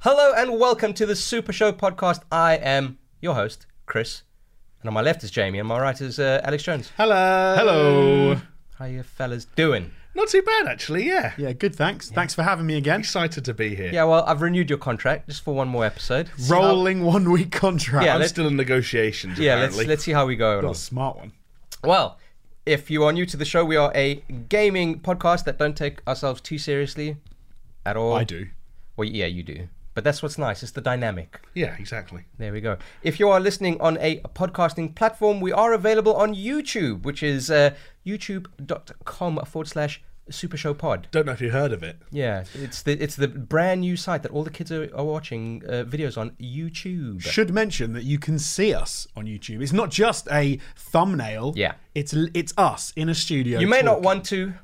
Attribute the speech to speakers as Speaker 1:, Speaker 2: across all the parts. Speaker 1: Hello and welcome to the Super Show podcast. I am your host, Chris. And on my left is Jamie, and my right is uh, Alex Jones.
Speaker 2: Hello.
Speaker 3: Hello.
Speaker 1: How you fellas doing?
Speaker 2: Not too bad, actually, yeah.
Speaker 3: Yeah, good. Thanks. Thanks for having me again.
Speaker 2: Excited to be here.
Speaker 1: Yeah, well, I've renewed your contract just for one more episode.
Speaker 3: Rolling one week contract.
Speaker 1: Yeah,
Speaker 2: I'm
Speaker 1: let's-
Speaker 2: still in negotiations,
Speaker 1: Yeah, let's,
Speaker 2: apparently.
Speaker 1: let's see how we go.
Speaker 3: Got a smart one.
Speaker 1: Well, if you are new to the show, we are a gaming podcast that don't take ourselves too seriously at all.
Speaker 3: I do.
Speaker 1: Well, yeah, you do. But that's what's nice. It's the dynamic.
Speaker 2: Yeah, exactly.
Speaker 1: There we go. If you are listening on a podcasting platform, we are available on YouTube, which is uh, youtube.com forward slash super show pod.
Speaker 2: Don't know if you heard of it.
Speaker 1: Yeah, it's the it's the brand new site that all the kids are, are watching uh, videos on YouTube.
Speaker 3: Should mention that you can see us on YouTube. It's not just a thumbnail.
Speaker 1: Yeah.
Speaker 3: It's it's us in a studio.
Speaker 1: You may not
Speaker 3: talking.
Speaker 1: want to,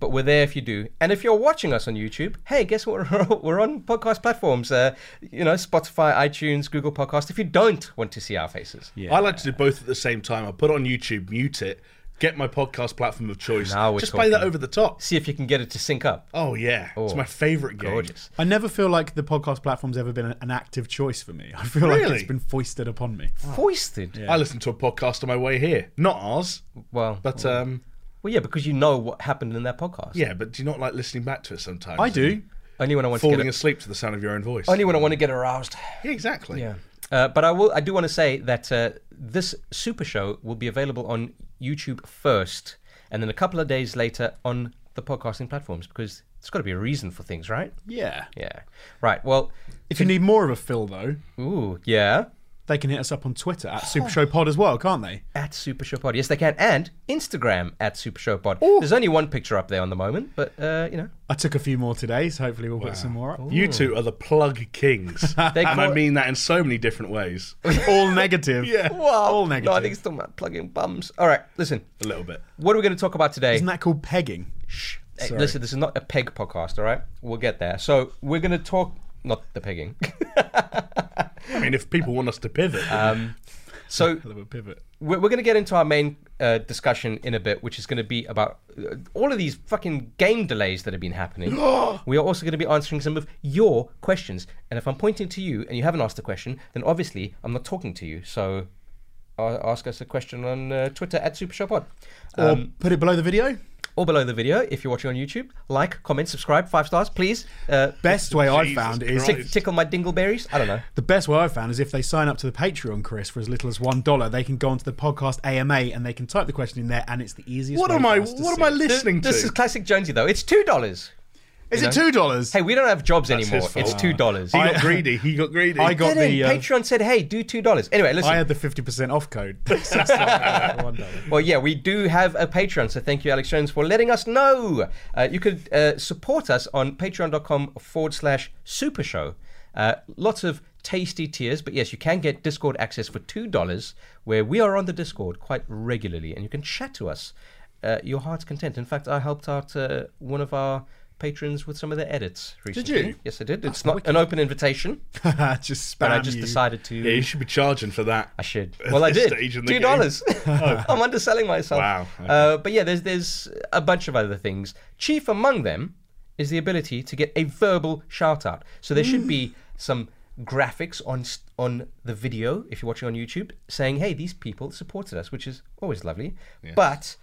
Speaker 1: but we're there if you do. And if you're watching us on YouTube, hey, guess what? We're on podcast platforms, uh, you know, Spotify, iTunes, Google Podcast. If you don't want to see our faces,
Speaker 3: Yeah.
Speaker 2: I like to do both at the same time. I put it on YouTube, mute it, get my podcast platform of choice.
Speaker 1: Now we're
Speaker 2: Just play that
Speaker 1: talking.
Speaker 2: over the top.
Speaker 1: see if you can get it to sync up.
Speaker 2: Oh, yeah. It's
Speaker 1: Oh,
Speaker 2: my favourite game.
Speaker 1: Gorgeous.
Speaker 3: I never feel like the podcast platform's ever been an active choice for me. I feel like
Speaker 2: Really?
Speaker 3: it's been foisted upon me.
Speaker 1: Foisted.
Speaker 2: I listened to a podcast on my way here. Not ours,
Speaker 1: Well,
Speaker 2: but um,
Speaker 1: well, yeah, because you know what happened in that podcast.
Speaker 2: yeah, but do you not like listening back to it sometimes?
Speaker 3: I do.
Speaker 1: Only when I want to get
Speaker 2: Falling asleep to the sound of your own voice.
Speaker 1: only when I want to get aroused.
Speaker 2: Yeah, exactly.
Speaker 1: Yeah. Uh, but I will. I do want to say that uh, this super show will be available on YouTube first, and then a couple of days later on the podcasting platforms because there's got to be a reason for things, right?
Speaker 3: Yeah.
Speaker 1: Yeah. Right. Well.
Speaker 3: If you need more of a fill though,
Speaker 1: Ooh. Yeah.
Speaker 3: they can hit us up on Twitter at Super Show Pod as well, can't they?
Speaker 1: At Super Show Pod. Yes, they can. And Instagram at Super Show Pod. There's only one picture up there on the moment, but uh, you know
Speaker 3: I took a few more today, so hopefully we'll put some more up.
Speaker 2: You two are the plug kings.
Speaker 1: they.
Speaker 2: and I
Speaker 1: call-
Speaker 2: mean that in so many different ways.
Speaker 3: All negative.
Speaker 2: Yeah.
Speaker 1: Wow.
Speaker 3: All
Speaker 1: No, Oh, I
Speaker 3: negative.
Speaker 1: think it's talking about plugging bums. All right. Listen.
Speaker 2: A little bit.
Speaker 1: What are we going to talk about today?
Speaker 3: Isn't that called pegging?
Speaker 1: Shh. Hey,
Speaker 3: Sorry.
Speaker 1: listen, this is not a peg podcast, all right? We'll get there. So we're going to talk, not the pegging.
Speaker 2: I mean, if people want us to pivot,
Speaker 1: Um, so
Speaker 3: Hell of a pivot.
Speaker 1: we're, we're going to get into our main uh, discussion in a bit, which is going to be about uh, all of these fucking game delays that have been happening. we are also going to be answering some of your questions. And if I'm pointing to you and you haven't asked a question, then obviously I'm not talking to you. So uh, ask us a question on uh, Twitter at SuperShowPod.
Speaker 3: Or
Speaker 1: Um,
Speaker 3: put it below the video.
Speaker 1: or below the video if you're watching on YouTube. Like, comment, subscribe, five stars, please. Uh,
Speaker 3: Best way I
Speaker 2: Jesus
Speaker 3: found is
Speaker 2: Christ.
Speaker 1: tick, tickle my dingleberries. I don't know.
Speaker 3: the best way I found is if they sign up to the Patreon, Chris, for as little as one dollar, they can go onto the podcast AMA and they can type the question in there, and it's the easiest.
Speaker 2: what
Speaker 3: way
Speaker 2: am
Speaker 3: for
Speaker 2: I?
Speaker 3: us to
Speaker 2: What am
Speaker 3: see
Speaker 2: I
Speaker 3: it.
Speaker 2: listening
Speaker 1: this,
Speaker 2: to?
Speaker 1: is classic Jonesy though. It's two dollars.
Speaker 3: Is it two dollars?
Speaker 1: Hey, we don't have jobs
Speaker 2: That's
Speaker 1: anymore.
Speaker 2: his fault.
Speaker 1: It's two dollars.
Speaker 2: he got greedy. He got greedy.
Speaker 3: I got the. Uh,
Speaker 1: Patreon said, "Hey, do two dollars." Anyway, listen.
Speaker 3: I had the fifty percent off code. So it's not like one dollar.
Speaker 1: well, yeah, we do have a Patreon, so thank you, Alex Jones, for letting us know. Uh, you could uh, support us on patreon.com forward slash super show. Uh, lots of tasty tiers, but yes, you can get Discord access for $2, where we are on the Discord quite regularly, and you can chat to us uh, your heart's content. In fact, I helped out uh, one of our patrons with some of their edits recently.
Speaker 3: you?
Speaker 1: Yes, I did. it's not an open invitation,
Speaker 3: just spam
Speaker 1: but I just
Speaker 3: you.
Speaker 1: decided to.
Speaker 2: yeah, Oh, you should be charging for that.
Speaker 1: I should.
Speaker 2: At
Speaker 1: Well, I
Speaker 2: this
Speaker 1: did.
Speaker 2: stage in the Oh.
Speaker 1: Two dollars. I'm underselling myself.
Speaker 2: Wow.
Speaker 1: Uh, but yeah, there's there's a bunch of other things. Chief among them is the ability to get a verbal shout out. So there should be some graphics on s- on the video if you're watching on YouTube saying, "Hey, these people supported us," which is always lovely. But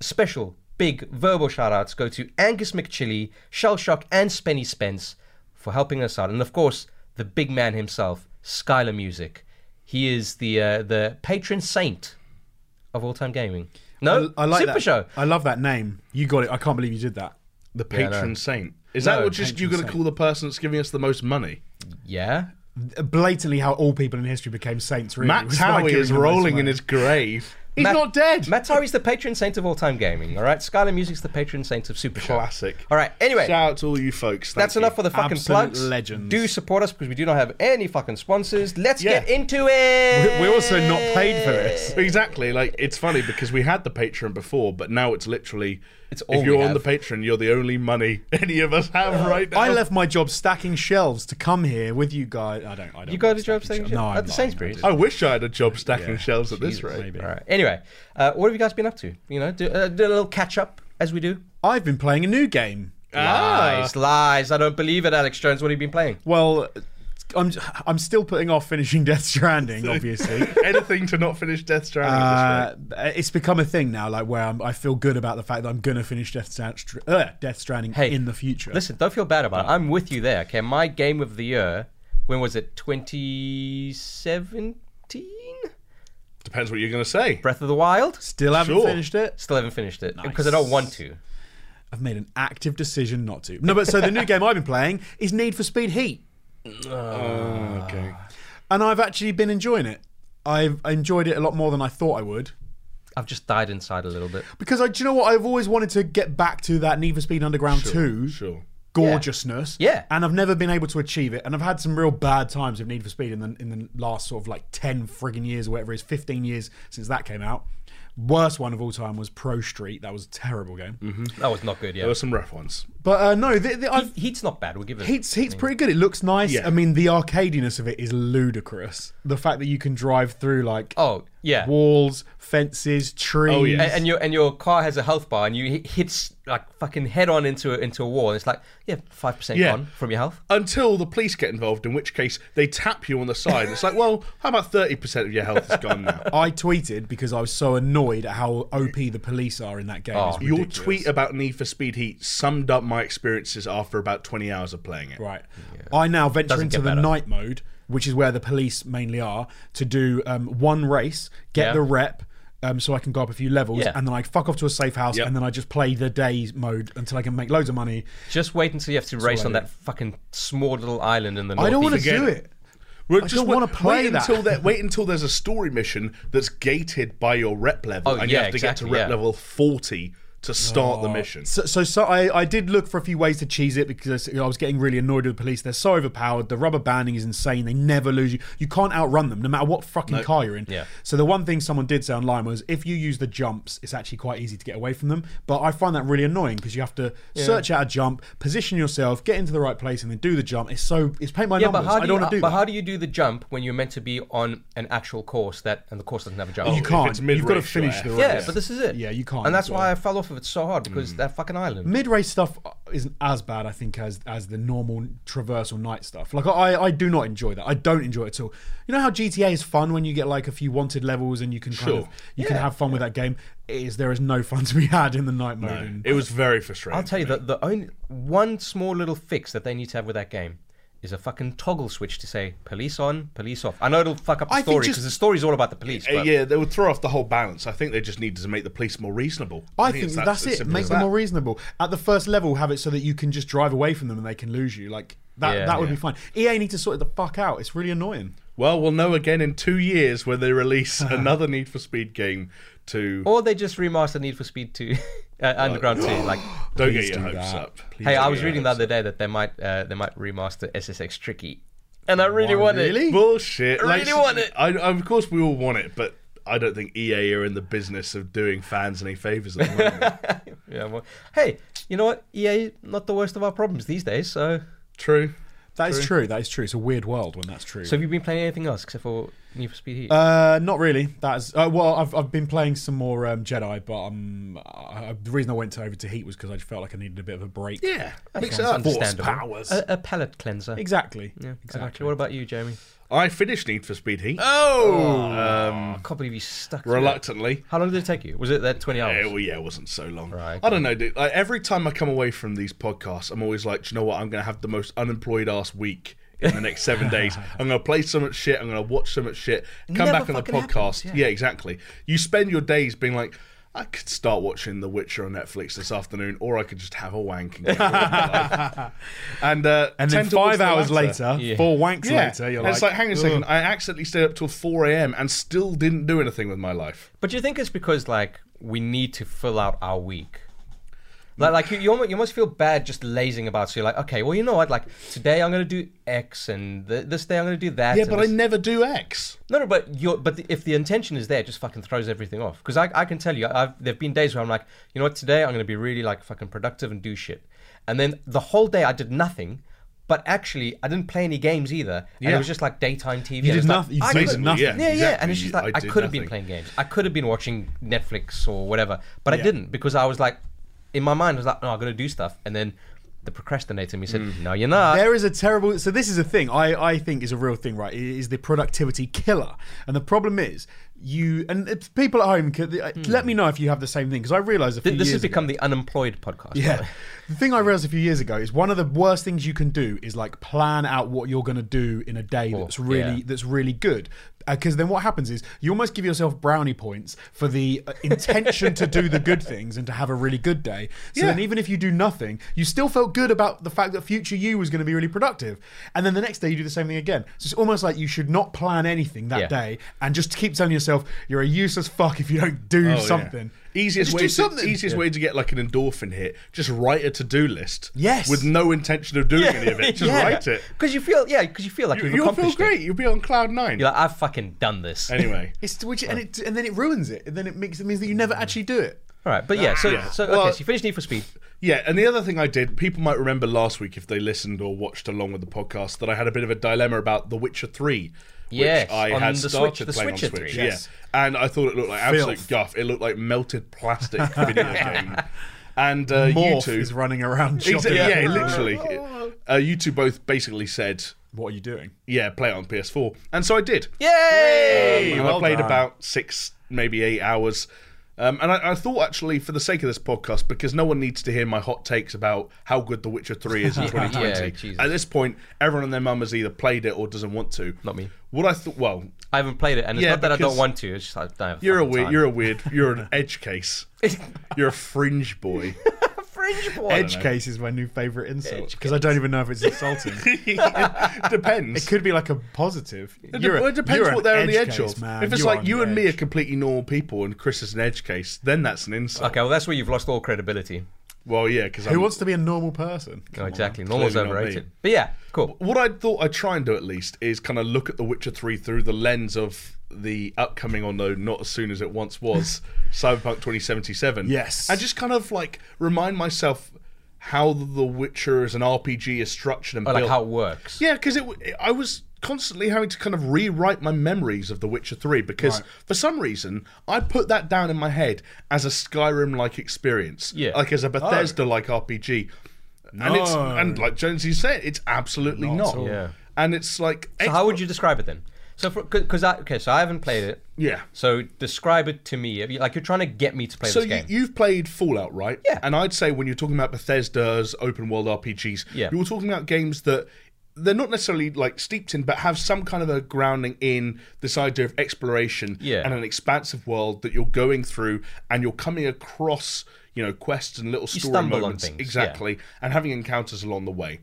Speaker 1: special big verbal shout outs go to Angus McChilly, Shell Shock, and Spenny Spence for helping us out. And of course, the big man himself, Skylar Music. He is the uh, the patron saint of all time gaming. No,
Speaker 3: I like
Speaker 1: Super
Speaker 3: that.
Speaker 1: Show.
Speaker 3: I love that name. You got it. I can't believe you did that.
Speaker 2: The
Speaker 1: Yeah, I know.
Speaker 2: patron saint. Is
Speaker 1: No,
Speaker 2: that what just you're going to
Speaker 3: patron
Speaker 2: call the person that's giving us the most money?
Speaker 1: Yeah.
Speaker 3: Blatantly, how all people in history became saints. Really,
Speaker 2: Matt
Speaker 3: was
Speaker 2: Towie
Speaker 3: by giving
Speaker 2: is
Speaker 3: them this
Speaker 2: rolling in
Speaker 3: money.
Speaker 2: his grave. He's
Speaker 1: Matt-
Speaker 2: not dead.
Speaker 1: Matt Tyrie's the patron saint of all time gaming. All right, Skylar Music's the patron saint of Super Show.
Speaker 2: Classic.
Speaker 1: All right. Anyway,
Speaker 2: Shout out to all you folks. Thank
Speaker 1: that's
Speaker 2: you.
Speaker 1: enough for the fucking
Speaker 3: Absolute
Speaker 1: plugs.
Speaker 3: legends.
Speaker 1: Do support us because we do not have any fucking sponsors. Let's
Speaker 2: Yeah.
Speaker 1: get into it.
Speaker 3: We're also not paid for this.
Speaker 2: Exactly. Like it's funny because we had the patron before, but now it's literally
Speaker 1: It's all
Speaker 2: if you're
Speaker 1: we
Speaker 2: on the
Speaker 1: have.
Speaker 2: patron, you're the only money any of us have right now.
Speaker 3: I left my job stacking shelves to come here with you guys. I don't. I don't
Speaker 1: You go
Speaker 3: like
Speaker 1: to job station
Speaker 3: shelves. No, I'm
Speaker 1: at the
Speaker 3: not. Oh,
Speaker 1: Sainsbury's.
Speaker 2: I wish I had a job stacking shelves at this
Speaker 3: Jesus,
Speaker 2: rate.
Speaker 3: maybe.
Speaker 1: All right. Anyway, uh, what have you guys been up to? You know, do, uh, do a little catch up as we do.
Speaker 3: I've been playing a new game.
Speaker 2: Ah,
Speaker 1: Lies, lies. I don't believe it, Alex Jones. What have you been playing?
Speaker 3: Well, I'm I'm still putting off finishing Death Stranding, obviously.
Speaker 2: Anything to not finish Death Stranding. at this
Speaker 3: Uh, it's become a thing now, like where I'm, I feel good about the fact that I'm gonna finish Death, Strand, uh, Death Stranding
Speaker 1: Hey,
Speaker 3: in the future.
Speaker 1: Listen, don't feel bad about it. I'm with you there. Okay, my game of the year. When was it? 2017.
Speaker 2: rate. Depends what you're going to say.
Speaker 1: Breath of the Wild.
Speaker 3: Still haven't
Speaker 2: Sure.
Speaker 3: finished it.
Speaker 1: Still haven't finished it because I don't want to.
Speaker 3: I've made an active decision not to. No, but so the new game I've been playing is Need for Speed Heat, Ah,
Speaker 2: okay.
Speaker 3: and I've actually been enjoying it. I've enjoyed it a lot more than I thought I would.
Speaker 1: I've just died inside a little bit.
Speaker 3: Because I, do you know what? I've always wanted to get back to that Need for Speed Underground 2
Speaker 2: Sure.
Speaker 3: gorgeousness.
Speaker 1: Yeah.
Speaker 3: And I've never been able to achieve it. And I've had some real bad times of Need for Speed in the in the last sort of like ten friggin' years or whatever it is, fifteen years since that came out. Worst one of all time was Pro Street. That was a terrible game.
Speaker 1: That was not good.
Speaker 2: There
Speaker 1: Yeah,
Speaker 2: were some rough ones.
Speaker 3: But uh, no, the, the, I've,
Speaker 1: Heat- Heat's not bad. We'll give it.
Speaker 3: Heat's Heat's pretty good. It looks nice.
Speaker 2: Yeah.
Speaker 3: I mean, the arcadiness of it is ludicrous. The fact that you can drive through like
Speaker 1: Oh yeah.
Speaker 3: walls, fences, trees.
Speaker 2: Oh, yeah.
Speaker 1: and, and your and your car has a health bar, and you hit, hits like fucking head on into a, into a wall. And it's like, yeah, five percent
Speaker 2: Yeah.
Speaker 1: gone from your health.
Speaker 2: Until the police get involved, in which case they tap you on the side. It's like, well, how about 30% of your health is gone now?
Speaker 3: I tweeted because I was so annoyed at how OP the police are in that game.
Speaker 1: Oh,
Speaker 3: It's
Speaker 2: Your
Speaker 3: ridiculous.
Speaker 2: tweet about Need for Speed Heat summed up my experiences after about 20 hours of playing it.
Speaker 3: Right. I now venture
Speaker 1: Doesn't
Speaker 3: into
Speaker 1: get
Speaker 3: the
Speaker 1: better.
Speaker 3: night mode, which is where the police mainly are, to do um, one race, get
Speaker 1: Yeah.
Speaker 3: the rep. Um, so I can go up a few levels,
Speaker 1: Yeah.
Speaker 3: and then I fuck off to a safe house,
Speaker 2: Yep.
Speaker 3: and then I just play the day mode until I can make loads of money.
Speaker 1: Just wait until you have to race
Speaker 3: all I
Speaker 1: on
Speaker 3: do.
Speaker 1: that fucking small little island in the
Speaker 3: I
Speaker 1: north.
Speaker 3: don't want to
Speaker 2: Forget
Speaker 3: do
Speaker 2: it.
Speaker 3: it.
Speaker 2: Well,
Speaker 3: I
Speaker 2: just
Speaker 3: don't
Speaker 2: wait-
Speaker 3: wanna play
Speaker 2: wait
Speaker 3: that.
Speaker 2: Until there, wait until there's a story mission that's gated by your rep level,
Speaker 1: Oh,
Speaker 2: and you
Speaker 1: yeah,
Speaker 2: have to get
Speaker 1: exactly,
Speaker 2: to rep
Speaker 1: yeah.
Speaker 2: level 40 to start the mission.
Speaker 3: So, so, so I, I did look for a few ways to cheese it because I was getting really annoyed with the police. They're so overpowered. The rubber banding is insane. They never lose you. You can't outrun them, no matter what fucking car you're in.
Speaker 1: Yeah.
Speaker 3: So the one thing someone did say online was, if you use the jumps, it's actually quite easy to get away from them. But I find that really annoying because you have to search out a jump, position yourself, get into the right place, and then do the jump. It's so it's pain my
Speaker 1: yeah,
Speaker 3: numbers.
Speaker 1: but how
Speaker 3: I
Speaker 1: do
Speaker 3: don't
Speaker 1: you,
Speaker 3: want to do
Speaker 1: but
Speaker 3: that.
Speaker 1: how do you do the jump when you're meant to be on an actual course that and the course doesn't have a jump?
Speaker 3: you
Speaker 2: if
Speaker 3: can't.
Speaker 2: it's
Speaker 3: You've got to
Speaker 2: mid-race, you're
Speaker 3: finish the
Speaker 2: out.
Speaker 3: race.
Speaker 1: yeah, but this is it.
Speaker 3: Yeah, you can't. Mm.
Speaker 1: And that's
Speaker 3: You've
Speaker 1: why I fell off of it so hard because that fucking island.
Speaker 3: mid race stuff isn't as bad, I think, as as the normal traversal night stuff. Like I, I do not enjoy that. I don't enjoy it at all. You know how GTA is fun when you get like a few wanted levels and you can kind
Speaker 2: Sure.
Speaker 3: of you can have fun with that game. It is there is no fun to be had in the night mode.
Speaker 2: No,
Speaker 3: And
Speaker 2: it was very frustrating.
Speaker 1: I'll tell you the the only one small little fix that they need to have with that game is a fucking toggle switch to say police on, police off. I know it'll fuck up the
Speaker 3: I think
Speaker 1: story
Speaker 3: just-
Speaker 1: because the story's all about the police.
Speaker 2: Uh,
Speaker 1: But
Speaker 2: yeah, they would throw off the whole balance. I think they just needed to make the police more reasonable.
Speaker 3: I think
Speaker 2: it's that-
Speaker 3: that's,
Speaker 2: as
Speaker 3: it.
Speaker 2: simple
Speaker 3: Make
Speaker 2: as
Speaker 3: them
Speaker 2: that.
Speaker 3: more reasonable. At the first level, have it so that you can just drive away from them and they can lose you. Like that,
Speaker 1: Yeah,
Speaker 3: that would
Speaker 1: yeah.
Speaker 3: be fine. EA need to sort it the fuck out. It's really annoying.
Speaker 2: Well, we'll know again in two years when they release another Need for Speed game. To
Speaker 3: Oh,
Speaker 1: Or they just remastered Need for Speed 2, uh, Underground 2. Like,
Speaker 2: don't
Speaker 3: Please
Speaker 2: get your
Speaker 3: do
Speaker 2: hopes
Speaker 3: that.
Speaker 2: up.
Speaker 3: Please
Speaker 1: hey, I
Speaker 2: don't
Speaker 1: was
Speaker 2: get your
Speaker 1: reading the
Speaker 2: hopes
Speaker 1: other day that they might uh, they might remaster SSX Tricky, and I really
Speaker 3: Why,
Speaker 1: want
Speaker 3: really?
Speaker 1: it.
Speaker 2: Bullshit.
Speaker 1: I really want it.
Speaker 2: I, I- of course, we all want it, but I don't think EA are in the business of doing fans any favors at the moment.
Speaker 1: Yeah, well, hey, you know what? EA not the worst of our problems these days. So,
Speaker 2: True.
Speaker 3: That is true. That is true. It's a weird world when that's true.
Speaker 1: so have you been playing anything else except for Need for Speed Heat?
Speaker 3: Uh, not really. That's uh, well, I've I've been playing some more um, Jedi, but um, I, I- the reason I went to, over to Heat was because I just felt like I needed a bit of a break.
Speaker 2: Yeah. Mix it
Speaker 1: sounds
Speaker 2: up. Force
Speaker 1: understandable.
Speaker 2: powers.
Speaker 1: a, a palate cleanser.
Speaker 3: Exactly.
Speaker 1: Yeah, exactly. What about you, Jamie?
Speaker 2: I finished Need for Speed Heat
Speaker 3: Oh,
Speaker 2: Mm.
Speaker 1: I can't believe you stuck. to that.
Speaker 2: reluctantly.
Speaker 1: How long did it take you? Was it that 20
Speaker 2: Yeah,
Speaker 1: hours?
Speaker 2: well, yeah, it wasn't so long.
Speaker 1: Right.
Speaker 2: I don't know, dude. Like, every time I come away from these podcasts, I'm always like, "Do you know what? I'm going to have the most unemployed ass week in the next seven days. I'm going to play so much shit. I'm going to watch so much shit. Come
Speaker 1: Never
Speaker 2: back on the
Speaker 1: fucking
Speaker 2: podcast.
Speaker 1: happens, yeah.
Speaker 2: yeah. exactly. You spend your days being like, I could start watching The Witcher on Netflix this afternoon, or I could just have a wank and go on with my life." And, uh,
Speaker 3: and then
Speaker 2: tend towards
Speaker 3: five
Speaker 2: the
Speaker 3: hours
Speaker 2: latter.
Speaker 3: later,
Speaker 1: Yeah.
Speaker 3: four wanks
Speaker 2: Yeah.
Speaker 3: later, you're
Speaker 2: And
Speaker 3: like,
Speaker 2: it's like, hang on a second.
Speaker 3: "Ugh."
Speaker 2: I accidentally stayed up till 4 a.m. and still didn't do anything with my life.
Speaker 1: But do you think it's because like we need to fill out our week? Like, like you, you, almost, you almost feel bad just lazing about. So you're like, okay, well, you know what? Like today I'm gonna do X, and th- this day I'm gonna do that.
Speaker 2: Yeah,
Speaker 1: and
Speaker 2: but I
Speaker 1: this-
Speaker 2: never do X.
Speaker 1: no, no, but you but the, if the intention is there, it just fucking throws everything off. Because I, I can tell you, I've, there've been days where I'm like, you know what? Today I'm gonna be really like fucking productive and do shit, and then the whole day I did nothing. But actually, I didn't play any games either. And
Speaker 2: Yeah.
Speaker 1: it was just like daytime TV.
Speaker 3: You
Speaker 1: and
Speaker 3: did
Speaker 1: it's like,
Speaker 3: nothing. You
Speaker 1: I
Speaker 3: did
Speaker 1: couldn't-
Speaker 3: nothing.
Speaker 1: Yeah, yeah, and it's just like I,
Speaker 2: did
Speaker 1: could have been
Speaker 2: nothing.
Speaker 1: playing games. I could have been watching Netflix or whatever, but I
Speaker 3: Yeah.
Speaker 1: didn't because I was like, in my mind, I was like, no, I'm gonna do stuff, and then the procrastinator. And he said,
Speaker 3: Mm.
Speaker 1: "No, you're not."
Speaker 3: There is a terrible. So this is a thing I, I think is a real thing, right? It is the productivity killer, and the problem is you and it's people at home. Could, uh, Let me know if you have the same thing because I realized a few
Speaker 1: Th- this
Speaker 3: years
Speaker 1: has
Speaker 3: ago-
Speaker 1: become the unemployed podcast. by the
Speaker 3: Yeah.
Speaker 1: way.
Speaker 3: The thing I realized a few years ago is one of the worst things you can do is like plan out what you're going to do in a day that's really
Speaker 1: yeah.
Speaker 3: that's really good. Because then what happens is you almost give yourself brownie points for the uh, intention to do the good things and to have a really good day. So then even if you do nothing, you still felt good about the fact that future you was going to be really productive. And then the next day you do the same thing again. So it's almost like you should not plan anything that
Speaker 1: Yeah.
Speaker 3: day and just keep telling yourself you're a useless fuck if you don't do
Speaker 2: Oh, yeah.
Speaker 3: something.
Speaker 2: Easiest
Speaker 3: Just
Speaker 2: way
Speaker 3: do
Speaker 2: to,
Speaker 3: something.
Speaker 2: easiest way to get like an endorphin hit, just write a to-do list.
Speaker 3: Yes.
Speaker 2: With no intention of doing any of it. Just
Speaker 1: Yeah.
Speaker 2: write it.
Speaker 1: because you feel yeah because you feel like
Speaker 2: You,
Speaker 1: you, have
Speaker 2: will feel
Speaker 1: accomplished
Speaker 2: great.
Speaker 1: It.
Speaker 2: You'll be on cloud 9
Speaker 1: You're like, I've fucking done this.
Speaker 2: Anyway.
Speaker 3: It's which and it and then it ruins it, and then it makes it means that you
Speaker 2: Mm.
Speaker 3: never actually do it.
Speaker 1: All right, but yeah, so
Speaker 2: Yeah.
Speaker 1: so okay,
Speaker 2: Well-
Speaker 1: so you finished Need for Speed.
Speaker 2: Yeah, and the other thing I did, people might remember last week if they listened or watched along with the podcast that I had a bit of a dilemma about The Witcher Three,
Speaker 1: Yes,
Speaker 2: which I
Speaker 1: on
Speaker 2: had
Speaker 1: the Switch-
Speaker 2: started
Speaker 1: the
Speaker 2: playing on
Speaker 1: Switcher
Speaker 2: Switch.
Speaker 1: 3,
Speaker 3: yes.
Speaker 2: Yeah, and I thought it looked like absolute
Speaker 3: Filth.
Speaker 2: guff. It looked like melted plastic video game. And uh, you
Speaker 3: Morph
Speaker 2: two,
Speaker 3: is running around
Speaker 2: Exa-
Speaker 3: shopping.
Speaker 2: yeah,
Speaker 1: Oh.
Speaker 2: literally. Uh, you two both basically said,
Speaker 3: What are you doing?
Speaker 2: "Yeah, play it on PS4," and so I did.
Speaker 1: Yay!
Speaker 2: Um, and
Speaker 3: well
Speaker 2: I played
Speaker 3: done.
Speaker 2: about six, maybe eight hours. Um, and I, I thought, actually, for the sake of this podcast, because no one needs to hear my hot takes about how good The Witcher 3 is in 2020.
Speaker 1: Yeah, Jesus.
Speaker 2: At this point, everyone and their mum has either played it or doesn't want to.
Speaker 1: Not me.
Speaker 2: What I thought, well,
Speaker 1: I haven't played it, and it's
Speaker 2: Yeah,
Speaker 1: not that I
Speaker 2: because
Speaker 1: don't want to. It's just I don't have.
Speaker 2: you're a
Speaker 1: fucking
Speaker 2: weird,
Speaker 1: time.
Speaker 2: you're a weird, you're an edge case. You're a fringe boy.
Speaker 1: a fringe boy.
Speaker 3: Edge case is my new favorite insult because I don't even know if it's insulting. it
Speaker 2: it depends.
Speaker 3: could be like a positive.
Speaker 2: It,
Speaker 3: You're
Speaker 2: dep-
Speaker 3: a-
Speaker 2: it depends
Speaker 3: you're
Speaker 2: what
Speaker 3: an
Speaker 2: they're on the edge
Speaker 3: case,
Speaker 2: of.
Speaker 3: man.
Speaker 2: If it's
Speaker 3: are
Speaker 2: like
Speaker 3: on
Speaker 2: you
Speaker 3: the
Speaker 2: and me are
Speaker 3: edge.
Speaker 2: completely normal people and Chris is an edge case, then that's an insult.
Speaker 1: Okay, well that's where you've lost all credibility.
Speaker 2: Well, yeah, because
Speaker 3: who wants to be a normal person?
Speaker 1: No, exactly. Normal's
Speaker 2: clearly not me.
Speaker 1: overrated. But yeah, cool.
Speaker 2: what I thought I'd try and do at least is kind of look at The Witcher 3 through the lens of the upcoming, or no, not as soon as it once was, Cyberpunk 2077.
Speaker 3: Yes.
Speaker 2: And just kind of like remind myself how The Witcher as an RPG is structured and
Speaker 1: Or
Speaker 2: built.
Speaker 1: like how it works.
Speaker 2: Yeah, because it, w- I was constantly having to kind of rewrite my memories of The Witcher 3 because for some reason I put that down in my head as a Skyrim like experience.
Speaker 1: Yeah.
Speaker 2: Like as a Bethesda like RPG. And it's
Speaker 3: No.
Speaker 2: and like Jonesy said, it's absolutely
Speaker 3: Not
Speaker 2: not.
Speaker 3: at all.
Speaker 1: Yeah.
Speaker 2: And it's like
Speaker 1: So how would you describe it then? So because I okay, so I haven't played it.
Speaker 2: Yeah.
Speaker 1: So describe it to me. If you- Like you're trying to get me to play
Speaker 2: So
Speaker 1: this
Speaker 2: you,
Speaker 1: game.
Speaker 2: you've played Fallout, right?
Speaker 1: Yeah.
Speaker 2: And I'd say when you're talking about Bethesda's open world RPGs,
Speaker 1: Yeah.
Speaker 2: you're talking about games that they're not necessarily like steeped in, but have some kind of a grounding in this idea of exploration
Speaker 1: Yeah.
Speaker 2: and an expansive world that you're going through, and you're coming across, you know, quests and little story
Speaker 1: stumble on
Speaker 2: moments,
Speaker 1: things, yeah.
Speaker 2: exactly, and having encounters along the way.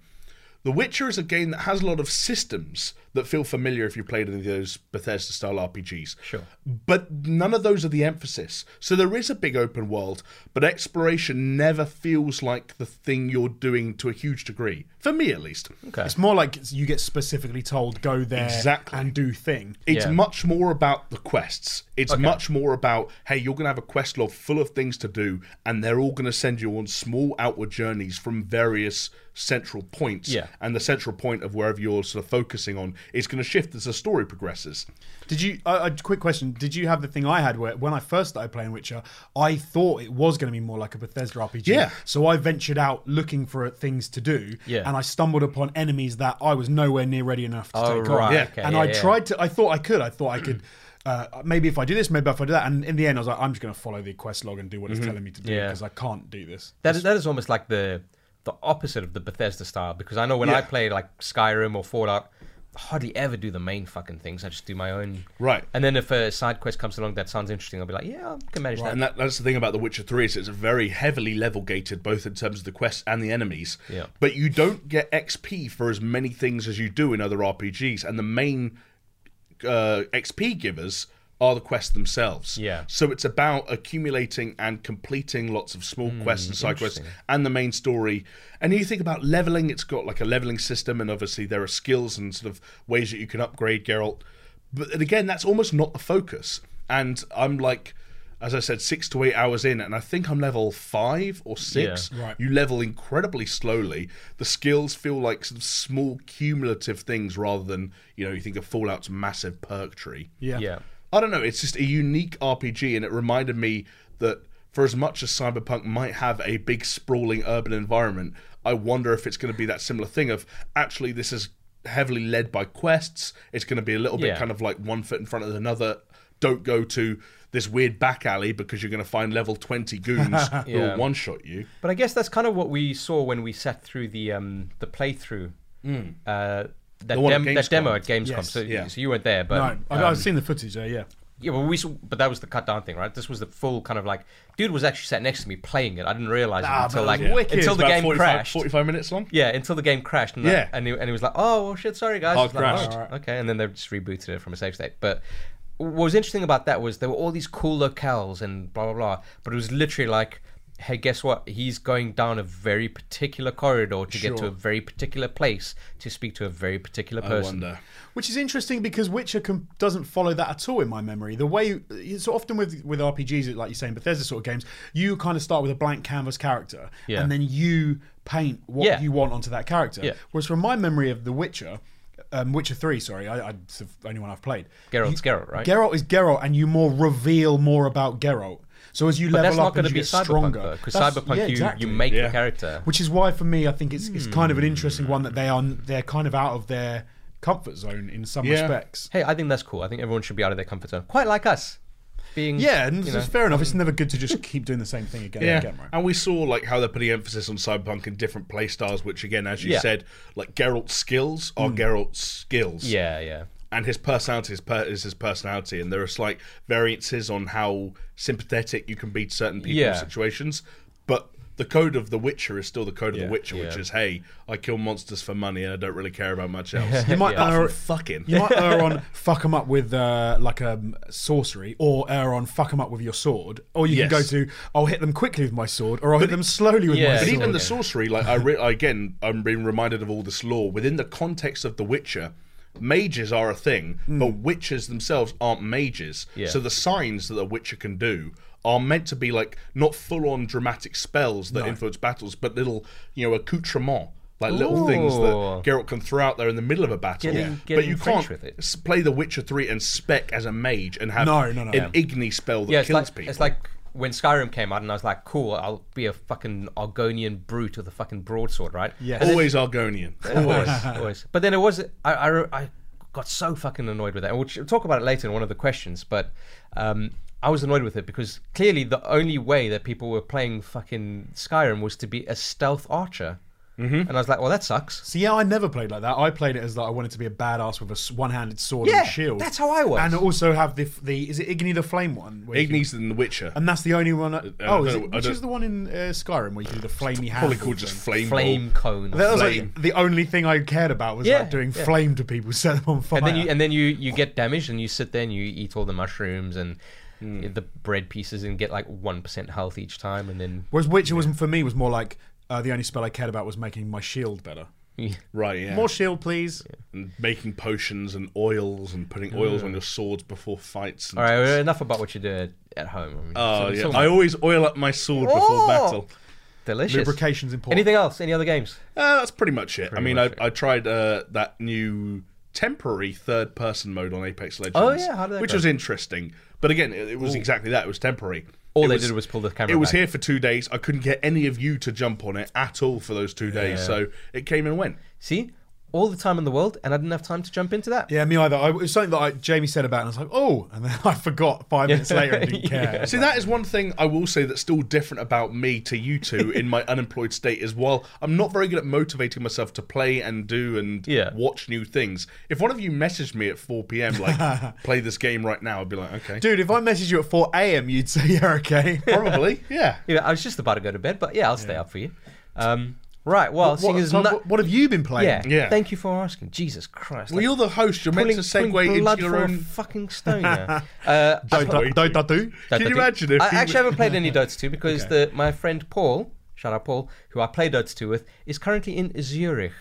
Speaker 2: The Witcher is a game that has a lot of systems that feel familiar if you played any of those Bethesda style RPGs.
Speaker 1: Sure.
Speaker 2: But none of those are the emphasis. So there is a big open world, but exploration never feels like the thing you're doing to a huge degree. For me, at least.
Speaker 1: okay.
Speaker 3: It's more like you get specifically told go there
Speaker 2: Exactly.
Speaker 3: and do thing.
Speaker 2: It's
Speaker 1: Yeah.
Speaker 2: much more about the quests. It's much more about, hey, you're going to have a quest log full of things to do, and they're all going to send you on small outward journeys from various central points.
Speaker 1: Yeah.
Speaker 2: And the central point of wherever you're sort of focusing on is going to shift as the story progresses.
Speaker 3: Did you? A uh, quick question. Did you have the thing I had where when I first started playing Witcher, I thought it was going to be more like a Bethesda RPG.
Speaker 2: Yeah.
Speaker 3: So I ventured out looking for things to do.
Speaker 1: Yeah.
Speaker 3: And I stumbled upon enemies that I was nowhere near ready enough to
Speaker 1: Oh,
Speaker 3: take
Speaker 1: right,
Speaker 3: on.
Speaker 1: Yeah. okay,
Speaker 3: and
Speaker 1: yeah,
Speaker 3: I
Speaker 1: yeah.
Speaker 3: tried to. I thought I could. I thought I could. Uh, maybe if I do this, maybe if I do that, and in the end, I was like, I'm just going to follow the quest log and do what it's telling me to do
Speaker 1: Mm-hmm. Yeah.
Speaker 3: because I can't do this.
Speaker 1: That is, that is almost like the the opposite of the Bethesda style because I know when I play like Skyrim or Fallout, I hardly ever do the main fucking things. I just do my own.
Speaker 2: Right.
Speaker 1: And then if a side quest comes along that sounds interesting, I'll be like, yeah, I can manage that.
Speaker 2: And that, that's the thing about The Witcher 3 is it's very heavily level gated, both in terms of the quests and the enemies.
Speaker 1: Yeah.
Speaker 2: But you don't get XP for as many things as you do in other RPGs, and the main uh, XP givers are the quests themselves.
Speaker 1: Yeah.
Speaker 2: So it's about accumulating and completing lots of small quests and side quests and the main story. And you think about leveling, it's got like a leveling system, and obviously there are skills and sort of ways that you can upgrade Geralt. But then again, that's almost not the focus. And I'm like, as I said, six to eight hours in, and I think I'm level five or six.
Speaker 3: Yeah. Right.
Speaker 2: You level incredibly slowly. The skills feel like sort of small cumulative things rather than, you know, you think of Fallout's massive perk tree.
Speaker 1: yeah.
Speaker 2: I don't know. It's just a unique RPG, and it reminded me that for as much as Cyberpunk might have a big sprawling urban environment, I wonder if it's going to be that similar thing of actually this is heavily led by quests. It's going to be a little bit
Speaker 1: Yeah.
Speaker 2: kind of like one foot in front of another. Don't go to this weird back alley because you're going to find level 20 goons who
Speaker 1: Yeah.
Speaker 2: will one shot you.
Speaker 1: But I guess that's kind of what we saw when we sat through the um, the playthrough.
Speaker 3: Mm.
Speaker 1: Uh, that,
Speaker 2: The one at
Speaker 1: dem- that demo
Speaker 2: Gamescom.
Speaker 1: at Gamescom.
Speaker 3: Yes,
Speaker 1: so,
Speaker 2: yeah.
Speaker 1: so you weren't there, but um,
Speaker 3: No, I've, I've seen the footage there. Yeah,
Speaker 1: yeah, well, we saw, but that was the cut down thing, right? This was the full kind of like dude was actually sat next to me playing it. I didn't realize it
Speaker 3: Ah,
Speaker 1: until
Speaker 3: but
Speaker 1: like
Speaker 3: it was wicked.
Speaker 1: until the
Speaker 2: About
Speaker 1: game
Speaker 2: 45,
Speaker 1: crashed.
Speaker 2: 45 minutes long?
Speaker 1: Yeah, until the game crashed, and,
Speaker 2: Yeah.
Speaker 1: and, he, and he was like, "Oh well, shit, sorry guys."
Speaker 2: Oh,
Speaker 1: I was like,
Speaker 2: crashed.
Speaker 1: "Oh, Okay, and then they just rebooted it from a save state. But what was interesting about that was there were all these cool locales and blah blah blah, but it was literally like, "Hey, guess what? He's going down a very particular corridor to get to
Speaker 3: Sure.
Speaker 1: a very particular place to speak to a very particular
Speaker 2: I
Speaker 1: person."
Speaker 2: wonder.
Speaker 3: which is interesting because Witcher com- doesn't follow that at all in my memory. The way so often with with RPGs, like you're saying, Bethesda sort of games, you kind of start with a blank canvas character,
Speaker 1: Yeah.
Speaker 3: and then you paint what
Speaker 1: Yeah.
Speaker 3: you want onto that character.
Speaker 1: Yeah.
Speaker 3: Whereas from my memory of The Witcher. Um, Witcher three, sorry, I, I, it's the only one I've played.
Speaker 1: Geralt's Geralt, right?
Speaker 3: Geralt is Geralt, and you more reveal more about Geralt. So as you
Speaker 1: But
Speaker 3: level
Speaker 1: that's not
Speaker 3: up,
Speaker 1: going
Speaker 3: and
Speaker 1: to
Speaker 3: you
Speaker 1: be
Speaker 3: get
Speaker 1: cyberpunk
Speaker 3: stronger.
Speaker 1: because
Speaker 3: That's-
Speaker 1: cyberpunk
Speaker 3: yeah,
Speaker 1: you
Speaker 3: exactly.
Speaker 1: you make the
Speaker 2: Yeah.
Speaker 1: character.
Speaker 3: which is why for me I think it's it's kind of
Speaker 1: Hmm.
Speaker 3: an interesting one that they are they're kind of out of their comfort zone in some
Speaker 2: Yeah.
Speaker 3: respects.
Speaker 1: Hey, I think that's cool. I think everyone should be out of their comfort zone, quite like us, being
Speaker 3: Yeah, and
Speaker 1: you
Speaker 3: it's
Speaker 1: know. Um,
Speaker 3: fair enough. It's never good to just keep doing the same thing again
Speaker 2: Yeah,
Speaker 3: and again, right?
Speaker 2: and we saw like how they're putting emphasis on cyberpunk and different play styles, which again, as you
Speaker 1: Yeah. Mm.
Speaker 2: said, like Geralt's skills are Geralt's skills,
Speaker 1: Yeah, yeah.
Speaker 2: and his personality is, per- is his personality, and there are slight variances on how sympathetic you can be to certain people
Speaker 1: Yeah.
Speaker 2: and situations, but. The code of The Witcher is still the code of The Witcher, which
Speaker 1: Yeah.
Speaker 2: is, hey, I kill monsters for money and I don't really care about much else.
Speaker 3: You might
Speaker 1: Yeah.
Speaker 3: err,
Speaker 2: fucking.
Speaker 3: you might err on fuck 'em up with uh, like a um, sorcery, or err on fuck 'em up with your sword, or you
Speaker 2: Yes.
Speaker 3: can go to I'll hit them quickly with my sword, or I'll hit them slowly with
Speaker 1: Yeah.
Speaker 3: my
Speaker 1: But
Speaker 2: But
Speaker 3: sword.
Speaker 2: even the sorcery, like I re- again, I'm being reminded of all this lore within the context of The Witcher. Mages are a thing, but witches themselves aren't mages.
Speaker 1: Hmm. Yeah.
Speaker 2: So the signs that a witcher can do are meant to be like not full-on dramatic spells that influence battles, but little, you know, accoutrement, like little things
Speaker 1: Ooh.
Speaker 2: that Geralt can throw out there in the middle of a battle.
Speaker 1: Getting-
Speaker 2: but
Speaker 1: getting
Speaker 2: you
Speaker 1: French
Speaker 2: can't
Speaker 1: with it.
Speaker 2: s- play The Witcher Three and spec as a mage and have
Speaker 3: No, no, no.
Speaker 2: an igni spell that
Speaker 1: yeah, it's
Speaker 2: kills
Speaker 1: like,
Speaker 2: people.
Speaker 1: It's like when Skyrim came out, and I was like, "Cool, I'll be a fucking Argonian brute with a fucking broadsword, right?"
Speaker 3: Yes.
Speaker 1: And then-
Speaker 2: always Argonian.
Speaker 1: always, always. But then it was I, I, re- I got so fucking annoyed with that. And We'll ch- talk about it later in one of the questions, but um, I was annoyed with it because clearly the only way that people were playing fucking Skyrim was to be a stealth archer, mm-hmm. and I was like, "Well, that sucks."
Speaker 3: So yeah, I never played like that. I played it as like I wanted to be a badass with a s- one-handed sword
Speaker 1: Yeah,
Speaker 3: and a shield.
Speaker 1: that's how I was.
Speaker 3: and also have the f- the is it Igni the Flame one? where you can-
Speaker 2: Igni's than The Witcher.
Speaker 3: And that's the only one. I, oh, is
Speaker 2: don't
Speaker 3: it,
Speaker 2: know- Uh, I
Speaker 3: which
Speaker 2: don't-
Speaker 3: is the one in uh, Skyrim where you can do the flamey hand?
Speaker 2: Probably called just flame.
Speaker 1: Flame
Speaker 2: Ball.
Speaker 1: cone.
Speaker 3: That was
Speaker 2: flame.
Speaker 3: like the only thing I cared about was
Speaker 1: Yeah,
Speaker 3: like doing
Speaker 1: yeah.
Speaker 3: flame to people, set them on fire.
Speaker 1: and then you and then you you get damaged and you sit there and you eat all the mushrooms and
Speaker 2: Hmm.
Speaker 1: the bread pieces and get like 1% health each time and then
Speaker 3: Whereas Witcher was for me was more like uh, the only spell I cared about was making my shield better.
Speaker 2: Right, yeah.
Speaker 3: More shield, please.
Speaker 2: and making potions and oils and putting oils on your swords before fights. And
Speaker 1: All right, well, enough about what you do at, at home. I mean,
Speaker 2: Oh,
Speaker 1: it's- it's
Speaker 2: yeah.
Speaker 1: all
Speaker 2: I always oil up my sword
Speaker 1: Oh!
Speaker 2: before battle.
Speaker 1: delicious.
Speaker 3: Lubrication's important.
Speaker 1: Anything else? Any other games?
Speaker 2: Uh, that's pretty much it. I mean,
Speaker 1: much
Speaker 2: I, I tried uh, that new temporary third person mode on Apex Legends.
Speaker 1: Oh, yeah, how did that
Speaker 2: Which
Speaker 1: go?
Speaker 2: was interesting. But again, it, it was exactly that. It was temporary.
Speaker 1: All
Speaker 2: It
Speaker 1: they did was pull the camera
Speaker 2: It was
Speaker 1: back.
Speaker 2: here for two days. I couldn't get any of you to jump on it at all for those two days. So it came and went.
Speaker 1: See, all the time in the world, and I didn't have time to jump into that.
Speaker 3: Yeah, me either. I, it was something that I, Jamie said about, it, and I was like, oh, and then I forgot five minutes later and didn't care.
Speaker 2: See, that is one thing I will say that's still different about me to you two in my unemployed state is while I'm not very good at motivating myself to play and do and
Speaker 1: Yeah.
Speaker 2: watch new things, if one of you messaged me at 4 p.m., like, play this game right now, I'd be like, okay.
Speaker 3: Dude, if I messaged you at 4 a.m., you'd say, yeah, okay.
Speaker 2: Probably, yeah.
Speaker 1: You know, I was just about to go to bed, but yeah, I'll stay up for you. Um, right, well, seeing
Speaker 3: what,
Speaker 1: as
Speaker 3: Tom,
Speaker 1: no-
Speaker 3: what, what have you been playing?
Speaker 1: yeah,
Speaker 2: Yeah.
Speaker 1: thank you for asking. Jesus Christ.
Speaker 2: Well, you're the host. You're meant to segue into
Speaker 1: blood
Speaker 2: your
Speaker 1: for a
Speaker 2: own.
Speaker 1: fucking stone now. uh,
Speaker 3: Don't, don't, don't, don't do.
Speaker 1: Dota
Speaker 2: Can you
Speaker 1: 2.
Speaker 2: imagine if
Speaker 1: I
Speaker 2: he
Speaker 1: actually
Speaker 2: was-
Speaker 1: haven't played any Dota 2 because the, my friend Paul, shout out Paul, who I play Dota 2 with, is currently in Zurich.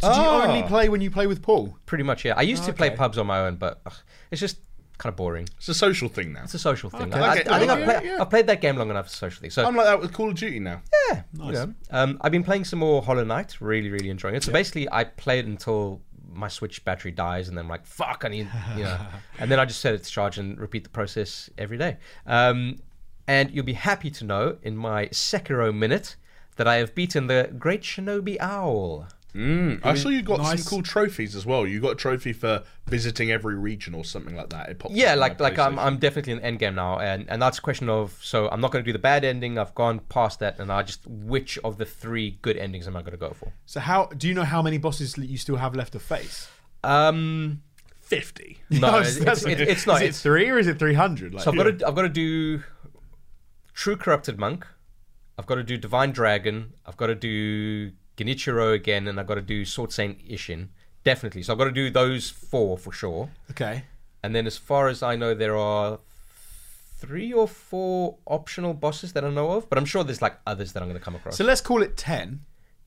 Speaker 3: Did
Speaker 2: Ah.
Speaker 3: you only play when you play with Paul?
Speaker 1: Pretty much, yeah. I used to play
Speaker 3: Okay.
Speaker 1: pubs on my own, but ugh, it's just kind of boring.
Speaker 2: It's a social thing now.
Speaker 1: It's a social thing.
Speaker 3: Okay.
Speaker 1: I, I-
Speaker 2: Okay,
Speaker 1: I think I've,
Speaker 2: okay,
Speaker 1: play,
Speaker 2: yeah.
Speaker 1: I've played that game long enough. It's a social thing. So
Speaker 2: I'm like that with Call of Duty now.
Speaker 1: yeah, you know. Um, I've been playing some more Hollow Knight. Really, really enjoying it. So basically, I played until my Switch battery dies, and then I'm like, fuck, I need, you know. and then I just set it to charge and repeat the process every day. Um, And you'll be happy to know, in my Sekiro minute, that I have beaten the Great Shinobi Owl.
Speaker 2: Mm. I saw you got
Speaker 3: nice.
Speaker 2: some cool trophies as well. You got a trophy for visiting every region or something like that. It popped up
Speaker 1: Yeah,
Speaker 2: on
Speaker 1: like
Speaker 2: my
Speaker 1: like I'm,
Speaker 2: PlayStation.
Speaker 1: I'm definitely in the end game now, and and that's a question of so I'm not going to do the bad ending. I've gone past that, and I just which of the three good endings am I going to go for?
Speaker 3: So how do you know how many bosses you still have left to face?
Speaker 1: Um,
Speaker 2: fifty.
Speaker 1: no,
Speaker 3: That's-
Speaker 1: it's,
Speaker 3: that's-
Speaker 1: it's, it's, not.
Speaker 3: Is it
Speaker 1: it's,
Speaker 3: three or is it three hundred? Like,
Speaker 1: so I've got to I've got to do True Corrupted Monk. I've got to do Divine Dragon. I've got to do Genichiro again, and I've got to do Sword Saint Ishin. Definitely. So I've got to do those four for sure.
Speaker 3: okay.
Speaker 1: And then, as far as I know, there are three or four optional bosses that I know of, but I'm sure there's like others that I'm going to come across.
Speaker 3: So let's call it ten.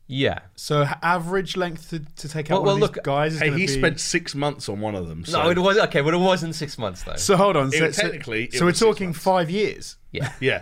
Speaker 1: yeah.
Speaker 3: So h- average length to, to take
Speaker 1: Well-
Speaker 3: out one
Speaker 1: well,
Speaker 3: of these
Speaker 1: look,
Speaker 3: guys is
Speaker 2: Hey,
Speaker 3: gonna
Speaker 2: he
Speaker 3: be...
Speaker 2: spent six months on one of them. So
Speaker 1: No, it was okay, but it wasn't six months though.
Speaker 3: So hold on. So,
Speaker 2: It-
Speaker 3: so-
Speaker 2: technically, it
Speaker 3: so we're
Speaker 2: was six
Speaker 3: talking
Speaker 2: months.
Speaker 3: five years.
Speaker 1: yeah.
Speaker 2: yeah.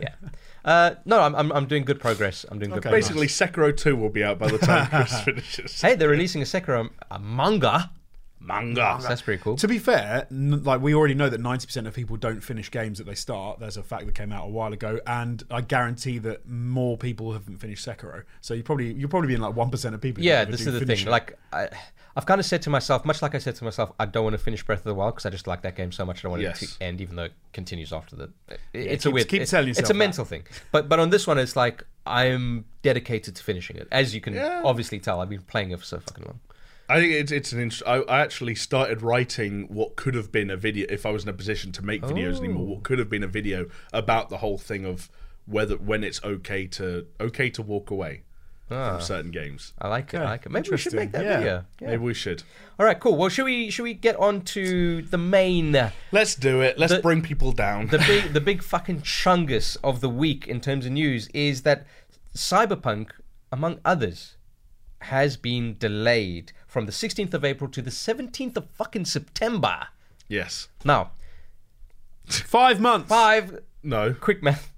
Speaker 1: Uh, no, I'm, I'm I'm doing good progress. I'm doing good
Speaker 3: Okay.
Speaker 1: progress.
Speaker 2: Basically, Sekiro 2 will be out by the time Chris finishes.
Speaker 1: Hey, they're releasing a Sekiro a manga.
Speaker 2: Manga.
Speaker 1: So that's pretty cool.
Speaker 3: To be fair, n- like we already know that ninety percent of people don't finish games that they start. There's a fact that came out a while ago, and I guarantee that more people haven't finished Sekiro. So you probably you're probably in like one percent of people. who
Speaker 1: Yeah,
Speaker 3: never
Speaker 1: this is
Speaker 3: do
Speaker 1: the
Speaker 3: finish
Speaker 1: thing.
Speaker 3: it.
Speaker 1: Like, I, I've kind of said to myself, much like I said to myself, I don't want to finish Breath of the Wild because I just like that game so much. I don't want it
Speaker 2: Yes.
Speaker 1: to end, even though it continues after the. it- it's a
Speaker 3: keep-
Speaker 1: weird.
Speaker 3: keep
Speaker 1: it-
Speaker 3: telling
Speaker 1: It's
Speaker 3: yourself
Speaker 1: a
Speaker 3: that.
Speaker 1: mental thing. But but on this one, it's like I'm dedicated to finishing it, as you can
Speaker 2: Yeah.
Speaker 1: obviously tell. I've been playing it for so fucking long.
Speaker 2: I think it's, it's an interesting. I, I actually started writing what could have been a video if I was in a position to make videos anymore. What could have been a video about the whole thing of whether when it's okay to okay to walk away from certain games.
Speaker 1: I like it. I like it. Maybe we should make that
Speaker 3: Interesting. Yeah.
Speaker 1: video. Yeah.
Speaker 2: Maybe we should.
Speaker 1: All right, cool. Well, should we should we get on to the main, the
Speaker 2: Let's do it. Let's
Speaker 1: The-
Speaker 2: bring people down.
Speaker 1: big the big fucking chungus of the week in terms of news is that Cyberpunk, among others, has been delayed from the 16th of April to the 17th of fucking September.
Speaker 2: yes.
Speaker 1: Now,
Speaker 3: five months
Speaker 1: five
Speaker 2: No.
Speaker 1: quick math.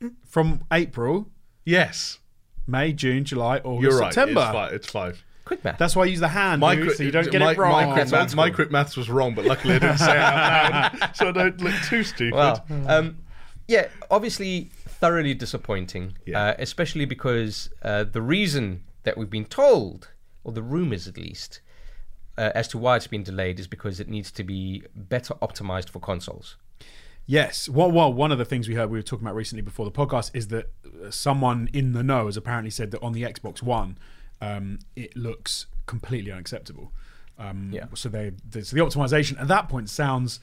Speaker 3: from April,
Speaker 2: Yes.
Speaker 3: May, June, July, August,
Speaker 2: You're right.
Speaker 3: September.
Speaker 2: It's five. It's five.
Speaker 1: Quick math.
Speaker 3: That's why I use the hand,
Speaker 2: My
Speaker 3: dude,
Speaker 2: quick-
Speaker 3: so you don't get
Speaker 2: my,
Speaker 3: it wrong.
Speaker 2: My quick, maths, my quick maths was wrong, but luckily I didn't say it out loud, so I don't look too stupid.
Speaker 1: Wow. Um, yeah, obviously thoroughly disappointing,
Speaker 2: Yeah.
Speaker 1: uh, especially because uh, the reason that we've been told, or the rumours at least, uh, as to why it's been delayed is because it needs to be better optimized for consoles.
Speaker 3: Yes. Well, well, one of the things we heard we were talking about recently before the podcast is that uh, someone in the know has apparently said that on the Xbox One, um, it looks completely unacceptable. Um,
Speaker 1: Yeah.
Speaker 3: So they, the, so the optimization at that point sounds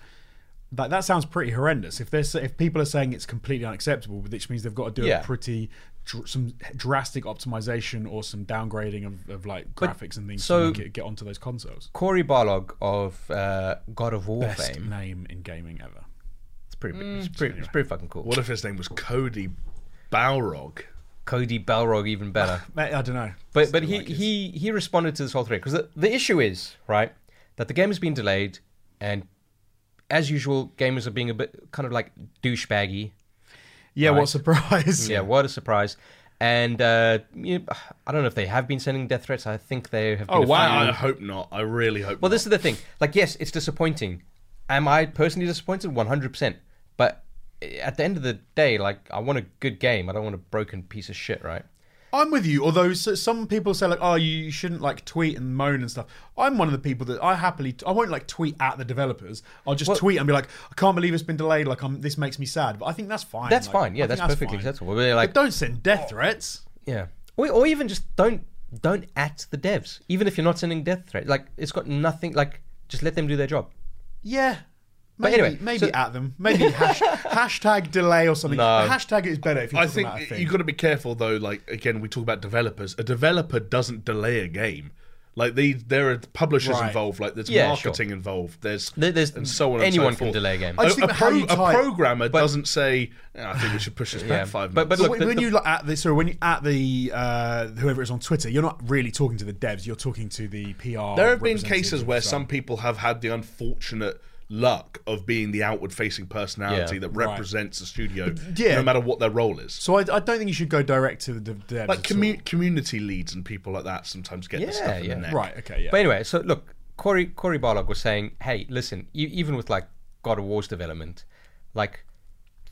Speaker 3: that that sounds pretty horrendous. If they're sa- if people are saying it's completely unacceptable, which means they've got to do
Speaker 1: Yeah.
Speaker 3: a pretty dr- some drastic optimization or some downgrading of, of like graphics and things
Speaker 1: so-
Speaker 3: to make it get onto those consoles.
Speaker 1: Corey Barlog of uh, God of War
Speaker 3: Best
Speaker 1: fame.
Speaker 3: name in gaming ever.
Speaker 1: It's pretty, it's pretty, it's pretty fucking cool.
Speaker 2: What if his name was Cody Balrog?
Speaker 1: Cody Balrog even better.
Speaker 3: Mate, I don't know.
Speaker 1: But but he, he he responded to this whole thread because the, the issue is right that the game has been delayed, and as usual, gamers are being a bit kind of like douchebaggy.
Speaker 3: Yeah,
Speaker 1: Right.
Speaker 3: what surprise?
Speaker 1: Yeah, what a surprise! And uh, you know, I don't know if they have been sending death threats. I think they have. Been
Speaker 3: Oh,
Speaker 1: a few.
Speaker 3: wow.
Speaker 2: I, I hope not. I really hope.
Speaker 1: Well,
Speaker 2: not.
Speaker 1: this is the thing. Like, yes, it's disappointing. Am I personally disappointed? One hundred percent. But eh, at the end of the day, like, I want a good game. I don't want a broken piece of shit, right?
Speaker 3: I'm with you. Although s- some people say like, "Oh, you shouldn't like tweet and moan and stuff." I'm one of the people that I happily I won't like tweet at the developers. I'll just tweet and be like, "I can't believe it's been delayed. Like, I'm, this makes me sad." But I think that's fine.
Speaker 1: That's
Speaker 3: Like,
Speaker 1: fine.
Speaker 3: I
Speaker 1: Yeah,
Speaker 3: think
Speaker 1: that's, perfectly
Speaker 3: fine.
Speaker 1: acceptable. We're like,
Speaker 3: but don't send death threats.
Speaker 1: Yeah, or, or even just don't don't at the devs, even if you're not sending death threats. Like it's got nothing. Like just let them do their job.
Speaker 3: Yeah.
Speaker 1: But
Speaker 3: Maybe,
Speaker 1: anyway,
Speaker 3: maybe
Speaker 1: so-
Speaker 3: at them. Maybe hash, hashtag delay or something.
Speaker 1: No.
Speaker 3: Hashtag is better if you're
Speaker 2: I
Speaker 3: talking about a
Speaker 2: think
Speaker 3: thing.
Speaker 2: you got to be careful though. Like again, we talk about developers. A developer doesn't delay a game. Like they, there are publishers
Speaker 3: Right.
Speaker 2: involved. Like there's
Speaker 1: Yeah, sure.
Speaker 2: marketing involved. There's
Speaker 1: There- there's-
Speaker 2: and so on.
Speaker 1: anyone
Speaker 2: and so
Speaker 1: can
Speaker 2: forth.
Speaker 1: delay a game.
Speaker 3: I
Speaker 2: A,
Speaker 3: just think
Speaker 2: a
Speaker 3: how
Speaker 2: pro,
Speaker 3: you tie
Speaker 2: a
Speaker 3: it-
Speaker 2: programmer doesn't say, "Yeah, "I think we should push this back
Speaker 1: Yeah.
Speaker 2: five
Speaker 1: But-
Speaker 2: minutes."
Speaker 1: but
Speaker 3: So
Speaker 1: look,
Speaker 3: when,
Speaker 1: the-
Speaker 3: when
Speaker 1: the-
Speaker 3: you like at the so when you at the uh, whoever it's on Twitter, you're not really talking to the devs. You're talking to the PR.
Speaker 2: there have been
Speaker 3: representative
Speaker 2: cases
Speaker 3: and
Speaker 2: where
Speaker 3: stuff.
Speaker 2: some people have had the unfortunate luck of being the outward-facing personality
Speaker 1: Yeah.
Speaker 2: that represents the studio,
Speaker 3: yeah.
Speaker 2: no matter what their role is.
Speaker 3: So I, I don't think you should go direct to the dev- devs.
Speaker 2: like
Speaker 3: at
Speaker 2: commu- community leads and people like that sometimes get
Speaker 1: Yeah,
Speaker 2: the stuff in
Speaker 1: yeah.
Speaker 2: the neck.
Speaker 3: all. right? Okay, yeah.
Speaker 1: But anyway, so look, Corey Corey e-, Barlog was saying, hey, listen, you, even with like God of War's development, like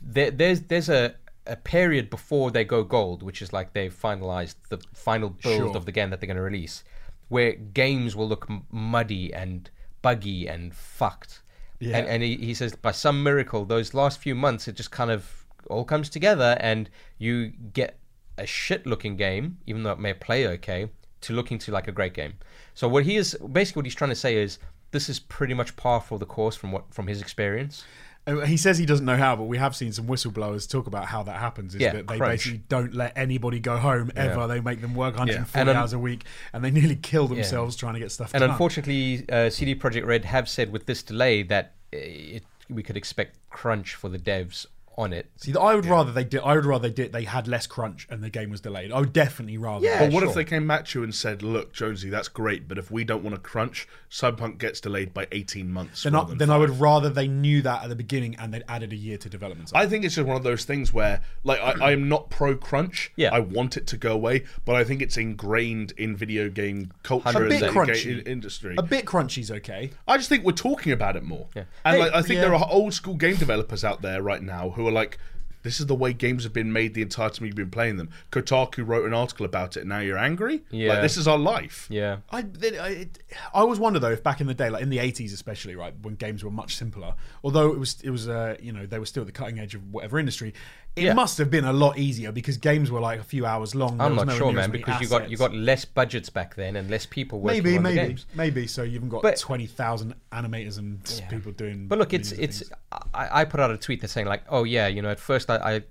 Speaker 1: there, there's there's a a period before they go gold, which is like they've finalized the final build
Speaker 3: Sure.
Speaker 1: of the game that they're going to release, where games will look m- muddy and buggy and fucked.
Speaker 3: Yeah.
Speaker 1: And, and he, he says by some miracle, those last few months, it just kind of all comes together, and you get a shit-looking game, even though it may play okay, to looking to like a great game. So what he is basically what he's trying to say is this is pretty much par for the course from what from his experience.
Speaker 3: Uh, He says he doesn't know how, but we have seen some whistleblowers talk about how that happens. Is
Speaker 1: Yeah,
Speaker 3: that they
Speaker 1: crunch.
Speaker 3: basically don't let anybody go home ever. They make them work 140
Speaker 1: And un-
Speaker 3: hours a week, and they nearly kill themselves trying to get stuff
Speaker 1: And
Speaker 3: done.
Speaker 1: unfortunately, uh, CD Projekt Red have said with this delay that uh, it, we could expect crunch for the devs on it.
Speaker 3: See, I would rather they did. I would rather they did. They had less crunch and the game was delayed. I would definitely rather.
Speaker 1: Yeah.
Speaker 2: But what
Speaker 1: sure.
Speaker 2: if they came back to you and said, "Look, Jonesy, that's great, but if we don't want to crunch, Cyberpunk gets delayed by eighteen months."
Speaker 3: Then, I,
Speaker 2: rather than
Speaker 3: then I would rather they knew that at the beginning and they'd added a year to development. time.
Speaker 2: I think it's just one of those things where, like, I, I am not pro crunch.
Speaker 1: Yeah.
Speaker 2: I want it to go away, but I think it's ingrained in video game culture,
Speaker 1: A
Speaker 2: and
Speaker 1: bit
Speaker 2: the ga-
Speaker 3: crunchy.
Speaker 2: in- industry.
Speaker 3: A bit crunchy's okay.
Speaker 2: I just think we're talking about it more. And
Speaker 1: Hey,
Speaker 2: like, I think
Speaker 3: yeah.
Speaker 2: there are old school game developers out there right now who are like, this is the way games have been made the entire time you've been playing them. Kotaku wrote an article about it, and now you're angry.
Speaker 1: Yeah.
Speaker 2: like, this is our life.
Speaker 1: Yeah.
Speaker 3: I, then I, it- I always wonder though if back in the day, like in the eighties especially, right when games were much simpler. Although it was, it was, uh, you know, they were still at the cutting edge of whatever industry. It
Speaker 1: Yeah.
Speaker 3: must have been a lot easier because games were like a few hours long.
Speaker 1: I'm
Speaker 3: there was
Speaker 1: not
Speaker 3: nowhere
Speaker 1: sure,
Speaker 3: near as
Speaker 1: man,
Speaker 3: many
Speaker 1: because you got
Speaker 3: assets.
Speaker 1: you got less budgets back then and less people working
Speaker 3: maybe,
Speaker 1: on the
Speaker 3: maybe,
Speaker 1: games.
Speaker 3: maybe. So you've got
Speaker 1: But-
Speaker 3: twenty thousand animators and s- people doing.
Speaker 1: But look, it's
Speaker 3: millions of
Speaker 1: it's I, I put out a tweet that's saying like, oh yeah, you know, at first I I,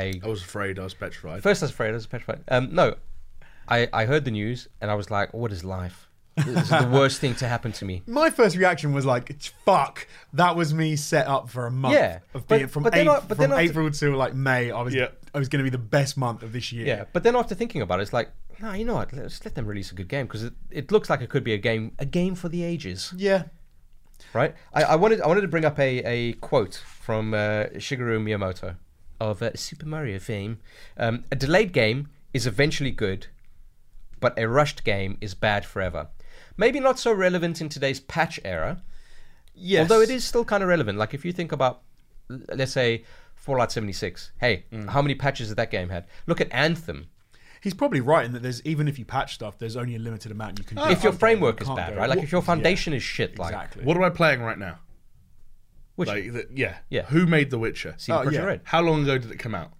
Speaker 1: I
Speaker 2: I was afraid. I was petrified.
Speaker 1: First, I was afraid. I was petrified. Um, no, I, I heard the news and I was like, "What is life? This is the worst thing to happen to me."
Speaker 3: things. My first reaction was like, "Fuck!" That was me set up for a month
Speaker 1: Yeah,
Speaker 3: of
Speaker 1: but-
Speaker 3: being from,
Speaker 1: but then
Speaker 3: Ap-
Speaker 1: I- but
Speaker 3: from
Speaker 1: then I-
Speaker 3: April till like May. I was
Speaker 2: Yeah.
Speaker 3: I was going to be the best month of this year.
Speaker 1: Yeah, but then after thinking about it, it's like, no, you know what? Let's let them release a good game because it, it looks like it could be a game a game for the ages,
Speaker 3: yeah.
Speaker 1: right? I, I wanted I wanted to bring up a, a quote from uh, Shigeru Miyamoto of uh, Super Mario fame. Um, a delayed game is eventually good, but a rushed game is bad forever. Maybe not so relevant in today's patch era,
Speaker 3: Yes.
Speaker 1: Although it is still kind of relevant. Like if you think about, l- let's say, Fallout 76. Hey,
Speaker 3: Mm.
Speaker 1: how many patches did that game had? Look at Anthem.
Speaker 3: He's probably right in that there's even if you patch stuff, there's only a limited amount you can do.
Speaker 1: if your
Speaker 3: Oh, You
Speaker 1: framework is
Speaker 3: can't
Speaker 1: bad,
Speaker 3: go-
Speaker 1: right? Like
Speaker 3: What-
Speaker 1: if your
Speaker 3: yeah,
Speaker 1: foundation is shit, like
Speaker 3: exactly.
Speaker 2: What am I playing right now?
Speaker 1: which
Speaker 2: Like, the, yeah,
Speaker 1: Yeah.
Speaker 2: Who made The Witcher?
Speaker 1: CD
Speaker 3: Oh,
Speaker 1: Projekt
Speaker 3: yeah.
Speaker 1: Red.
Speaker 2: How long ago did it come out?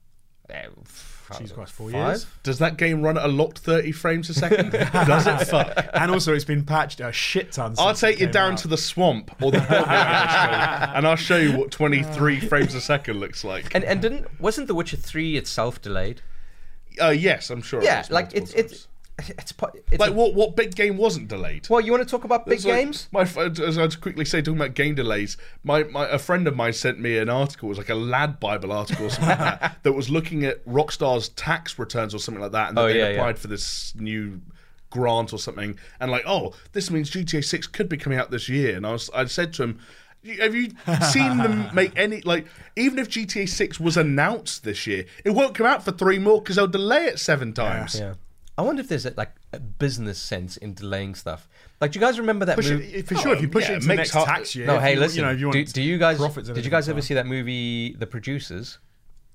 Speaker 1: Eh, f-
Speaker 3: Jesus Christ, four
Speaker 1: five?
Speaker 3: years?
Speaker 2: Does that game run at a locked 30 frames a second? Does it fuck?
Speaker 3: and also, it's been patched a shit ton.
Speaker 2: I'll
Speaker 3: since it
Speaker 2: take you
Speaker 3: came
Speaker 2: down
Speaker 3: out.
Speaker 2: to the swamp or the Borneo actually, and I'll show you what 23 frames a second looks like.
Speaker 1: And and didn't wasn't The Witcher 3 itself delayed?
Speaker 2: Uh, yes, I'm sure. it
Speaker 1: Yeah,
Speaker 2: was
Speaker 1: like it's
Speaker 2: multiple
Speaker 1: it's
Speaker 2: times.
Speaker 1: it's, po- it's
Speaker 2: like
Speaker 1: a-
Speaker 2: what what big game wasn't delayed?
Speaker 1: well, you want to talk about big
Speaker 2: It's like-
Speaker 1: games?
Speaker 2: My fr- as I would quickly say, talking about game delays, my, my a friend of mine sent me an article. It was like a lad Bible article or something like that that was looking at Rockstar's tax returns or something like that, and that
Speaker 1: Oh,
Speaker 2: they
Speaker 1: yeah, yeah.
Speaker 2: applied for this new grant or something, and like, oh, this means GTA Six could be coming out this year. And I was, I said to him. "You- Have you seen them make any like? Even if GTA Six was announced this year, it won't come out for three more because they'll delay it seven times.
Speaker 1: yeah. I wonder if there's like a business sense in delaying stuff. Like, do you guys remember that
Speaker 3: Push
Speaker 1: movie?
Speaker 3: it- for sure. If you push
Speaker 2: yeah,
Speaker 3: it
Speaker 2: it
Speaker 3: into
Speaker 2: makes
Speaker 3: next
Speaker 2: hard-
Speaker 3: tax year,
Speaker 1: No,
Speaker 3: if
Speaker 1: hey,
Speaker 3: you,
Speaker 1: listen.
Speaker 3: You know, if you want
Speaker 1: do, do you guys
Speaker 3: profits and
Speaker 1: did you
Speaker 3: everything
Speaker 1: guys
Speaker 3: like
Speaker 1: ever see that movie, The Producers?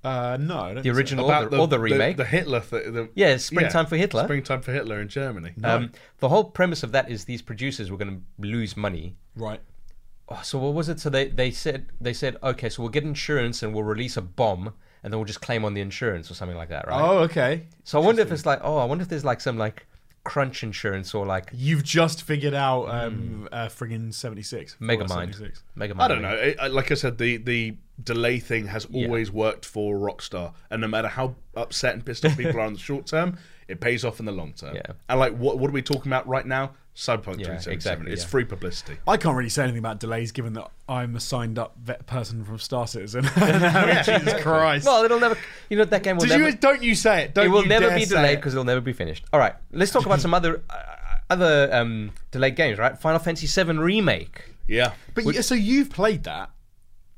Speaker 3: that. Uh, no, I don't
Speaker 1: The
Speaker 3: think so.
Speaker 1: original or
Speaker 2: About
Speaker 1: the, or the remake?
Speaker 2: the, Hitler, th- the,
Speaker 1: yeah, Springtime for Hitler.
Speaker 2: Springtime for Hitler in Germany.
Speaker 1: um, the whole premise of that is these producers were going to lose money.
Speaker 3: Right.
Speaker 1: Oh, so what was it? So they, they said they said okay, so we'll get insurance and we'll release a bomb and then we'll just claim on the insurance or something like that, right?
Speaker 3: Oh, okay.
Speaker 1: so I wonder if it's like oh, I wonder if there's like some like crunch insurance or like
Speaker 3: You've just figured
Speaker 1: Hmm.
Speaker 3: out um, uh, friggin' seventy six.
Speaker 1: Megamind. Megamind.
Speaker 2: I don't know. It, I- like I said, the the delay thing has always worked for Rockstar, and no matter how upset and pissed off people are in the short term, it pays off in the long term.
Speaker 1: Yeah.
Speaker 2: And like, what what are we talking about right now? Cyberpunk
Speaker 1: Yeah,
Speaker 2: 2077.
Speaker 1: exactly,
Speaker 2: It's
Speaker 1: yeah.
Speaker 2: free publicity.
Speaker 3: I can't really say anything about delays, given that I'm a signed up vet person from Star Citizen. I mean, Jesus Christ!
Speaker 1: Well, it'll never. You know that game will
Speaker 3: Did
Speaker 1: never.
Speaker 3: you, don't you say it? Don't
Speaker 1: it will
Speaker 3: you
Speaker 1: never
Speaker 3: dare
Speaker 1: be
Speaker 3: say
Speaker 1: delayed
Speaker 3: it.
Speaker 1: because it'll never be finished. All right, let's talk about some other uh, other um, delayed games. Right, Final Fantasy VII remake.
Speaker 2: Yeah.
Speaker 3: But yeah, so you've played that.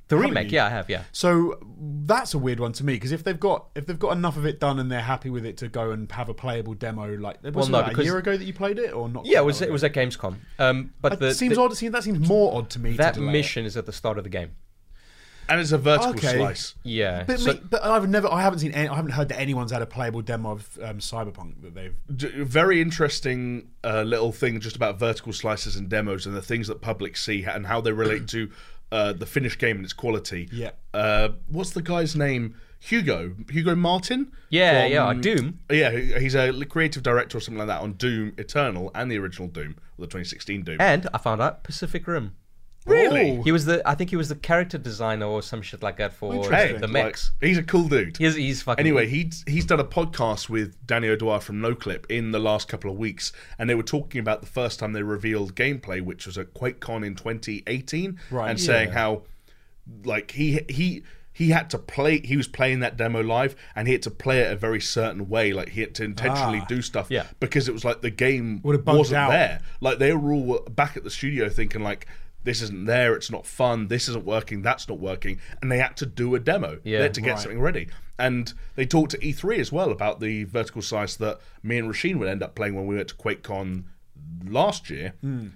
Speaker 1: The remake, yeah, I have, yeah.
Speaker 3: So that's a weird one to me because if they've got if they've got enough of it done and they're happy with it to go and have a playable demo, like was
Speaker 1: no,
Speaker 3: that a
Speaker 1: because-
Speaker 3: year ago that you played it or not?
Speaker 1: Yeah,
Speaker 3: quite
Speaker 1: it was
Speaker 3: that
Speaker 1: it
Speaker 3: long
Speaker 1: was at Gamescom. Um, but
Speaker 3: ago?
Speaker 1: the,
Speaker 3: It seems
Speaker 1: the-
Speaker 3: odd. It seems, that seems more odd to me. to
Speaker 1: that
Speaker 3: delay it.
Speaker 1: mission is at the start of the game.
Speaker 2: and it's a vertical
Speaker 3: Okay.
Speaker 2: slice.
Speaker 1: Yeah.
Speaker 3: But,
Speaker 1: so-
Speaker 3: me, but I've never, I haven't seen, any, I haven't heard that anyone's had a playable demo of um, Cyberpunk that they've.
Speaker 2: D- very interesting uh, little thing just about vertical slices and demos and the things that public see and how they relate to uh, the finished game and its quality.
Speaker 3: Yeah.
Speaker 2: Uh, what's the guy's name? Hugo. Hugo Martin.
Speaker 1: yeah,
Speaker 2: From-
Speaker 1: yeah. Doom.
Speaker 2: Yeah, he- he's a creative director or something like that on Doom Eternal and the original Doom, or the 2016 Doom.
Speaker 1: And I found out Pacific Rim.
Speaker 3: Oh.
Speaker 2: Really?
Speaker 1: He was the I think he was the character designer or some shit like that for
Speaker 3: Interesting.
Speaker 1: the
Speaker 2: like,
Speaker 1: mechs.
Speaker 2: he's a cool dude.
Speaker 1: he's he's fucking
Speaker 2: Anyway, he's he's done a podcast with Danny O'Dwyer from NoClip in the last couple of weeks, and they were talking about the first time they revealed gameplay, which was at QuakeCon in 2018,
Speaker 3: Right.
Speaker 2: and saying how like he he he had to play he was playing that demo live and he had to play it a very certain way like he had to intentionally
Speaker 3: Ah.
Speaker 2: do stuff
Speaker 1: Yeah.
Speaker 2: because it was like the game
Speaker 3: Would have bugged
Speaker 2: wasn't
Speaker 3: out.
Speaker 2: there like they were all back at the studio thinking like this isn't there it's not fun this isn't working that's not working and they had to do a demo
Speaker 1: Yeah.
Speaker 2: they had to get
Speaker 3: Right.
Speaker 2: something ready and they talked to E3 as well about the vertical slice that me and Rasheen would end up playing when we went to QuakeCon last year
Speaker 1: Hmm.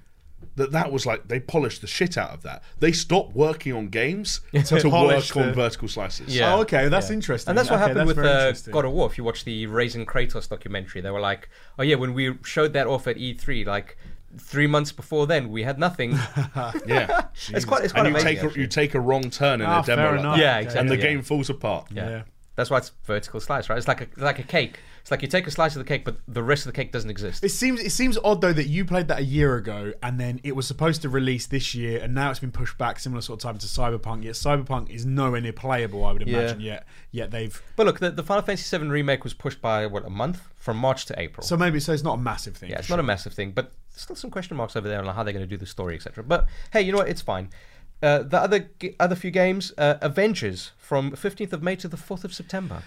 Speaker 2: that that was like they polished the shit out of that. They stopped working on games to,
Speaker 3: polish
Speaker 2: work on
Speaker 3: the-
Speaker 2: vertical slices.
Speaker 1: Yeah.
Speaker 3: Oh, okay, that's interesting.
Speaker 1: And that's what
Speaker 3: Okay,
Speaker 1: happened with
Speaker 3: very
Speaker 1: uh,
Speaker 3: interesting.
Speaker 1: God of War. If you watch the Raising Kratos documentary, they were like, "Oh yeah, when we showed that off at E3, like three months before then, we had nothing."
Speaker 2: yeah.
Speaker 1: it's quite, it's quite
Speaker 2: And you
Speaker 1: amazing.
Speaker 2: take a,
Speaker 1: actually.
Speaker 2: you take a wrong turn in
Speaker 3: Ah,
Speaker 2: a demo
Speaker 3: fair
Speaker 2: like
Speaker 3: enough.
Speaker 2: that,
Speaker 1: Yeah,
Speaker 2: and
Speaker 1: exactly.
Speaker 2: the
Speaker 1: Yeah.
Speaker 2: game falls apart.
Speaker 1: yeah.
Speaker 3: Yeah.
Speaker 1: that's why it's vertical slice, right? It's like a like a cake. It's like you take a slice of the cake, but the rest of the cake doesn't exist.
Speaker 3: It seems it seems odd though that you played that a year ago and then it was supposed to release this year and now it's been pushed back similar sort of time to Cyberpunk. Yet Cyberpunk is nowhere near playable, I would
Speaker 1: Yeah.
Speaker 3: imagine. Yet yet they've
Speaker 1: But look, the, the Final Fantasy VII remake was pushed by what a month from March to April.
Speaker 3: so maybe so it's not a massive thing.
Speaker 1: Yeah, it's not a massive thing, but still some question marks over there on how they're going to do the story, etc. But hey, you know what? It's fine. Uh, the other g- other few games, uh, Avengers, from 15th of May to the 4th of September.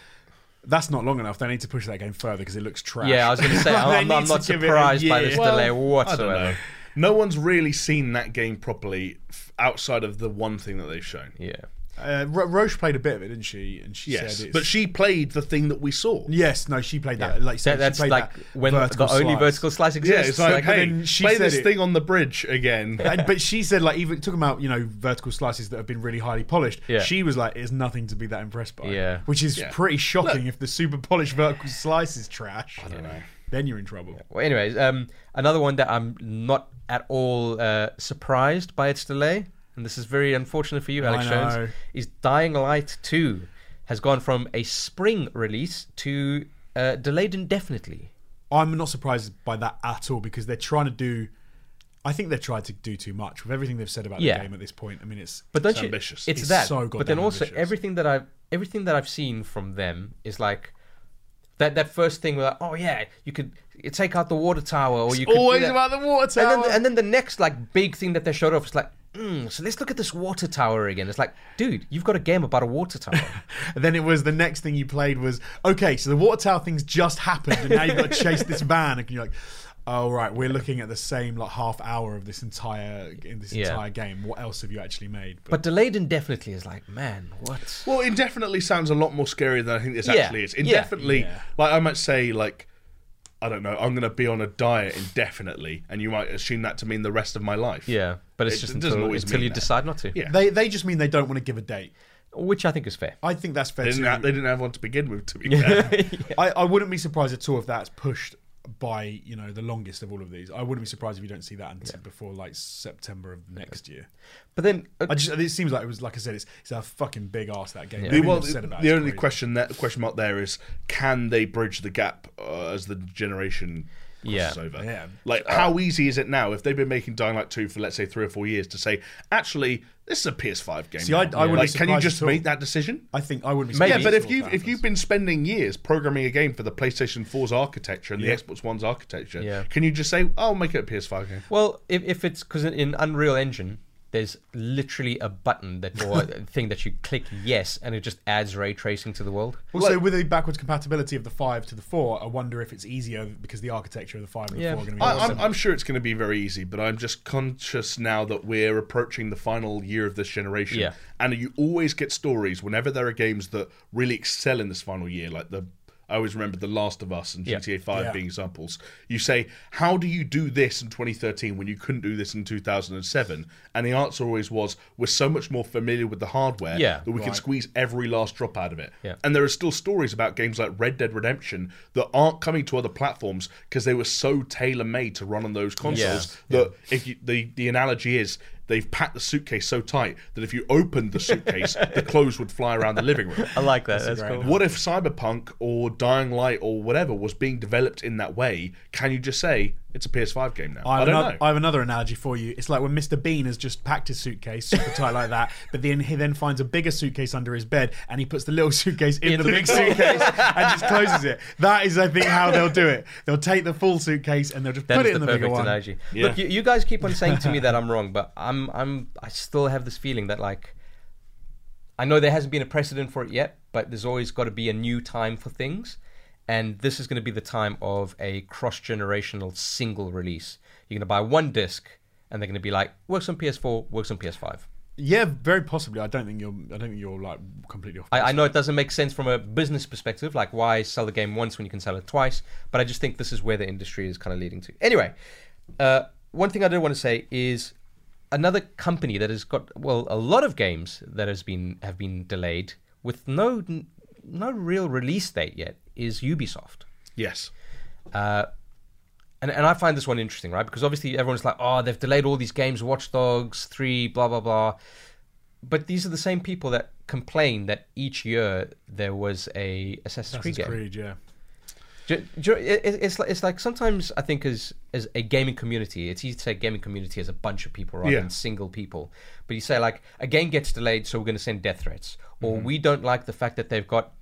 Speaker 3: That's not long enough. They need to push that game further because it looks trash.
Speaker 1: Yeah, I was going to say,
Speaker 3: They
Speaker 1: I'm, I'm
Speaker 3: need
Speaker 1: not,
Speaker 3: to give it a
Speaker 1: surprised by
Speaker 3: year.
Speaker 1: this
Speaker 2: Well,
Speaker 1: delay
Speaker 2: I don't know.
Speaker 1: whatsoever.
Speaker 2: No one's really seen that game properly f- outside of the one thing that they've shown.
Speaker 1: Yeah.
Speaker 3: Uh, Ro- Roche played a bit of it, didn't she? And she
Speaker 2: Yes,
Speaker 3: said, it's,
Speaker 2: but she played the thing that we saw.
Speaker 3: yes, no, she played that. Uh, Like you said,
Speaker 1: That- that's
Speaker 3: she played
Speaker 1: like
Speaker 3: that
Speaker 1: when the
Speaker 3: vertical
Speaker 1: only
Speaker 3: slice.
Speaker 1: vertical slice
Speaker 2: Yeah,
Speaker 1: exists.
Speaker 2: it's like,
Speaker 1: like,
Speaker 2: hey,
Speaker 3: then she
Speaker 2: play
Speaker 3: said
Speaker 2: this
Speaker 3: it.
Speaker 2: thing on the bridge again.
Speaker 3: And- but she said, like, even talking about you know vertical slices that have been really highly polished.
Speaker 1: Yeah.
Speaker 3: She was like, "It's nothing to be that impressed by."
Speaker 1: Yeah.
Speaker 3: which is
Speaker 2: Yeah.
Speaker 3: pretty shocking. if the super polished vertical slice is trash, I don't
Speaker 2: know.
Speaker 3: Then you're in trouble.
Speaker 1: Well, anyways, um, another one that I'm not at all uh, surprised by its delay, and this is very unfortunate for you, Alex
Speaker 3: I know.
Speaker 1: Jones, is Dying Light 2 has gone from a spring release to uh, delayed indefinitely.
Speaker 3: I'm not surprised by that at all because they're trying to do. I think they've tried to do too much with everything they've said about
Speaker 1: Yeah.
Speaker 3: the game at this point. I mean, it's
Speaker 1: But don't
Speaker 2: It's
Speaker 1: you?
Speaker 2: ambitious.
Speaker 1: It's,
Speaker 3: It's
Speaker 1: that.
Speaker 3: so
Speaker 1: but then
Speaker 3: goddamn
Speaker 1: also
Speaker 3: ambitious.
Speaker 1: everything that I've everything that I've seen from them is like that that first thing where like, oh yeah, you could take out the water tower, or you could do
Speaker 3: always
Speaker 1: that.
Speaker 3: about the water
Speaker 1: And
Speaker 3: tower.
Speaker 1: then, and then the next like big thing that they showed off is like, mm, so let's look at this water tower again. It's like, dude, you've got a game about a water tower.
Speaker 3: And then it was the next thing you played was okay, so the water tower thing's just happened, and now you've got to chase this van, and you're like, oh right, we're looking at the same like half hour of this entire in this
Speaker 1: Yeah.
Speaker 3: entire game. What else have you actually made?
Speaker 1: but delayed indefinitely is like, man, what?
Speaker 2: Well, indefinitely sounds a lot more scary than I think this
Speaker 1: Yeah.
Speaker 2: actually is.
Speaker 1: Yeah.
Speaker 2: Indefinitely,
Speaker 3: Yeah.
Speaker 2: like I might say, like I don't know, I'm going to be on a diet indefinitely, and you might assume that to mean the rest of my life.
Speaker 1: Yeah, but it's
Speaker 2: It
Speaker 1: just
Speaker 2: doesn't
Speaker 1: until,
Speaker 2: always
Speaker 1: until
Speaker 2: mean
Speaker 1: you
Speaker 2: that.
Speaker 1: decide not to.
Speaker 2: Yeah.
Speaker 3: they they just mean they don't want to give a date.
Speaker 1: which I think is fair.
Speaker 3: I think that's fair.
Speaker 2: They didn't,
Speaker 3: to-
Speaker 2: have, they didn't have one to begin with, to be fair.
Speaker 3: I, I wouldn't be surprised at all if that's pushed by you know the longest of all of these. I wouldn't be surprised if you don't see that until before like September of next year.
Speaker 1: But then, uh,
Speaker 3: I just it seems like it was like I said, it's it's a fucking big ass that game.
Speaker 2: the
Speaker 3: Everything
Speaker 2: well,
Speaker 3: they've said about
Speaker 2: the
Speaker 3: it's
Speaker 2: only
Speaker 3: crazy.
Speaker 2: question that question mark there is: Can they bridge the gap uh, as the generation crosses
Speaker 1: Yeah.
Speaker 2: over?
Speaker 3: Yeah. Uh,
Speaker 2: Like, how easy is it now if they've been making Dying Light two for let's say three or four years to say, actually, this is a PS5 game.
Speaker 3: See, I-
Speaker 2: now.
Speaker 3: I wouldn't
Speaker 2: like,
Speaker 3: be
Speaker 2: can you
Speaker 3: surprised
Speaker 2: just
Speaker 3: at all.
Speaker 2: make that decision?
Speaker 3: I think I wouldn't be.
Speaker 1: Maybe.
Speaker 2: Yeah,
Speaker 3: surprised
Speaker 2: but
Speaker 3: at all
Speaker 2: if you
Speaker 3: that
Speaker 2: if you've
Speaker 3: happens.
Speaker 2: been spending years programming a game for the PlayStation 4's architecture and
Speaker 3: Yeah.
Speaker 2: the Xbox One's architecture,
Speaker 1: Yeah.
Speaker 2: can you just say, "I'll make it a PS5 game"?
Speaker 1: well, if, if it's because in, in Unreal Engine, there's literally a button that or a thing that you click yes, and it just adds ray tracing to the world.
Speaker 3: Also, with the backwards compatibility of the five to the four, I wonder if it's easier because the architecture of the five and the
Speaker 1: Yeah.
Speaker 3: four are going to be.
Speaker 2: I,
Speaker 3: awesome.
Speaker 2: I'm, I'm sure it's going to be very easy, but I'm just conscious now that we're approaching the final year of this generation,
Speaker 1: Yeah.
Speaker 2: and you always get stories whenever there are games that really excel in this final year, like the. I I always remember The Last of Us and
Speaker 1: Yeah.
Speaker 2: GTA 5
Speaker 3: Yeah.
Speaker 2: being examples. You say, How do you do this in 2013 when you couldn't do this in 2007? And the answer always was, We're so much more familiar with the hardware
Speaker 1: Yeah.
Speaker 2: that we can
Speaker 3: Right.
Speaker 2: squeeze every last drop out of it.
Speaker 1: Yeah.
Speaker 2: And there are still stories about games like Red Dead Redemption that aren't coming to other platforms because they were so tailor made to run on those consoles that if you, the, the analogy is, They've packed the suitcase so tight that if you opened the suitcase, the clothes would fly around the living room.
Speaker 1: I like that. That's,
Speaker 3: great
Speaker 1: cool.
Speaker 2: What if Cyberpunk or Dying Light or whatever was being developed in that way? Can you just say it's a PS5 game now? I,
Speaker 3: I have,
Speaker 2: don't
Speaker 3: another,
Speaker 2: know.
Speaker 3: I have another analogy for you. It's like when Mr. Bean has just packed his suitcase super tight like that, but then he then finds a bigger suitcase under his bed and he puts the little suitcase in,
Speaker 1: In
Speaker 3: the,
Speaker 1: the
Speaker 3: big
Speaker 1: big one.
Speaker 3: suitcase and just closes it. That is, I think, how they'll do it. They'll take the full suitcase and they'll just
Speaker 1: That
Speaker 3: put
Speaker 1: is
Speaker 3: it in
Speaker 1: the
Speaker 3: the, bigger
Speaker 1: perfect
Speaker 3: one.
Speaker 1: analogy.
Speaker 2: Yeah.
Speaker 1: Look, you, you guys keep on saying to me that I'm wrong, but I'm I'm I still have this feeling that like I know there hasn't been a precedent for it yet, but there's always got to be a new time for things, and this is going to be the time of a cross-generational single release. You're going to buy one disc, and they're going to be like works on PS4, works on PS5.
Speaker 3: Yeah, very possibly. I don't think you're. I don't think you're like completely off.
Speaker 1: I, I know it doesn't make sense from a business perspective, like why sell the game once when you can sell it twice, but I just think this is where the industry is kind of leading to. Anyway, uh, one thing I do want to say is another company that has got well a lot of games that has been have been delayed with no no real release date yet is Ubisoft.
Speaker 2: yes.
Speaker 1: Uh, and, and I find this one interesting, right? Because obviously everyone's like, oh, they've delayed all these games, Watch Dogs 3, blah, blah, blah. But these are the same people that complain that each year there was a Assassin's,
Speaker 3: Assassin's
Speaker 1: Creed game.
Speaker 3: Creed, yeah.
Speaker 1: Do- do you- it- it- it's, like, it's like sometimes I think as, as a gaming community, it's easy to say gaming community as a bunch of people rather
Speaker 2: Yeah.
Speaker 1: than single people. But you say like, a game gets delayed, so we're going to send death threats. Or we don't like the fact that they've got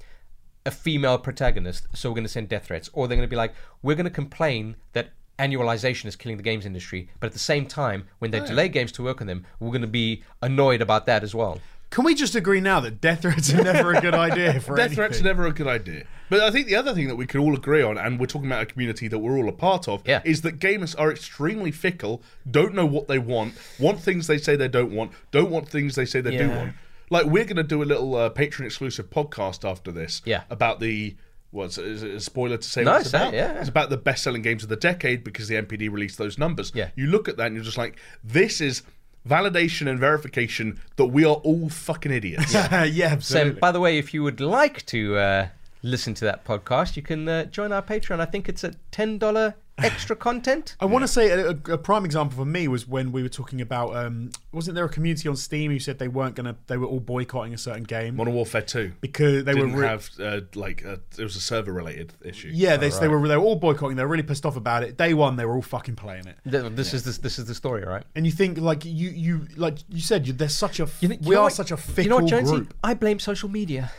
Speaker 1: a female protagonist, so we're going to send death threats. Or they're going to be like, we're going to complain that annualization is killing the games industry. But at the same time, when they delay games to work on them, we're going to be annoyed about that as well.
Speaker 3: Can we just agree now that death threats are never a good idea for
Speaker 2: Death threats are
Speaker 3: anything?
Speaker 2: never a good idea. But I think the other thing that we can all agree on, and we're talking about a community that we're all a part of,
Speaker 1: Yeah.
Speaker 2: is that gamers are extremely fickle, don't know what they want, want things they say they don't want, don't want things they say they do
Speaker 1: Yeah.
Speaker 2: want. Like, we're going to do a little uh, Patreon exclusive podcast after this
Speaker 1: Yeah.
Speaker 2: about the. What's is it a spoiler to say
Speaker 1: No,
Speaker 2: what it's
Speaker 1: say it,
Speaker 2: about?
Speaker 1: yeah.
Speaker 2: It's about the best-selling games of the decade because the MPD released those numbers.
Speaker 1: Yeah.
Speaker 2: You look at that and you're just like, this is validation and verification that we are all fucking idiots.
Speaker 3: yeah,
Speaker 1: So,
Speaker 3: absolutely.
Speaker 1: by the way, if you would like to uh, listen to that podcast, you can uh, join our Patreon. I think it's at ten dollar extra content.
Speaker 3: I want to say a, a prime example for me was when we were talking about um, wasn't there a community on Steam who said they weren't gonna they were all boycotting a certain game
Speaker 2: Modern Warfare Two.
Speaker 3: because they
Speaker 2: didn't
Speaker 3: were re-
Speaker 2: have Oh, uh, like uh it was a server related issue.
Speaker 3: yeah they, they were they were all boycotting they were really pissed off about it day one they were all fucking playing it
Speaker 1: Th- This is this, this is the story, right?
Speaker 3: and you think like you you like you said you, there's such a
Speaker 1: You think- you
Speaker 3: we
Speaker 1: know
Speaker 3: are
Speaker 1: what-
Speaker 3: such a fickle
Speaker 1: You know what, Jonesy?
Speaker 3: group
Speaker 1: I blame social media.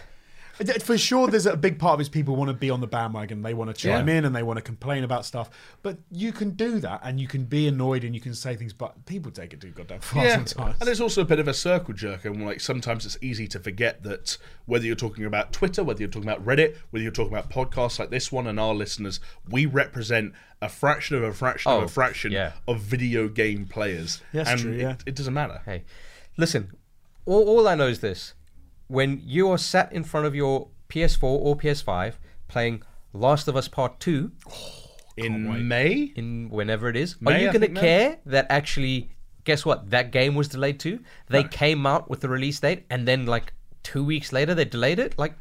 Speaker 3: Th- For sure, there's a big part of his people want to be on the bandwagon. They want to chime
Speaker 1: Yeah.
Speaker 3: in and they want to complain about stuff. But you can do that, and you can be annoyed and you can say things. But people take it too goddamn far
Speaker 2: Yeah,
Speaker 3: sometimes.
Speaker 2: and it's also a bit of a circle jerk, and like sometimes it's easy to forget that whether you're talking about Twitter, whether you're talking about Reddit, whether you're talking about podcasts like this one and our listeners, we represent a fraction of a fraction of
Speaker 1: Oh,
Speaker 2: a fraction
Speaker 1: yeah.
Speaker 2: of video game players,
Speaker 3: That's
Speaker 2: and
Speaker 3: true,
Speaker 2: it-
Speaker 3: yeah.
Speaker 2: it, doesn't matter.
Speaker 1: Hey, listen. All, all I know is this: when you are sat in front of your PS4 or PS5 playing Last of Us Part Two
Speaker 2: In May,
Speaker 1: in whenever it is,
Speaker 2: May,
Speaker 1: are you
Speaker 2: I
Speaker 1: going to
Speaker 2: think now.
Speaker 1: care that actually? Guess what? That game was delayed too. They came out with the release date, and then like two weeks later, they delayed it. Like,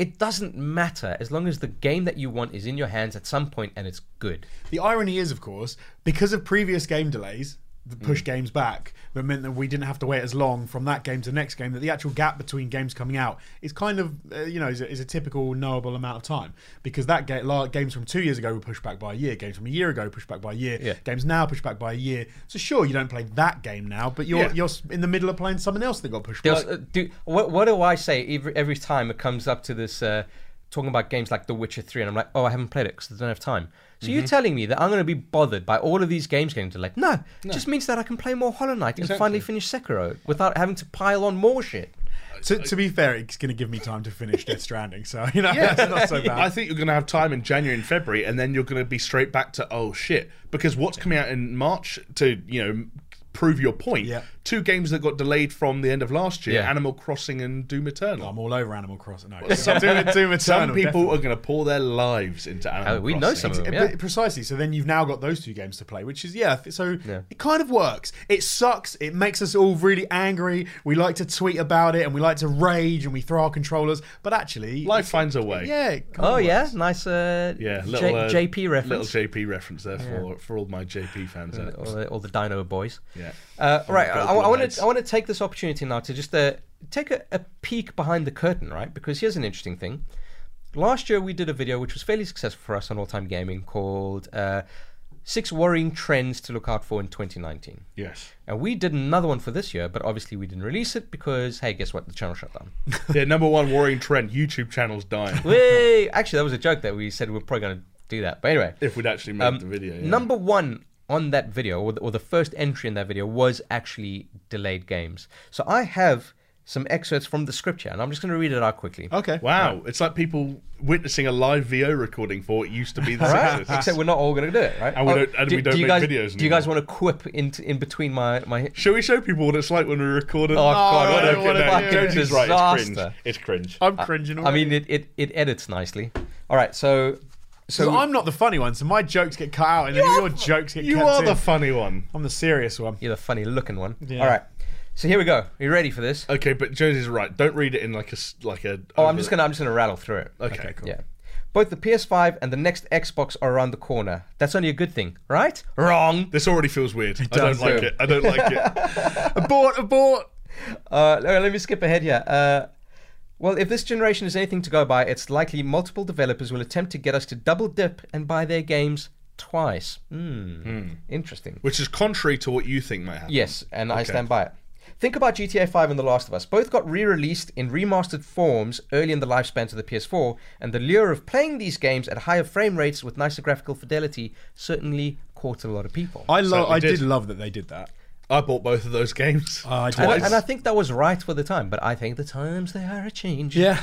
Speaker 1: it doesn't matter as long as the game that you want is in your hands at some point and it's good.
Speaker 3: The irony is, of course, because of previous game delays
Speaker 2: Mm.
Speaker 3: that pushed games back, that meant that we didn't have to wait as long from that game to the next game, that the actual gap between games coming out is kind of, uh, you know, is a, is a typical knowable amount of time. Because that ga- la- games from two years ago were pushed back by a year, games from a year ago pushed back by a year,
Speaker 1: Yeah.
Speaker 3: games now pushed back by a year. So sure, you don't play that game now, but you're
Speaker 2: Yeah.
Speaker 3: you're s- in the middle of playing something else that got pushed
Speaker 1: There's,
Speaker 3: back.
Speaker 1: uh, do, what, what do I say every, every time it comes up to this uh, talking about games like The Witcher 3? And I'm like, oh, I haven't played it because I don't have time. So
Speaker 2: Mm-hmm.
Speaker 1: you're telling me that I'm going to be bothered by all of these games getting delayed? No, it just means that I can play more Hollow Knight and finally finish Sekiro without having to pile on more shit.
Speaker 2: uh,
Speaker 3: To, to be fair, it's going to give me time to finish Death Stranding, so you know that's not so bad.
Speaker 2: I think you're going to have time in January and February, and then you're going to be straight back to oh shit because what's coming out in March to you know prove your point.
Speaker 3: Yeah.
Speaker 2: Two games that got delayed from the end of last year:
Speaker 1: Yeah.
Speaker 2: Animal Crossing and Doom Eternal.
Speaker 3: I'm all over Animal Crossing. No,
Speaker 2: some-
Speaker 3: Doom, Doom Um, Eternal.
Speaker 2: some people
Speaker 3: definitely.
Speaker 2: are going to pour their lives into Animal
Speaker 1: Oh, we know
Speaker 2: Crossing.
Speaker 1: some of them.
Speaker 3: But
Speaker 1: Yeah.
Speaker 3: precisely. So then you've now got those two games to play, which is yeah. th- So
Speaker 1: Yeah.
Speaker 3: it kind of works. It sucks. It makes us all really angry. We like to tweet about it and we like to rage and we throw our controllers. But actually,
Speaker 2: Life finds a way.
Speaker 3: yeah. It kinda
Speaker 1: Oh
Speaker 3: works.
Speaker 1: yeah, nice. Uh,
Speaker 2: Yeah,
Speaker 1: J-
Speaker 2: little, uh,
Speaker 1: JP reference.
Speaker 2: Little JP reference there for, for all my JP fans out
Speaker 1: all
Speaker 2: there.
Speaker 1: the, all the Dino Boys.
Speaker 2: Yeah.
Speaker 1: Uh, right.
Speaker 2: Gold
Speaker 1: I want
Speaker 2: Blades.
Speaker 1: to. I want to take this opportunity now to just uh, take a, a peek behind the curtain, right? Because here's an interesting thing. Last year we did a video which was fairly successful for us on All Time Gaming called uh, Six Worrying Trends to Look Out For in 2019."
Speaker 2: Yes.
Speaker 1: And we did another one for this year, but obviously we didn't release it because hey, guess what? The channel shut down.
Speaker 2: Their number one worrying trend: YouTube channels dying.
Speaker 1: Wait, actually, that was a joke that we said we are probably going to do that. But anyway,
Speaker 2: if we'd actually made the video, yeah.
Speaker 1: Um, Number one on that video, or the, or the first entry in that video, was actually delayed games. So I have some excerpts from the scripture, and I'm just going to read it out quickly.
Speaker 3: Okay.
Speaker 2: Wow, it's like people witnessing a live VO recording for what used to be the
Speaker 1: All right?
Speaker 2: success.
Speaker 1: Except we're not all going to do it, right?
Speaker 2: And we don't- and we don't
Speaker 1: you
Speaker 2: make
Speaker 1: guys,
Speaker 2: videos
Speaker 1: Do you guys want to quip in, in between my my?
Speaker 2: Shall we show people what it's like when we recorded?
Speaker 1: Oh, God, what
Speaker 2: no,
Speaker 1: a
Speaker 2: no, no,
Speaker 1: fucking
Speaker 2: Jones is right. It's cringe.
Speaker 1: disaster. Oh,
Speaker 2: It's cringe.
Speaker 3: I'm cringing.
Speaker 1: I mean, it, it it edits nicely. All right, so
Speaker 3: so
Speaker 1: so
Speaker 3: I'm not the funny one, so my jokes get cut out, and then your jokes get.
Speaker 2: You
Speaker 3: kept
Speaker 2: are
Speaker 3: in.
Speaker 2: the funny one.
Speaker 3: I'm the serious one.
Speaker 1: you're the funny looking one. All right, so here we go. Are you ready for this?
Speaker 2: Okay, but Jones is right. Don't read it in like a s- like a.
Speaker 1: Oh, I'm just gonna I'm just gonna rattle through it.
Speaker 2: Okay, cool.
Speaker 1: Yeah. Both the PS5 and the next Xbox are around the corner. That's only a good thing, right? Wrong.
Speaker 2: This already feels weird. I don't
Speaker 1: does.
Speaker 2: like
Speaker 1: Yeah.
Speaker 2: it. I don't like it.
Speaker 3: abort! Abort!
Speaker 1: Uh, let let me skip ahead here. Uh, well, if this generation is anything to go by, it's likely multiple developers will attempt to get us to double dip and buy their games twice. Hmm. Interesting.
Speaker 2: Which is contrary to what you think might happen.
Speaker 1: Yes, and I stand by it. Think about GTA 5 and The Last of Us. Both got re released in remastered forms early in the lifespans of the PS4, and the lure of playing these games at higher frame rates with nicer graphical fidelity certainly caught a lot of people.
Speaker 3: I love.
Speaker 2: Certainly
Speaker 3: I did.
Speaker 2: did.
Speaker 3: love that they did that.
Speaker 2: I bought both of those games.
Speaker 3: I did.
Speaker 1: and, I,
Speaker 2: twice.
Speaker 1: and I think that was right for the time, but I think the times they are a change.
Speaker 3: Yeah.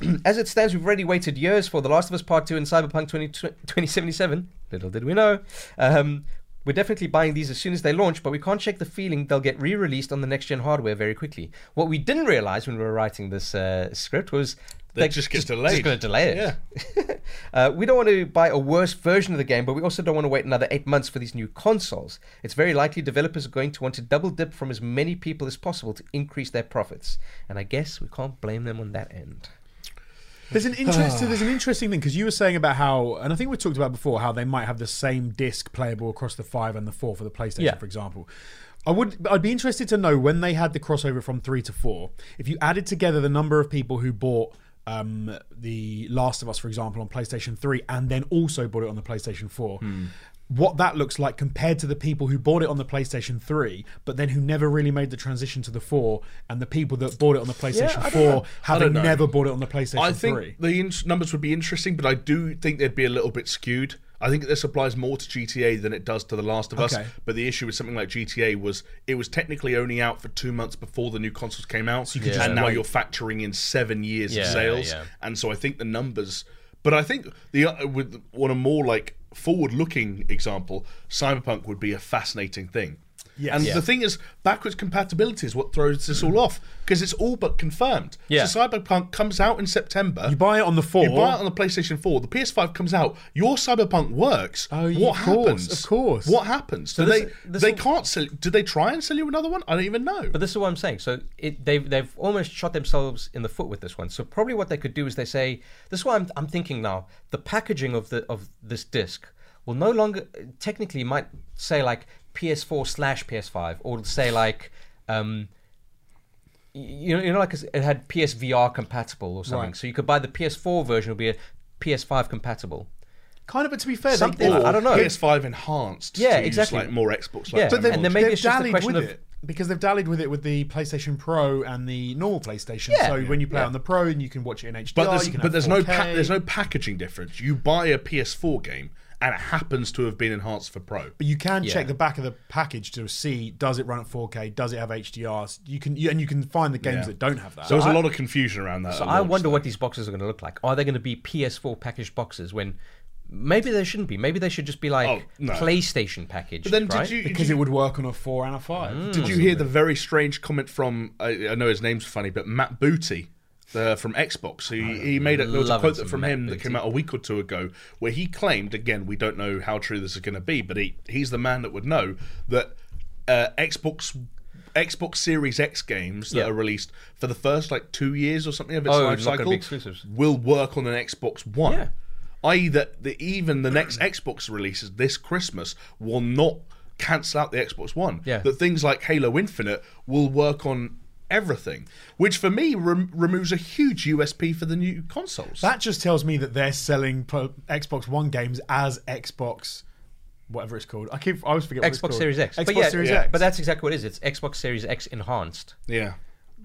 Speaker 2: Mm.
Speaker 1: As it stands, we've already waited years for The Last of Us Part 2 and Cyberpunk 20, 2077. Little did we know. Um, we're definitely buying these as soon as they launch, but we can't shake the feeling they'll get re released on the next gen hardware very quickly. What we didn't realize when we were writing this uh, script was.
Speaker 2: They just get
Speaker 1: Just
Speaker 2: delayed.
Speaker 1: going to delay it. uh, we don't want to buy a worse version of the game, but we also don't want to wait another eight months for these new consoles. It's very likely developers are going to want to double dip from as many people as possible to increase their profits. And I guess we can't blame them on that end.
Speaker 3: There's an interest.
Speaker 2: Ah.
Speaker 3: so there's an interesting thing because you were saying about how, and I think we talked about before how they might have the same disc playable across the five and the four for the PlayStation,
Speaker 1: Yeah.
Speaker 3: for example. I would. I'd be interested to know when they had the crossover from three to four. If you added together the number of people who bought. Um, the Last of Us, for example, on PlayStation 3, and then also bought it on the PlayStation 4.
Speaker 2: Hmm.
Speaker 3: What that looks like compared to the people who bought it on the PlayStation 3, but then who never really made the transition to the 4, and the people that bought it on the PlayStation 4 having
Speaker 2: don't know.
Speaker 3: never bought it on the PlayStation
Speaker 2: I think
Speaker 3: 3.
Speaker 2: the in- numbers would be interesting, but I do think they'd be a little bit skewed. I think this applies more to GTA than it does to The Last of
Speaker 3: Okay.
Speaker 2: Us. But the issue with something like GTA was it was technically only out for two months before the new consoles came out,
Speaker 1: could just
Speaker 2: and now you're factoring in seven years of
Speaker 1: Yeah,
Speaker 2: sales.
Speaker 1: yeah.
Speaker 2: And so I think the numbers. But I think the uh, with on a more like forward-looking example, Cyberpunk would be a fascinating thing.
Speaker 3: Yes.
Speaker 2: And
Speaker 3: Yeah.
Speaker 2: the thing is, backwards compatibility is what throws this all off because it's all but confirmed.
Speaker 1: Yeah.
Speaker 2: So Cyberpunk comes out in September.
Speaker 3: You buy it on the four.
Speaker 2: You buy it on the PlayStation 4. The PS5 comes out. Your Cyberpunk works.
Speaker 3: Oh, yeah,
Speaker 2: what
Speaker 3: of course,
Speaker 2: happens?
Speaker 3: of course.
Speaker 2: What happens? Do
Speaker 1: this-
Speaker 2: they
Speaker 1: this
Speaker 2: they
Speaker 1: will-
Speaker 2: can't sell? Do they try and sell you another one? I don't even know.
Speaker 1: But this is what I'm saying. So it, they've they've almost shot themselves in the foot with this one. So probably what they could do is they say this is why I'm I'm thinking now. The packaging of the of this disc will no longer technically might say like PS4 slash PS5 or it'll say like. Um, y- you know, you know, like it had PSVR compatible or something,
Speaker 3: Right.
Speaker 1: so you could buy the PS4 version. It'll be a PS5 compatible.
Speaker 3: Kind of, but to be fair,
Speaker 1: Something
Speaker 3: they,
Speaker 1: like- I don't know.
Speaker 2: PS5 enhanced.
Speaker 1: Yeah,
Speaker 2: to use,
Speaker 1: exactly.
Speaker 2: like more Xbox.
Speaker 1: Yeah,
Speaker 2: Like,
Speaker 1: But then- and then maybe
Speaker 3: they've
Speaker 1: it's just a
Speaker 3: dallied
Speaker 1: question
Speaker 3: with
Speaker 1: of-
Speaker 3: it because they've dallied with it with the PlayStation Pro and the normal PlayStation.
Speaker 1: Yeah.
Speaker 3: so when you play
Speaker 1: Yeah.
Speaker 3: on the Pro, and you can watch it in HDR.
Speaker 2: but there's,
Speaker 3: you can
Speaker 2: but
Speaker 3: have
Speaker 2: there's no
Speaker 3: 4K.
Speaker 2: pa- there's no packaging difference. You buy a PS4 game and it happens to have been enhanced for Pro.
Speaker 3: But you can
Speaker 1: Yeah.
Speaker 3: check the back of the package to see does it run at 4K? Does it have HDR? You can you, and you can find the games
Speaker 2: Yeah.
Speaker 3: that don't have that.
Speaker 2: So there's a lot of confusion around that.
Speaker 1: So I wonder what these boxes are going to look like. Are they going to be PS4 packaged boxes when Maybe there shouldn't be. Maybe they should just be like
Speaker 2: Oh, no.
Speaker 1: PlayStation package.
Speaker 2: But then
Speaker 1: right?
Speaker 2: did you
Speaker 3: because
Speaker 2: did
Speaker 3: it would work on a four and a five.
Speaker 1: Mm.
Speaker 2: Did you hear the very strange comment from? I, I know his name's funny, but Matt Booty. Uh, from Xbox, he, he made it. There was a
Speaker 1: love
Speaker 2: quote
Speaker 1: some
Speaker 2: that from
Speaker 1: Matt
Speaker 2: him
Speaker 1: Booty.
Speaker 2: that came out a week or two ago, where he claimed, again, we don't know how true this is going to be, but he, he's the man that would know that uh, Xbox Xbox Series X games that
Speaker 1: Yeah.
Speaker 2: are released for the first like two years or something of its
Speaker 1: Oh,
Speaker 2: life
Speaker 1: not gonna be
Speaker 2: cycle
Speaker 1: exclusives.
Speaker 2: will work on an Xbox One.
Speaker 1: Yeah.
Speaker 2: I.e., that the, even the next Xbox releases this Christmas will not cancel out the Xbox One.
Speaker 1: Yeah.
Speaker 2: That things like Halo Infinite will work on everything, which for me rem- removes a huge USP for the new consoles.
Speaker 3: That just tells me that they're selling po- Xbox One games as Xbox, whatever it's called. I keep, I always forget. What it's
Speaker 1: Xbox
Speaker 3: called.
Speaker 1: Series X.
Speaker 3: Xbox
Speaker 1: but yeah,
Speaker 3: Series
Speaker 1: yeah,
Speaker 3: X.
Speaker 1: But that's exactly what it is. It's Xbox Series X enhanced.
Speaker 2: yeah.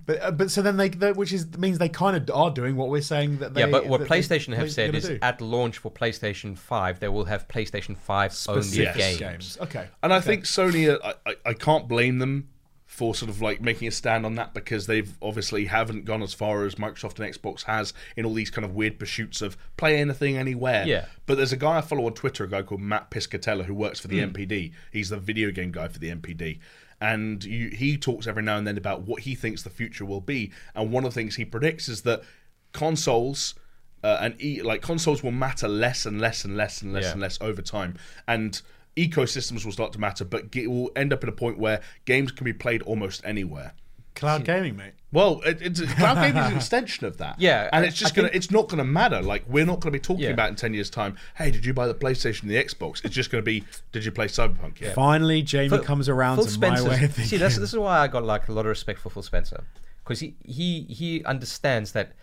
Speaker 3: But, uh, but so then they, they which is means they kind of are doing what we're saying that they.
Speaker 1: yeah, but what
Speaker 3: that they-
Speaker 1: PlayStation have
Speaker 3: they're
Speaker 1: said
Speaker 3: gonna
Speaker 1: is
Speaker 3: do.
Speaker 1: at launch for PlayStation 5, they will have PlayStation 5 only
Speaker 3: Specific
Speaker 1: games.
Speaker 3: Okay.
Speaker 2: And I think Sony, uh, I, I, I can't blame them for sort of like making a stand on that because they've obviously haven't gone as far as Microsoft and Xbox has in all these kind of weird pursuits of play anything anywhere.
Speaker 1: Yeah.
Speaker 2: But there's a guy I follow on Twitter, a guy called Matt Piscatella, who works for the MPD. He's the video game guy for the MPD. And you, he talks every now and then about what he thinks the future will be. And one of the things he predicts is that consoles uh, and e- like consoles will matter less and less and less and less
Speaker 1: Yeah.
Speaker 2: and less over time. And ecosystems will start to matter, but it will end up at a point where games can be played almost anywhere.
Speaker 3: Cloud gaming, mate.
Speaker 2: Well, it, it's cloud gaming is an extension of that.
Speaker 1: Yeah,
Speaker 2: and
Speaker 1: I-
Speaker 2: it's just
Speaker 1: I
Speaker 2: gonna, it's not gonna matter. Like we're not gonna be talking
Speaker 1: Yeah.
Speaker 2: about in ten years' time. Hey, did you buy the PlayStation, and the Xbox? It's just gonna be, did you play Cyberpunk yet?
Speaker 3: Finally, Jamie
Speaker 1: Phil-
Speaker 3: comes around
Speaker 1: Phil
Speaker 3: to
Speaker 1: Spencer's-
Speaker 3: my way of thinking.
Speaker 1: See, that's, this is why I got like a lot of respect for Phil Spencer because he, he he understands that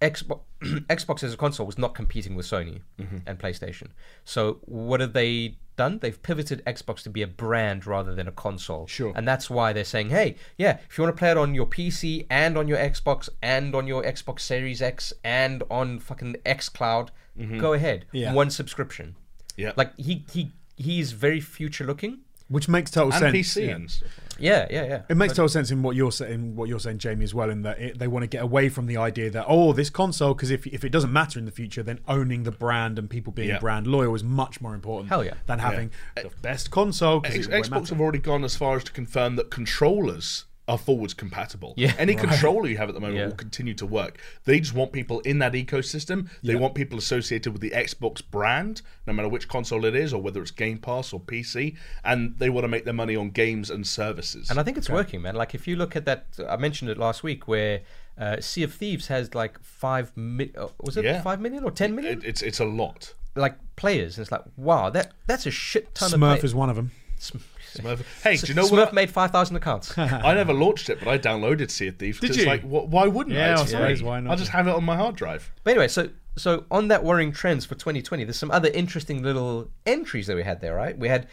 Speaker 1: Xbox Xbox as a console was not competing with Sony and PlayStation. So what have they done? They've pivoted Xbox to be a brand rather than a console.
Speaker 3: Sure.
Speaker 1: And that's why they're saying, hey, yeah, if you want to play it on your PC and on your Xbox and on your Xbox Series X and on fucking X Cloud, go ahead.
Speaker 3: Yeah.
Speaker 1: One subscription.
Speaker 2: Yeah.
Speaker 1: Like he he he's very future looking.
Speaker 3: which makes total
Speaker 2: and
Speaker 3: sense.
Speaker 2: PC
Speaker 3: yeah.
Speaker 2: and stuff.
Speaker 1: Yeah, yeah, yeah.
Speaker 3: It makes total sense in what you're saying, what you're saying, Jamie, as well, in that it, they want to get away from the idea that oh, this console, because if, if it doesn't matter in the future, then owning the brand and people being
Speaker 2: Yeah.
Speaker 3: brand loyal is much more important.
Speaker 1: Hell yeah.
Speaker 3: than having the best console. 'cause
Speaker 2: Ex-
Speaker 3: it won't
Speaker 2: Xbox
Speaker 3: matter.
Speaker 2: have already gone as far as to confirm that controllers are forwards compatible.
Speaker 1: Yeah,
Speaker 2: Any controller you have at the moment
Speaker 1: Yeah.
Speaker 2: will continue to work. They just want people in that ecosystem. They want people associated with the Xbox brand, no matter which console it is, or whether it's Game Pass or PC, and they want to make their money on games and services.
Speaker 1: And I think it's working, man. Like if you look at that, I mentioned it last week, where uh, Sea of Thieves has like five mi- uh, was it
Speaker 2: Yeah.
Speaker 1: five million or ten million
Speaker 2: it, it's it's a lot.
Speaker 1: like players, and it's like wow, that that's a shit ton of
Speaker 3: Smurf
Speaker 1: play-
Speaker 3: is one of them.
Speaker 2: Smurf. Hey, do you know
Speaker 1: Smurf
Speaker 2: what?
Speaker 1: made five thousand accounts.
Speaker 2: I never launched it, but I downloaded Sea of Thieves. 'cause
Speaker 3: Did
Speaker 2: it's
Speaker 3: you?
Speaker 2: Like, wh- why wouldn't
Speaker 3: Yeah,
Speaker 2: I?
Speaker 3: I
Speaker 2: It's
Speaker 3: suppose,
Speaker 2: free.
Speaker 3: why not?
Speaker 2: I'll just have it on my hard drive.
Speaker 1: But anyway, so so on that worrying trends for 2020, there's some other interesting little entries that we had there, right? We had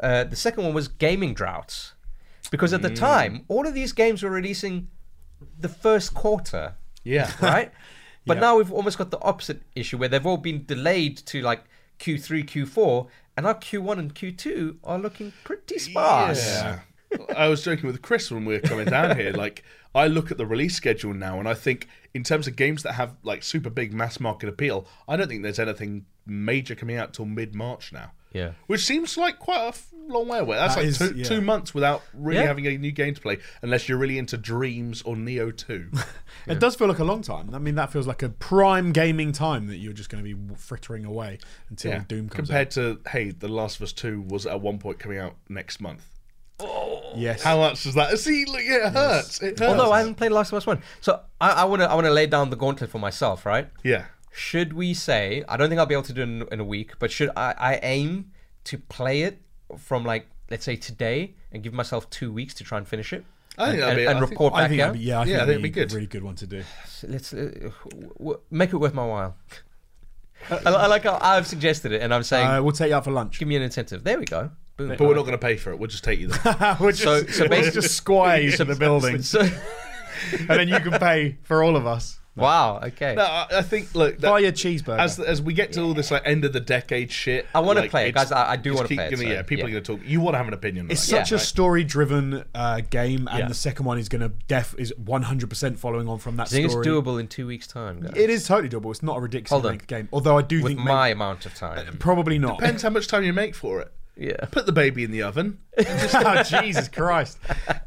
Speaker 1: uh, the second one was gaming droughts, because at the
Speaker 2: Mm.
Speaker 1: time all of these games were releasing the first quarter,
Speaker 2: Yeah.
Speaker 1: right. But
Speaker 3: Yeah.
Speaker 1: now we've almost got the opposite issue where they've all been delayed to like Q3, Q4, and our Q1 and Q2 are looking pretty sparse.
Speaker 2: Yeah. I was joking with Chris when we were coming down here. Like, I look at the release schedule now, and I think in terms of games that have like super big mass market appeal, I don't think there's anything major coming out till mid March now.
Speaker 1: Yeah.
Speaker 2: which seems like quite a f- long way away. That's
Speaker 3: That
Speaker 2: like
Speaker 3: is-
Speaker 2: two,
Speaker 3: yeah.
Speaker 2: two months without really
Speaker 1: Yeah.
Speaker 2: having a new game to play, unless you're really into Dreams or Neo Two.
Speaker 3: It does feel like a long time. I mean, that feels like a prime gaming time that you're just going to be frittering away until Doom comes
Speaker 2: compared to hey, The Last of Us Two was at one point coming out next month.
Speaker 3: out. Yes.
Speaker 2: How much is that? See, look, it hurts. It hurts.
Speaker 1: Although I haven't played Last of Us One, so I, I wanna I wanna lay down the gauntlet for myself, right?
Speaker 2: yeah.
Speaker 1: should we say i don't think i'll be able to do it in, in a week but should I, I aim to play it from like let's say today and give myself two weeks to try and finish it
Speaker 2: I think
Speaker 1: and,
Speaker 2: that'd
Speaker 1: and-
Speaker 2: be-
Speaker 1: and
Speaker 2: I think-
Speaker 1: report
Speaker 3: I
Speaker 1: back
Speaker 3: think,
Speaker 1: yeah,
Speaker 3: that'd be, yeah, I think,
Speaker 2: Yeah, I
Speaker 3: that'd
Speaker 2: think
Speaker 3: be
Speaker 2: it'd be good.
Speaker 3: a really good one to do.
Speaker 1: let's uh, w- w- make it worth my while I, I like how i've suggested it and i'm saying
Speaker 3: Uh, we'll take you out for lunch.
Speaker 1: give me an incentive there we go boom
Speaker 2: But we're not going to pay for it. We'll just take you there.
Speaker 3: we'll just,
Speaker 1: So- so
Speaker 3: we'll
Speaker 1: basically-
Speaker 3: just squire you to the building,
Speaker 1: so
Speaker 3: and then you can pay for all of us.
Speaker 1: Wow. Okay.
Speaker 2: No, I, I think look. That,
Speaker 3: Buy your cheeseburger.
Speaker 2: As as we get to all this like end of the decade shit,
Speaker 1: I wanna
Speaker 2: like,
Speaker 1: play it,
Speaker 2: it's-
Speaker 1: guys, I- I do
Speaker 2: it's
Speaker 1: wanna
Speaker 2: keep
Speaker 1: play it,
Speaker 2: gonna-
Speaker 1: so,
Speaker 2: yeah, people
Speaker 1: yeah.
Speaker 2: are going to talk. You want to have an opinion? on
Speaker 3: It's
Speaker 2: it.
Speaker 3: such
Speaker 1: Yeah,
Speaker 3: a
Speaker 1: right.
Speaker 3: story-driven uh, game, and
Speaker 1: Yeah.
Speaker 3: the second one is going to def is 100% following on from that
Speaker 1: I think it's
Speaker 3: story.
Speaker 1: doable in two weeks' time, guys.
Speaker 3: It is totally doable. It's not a ridiculous
Speaker 1: Hold on.
Speaker 3: length game, although I do
Speaker 1: with
Speaker 3: think Um, may-
Speaker 1: my amount of time.
Speaker 3: probably not.
Speaker 2: Depends how much time you make for it.
Speaker 1: Yeah.
Speaker 2: Put the baby in the oven.
Speaker 3: oh, Jesus Christ!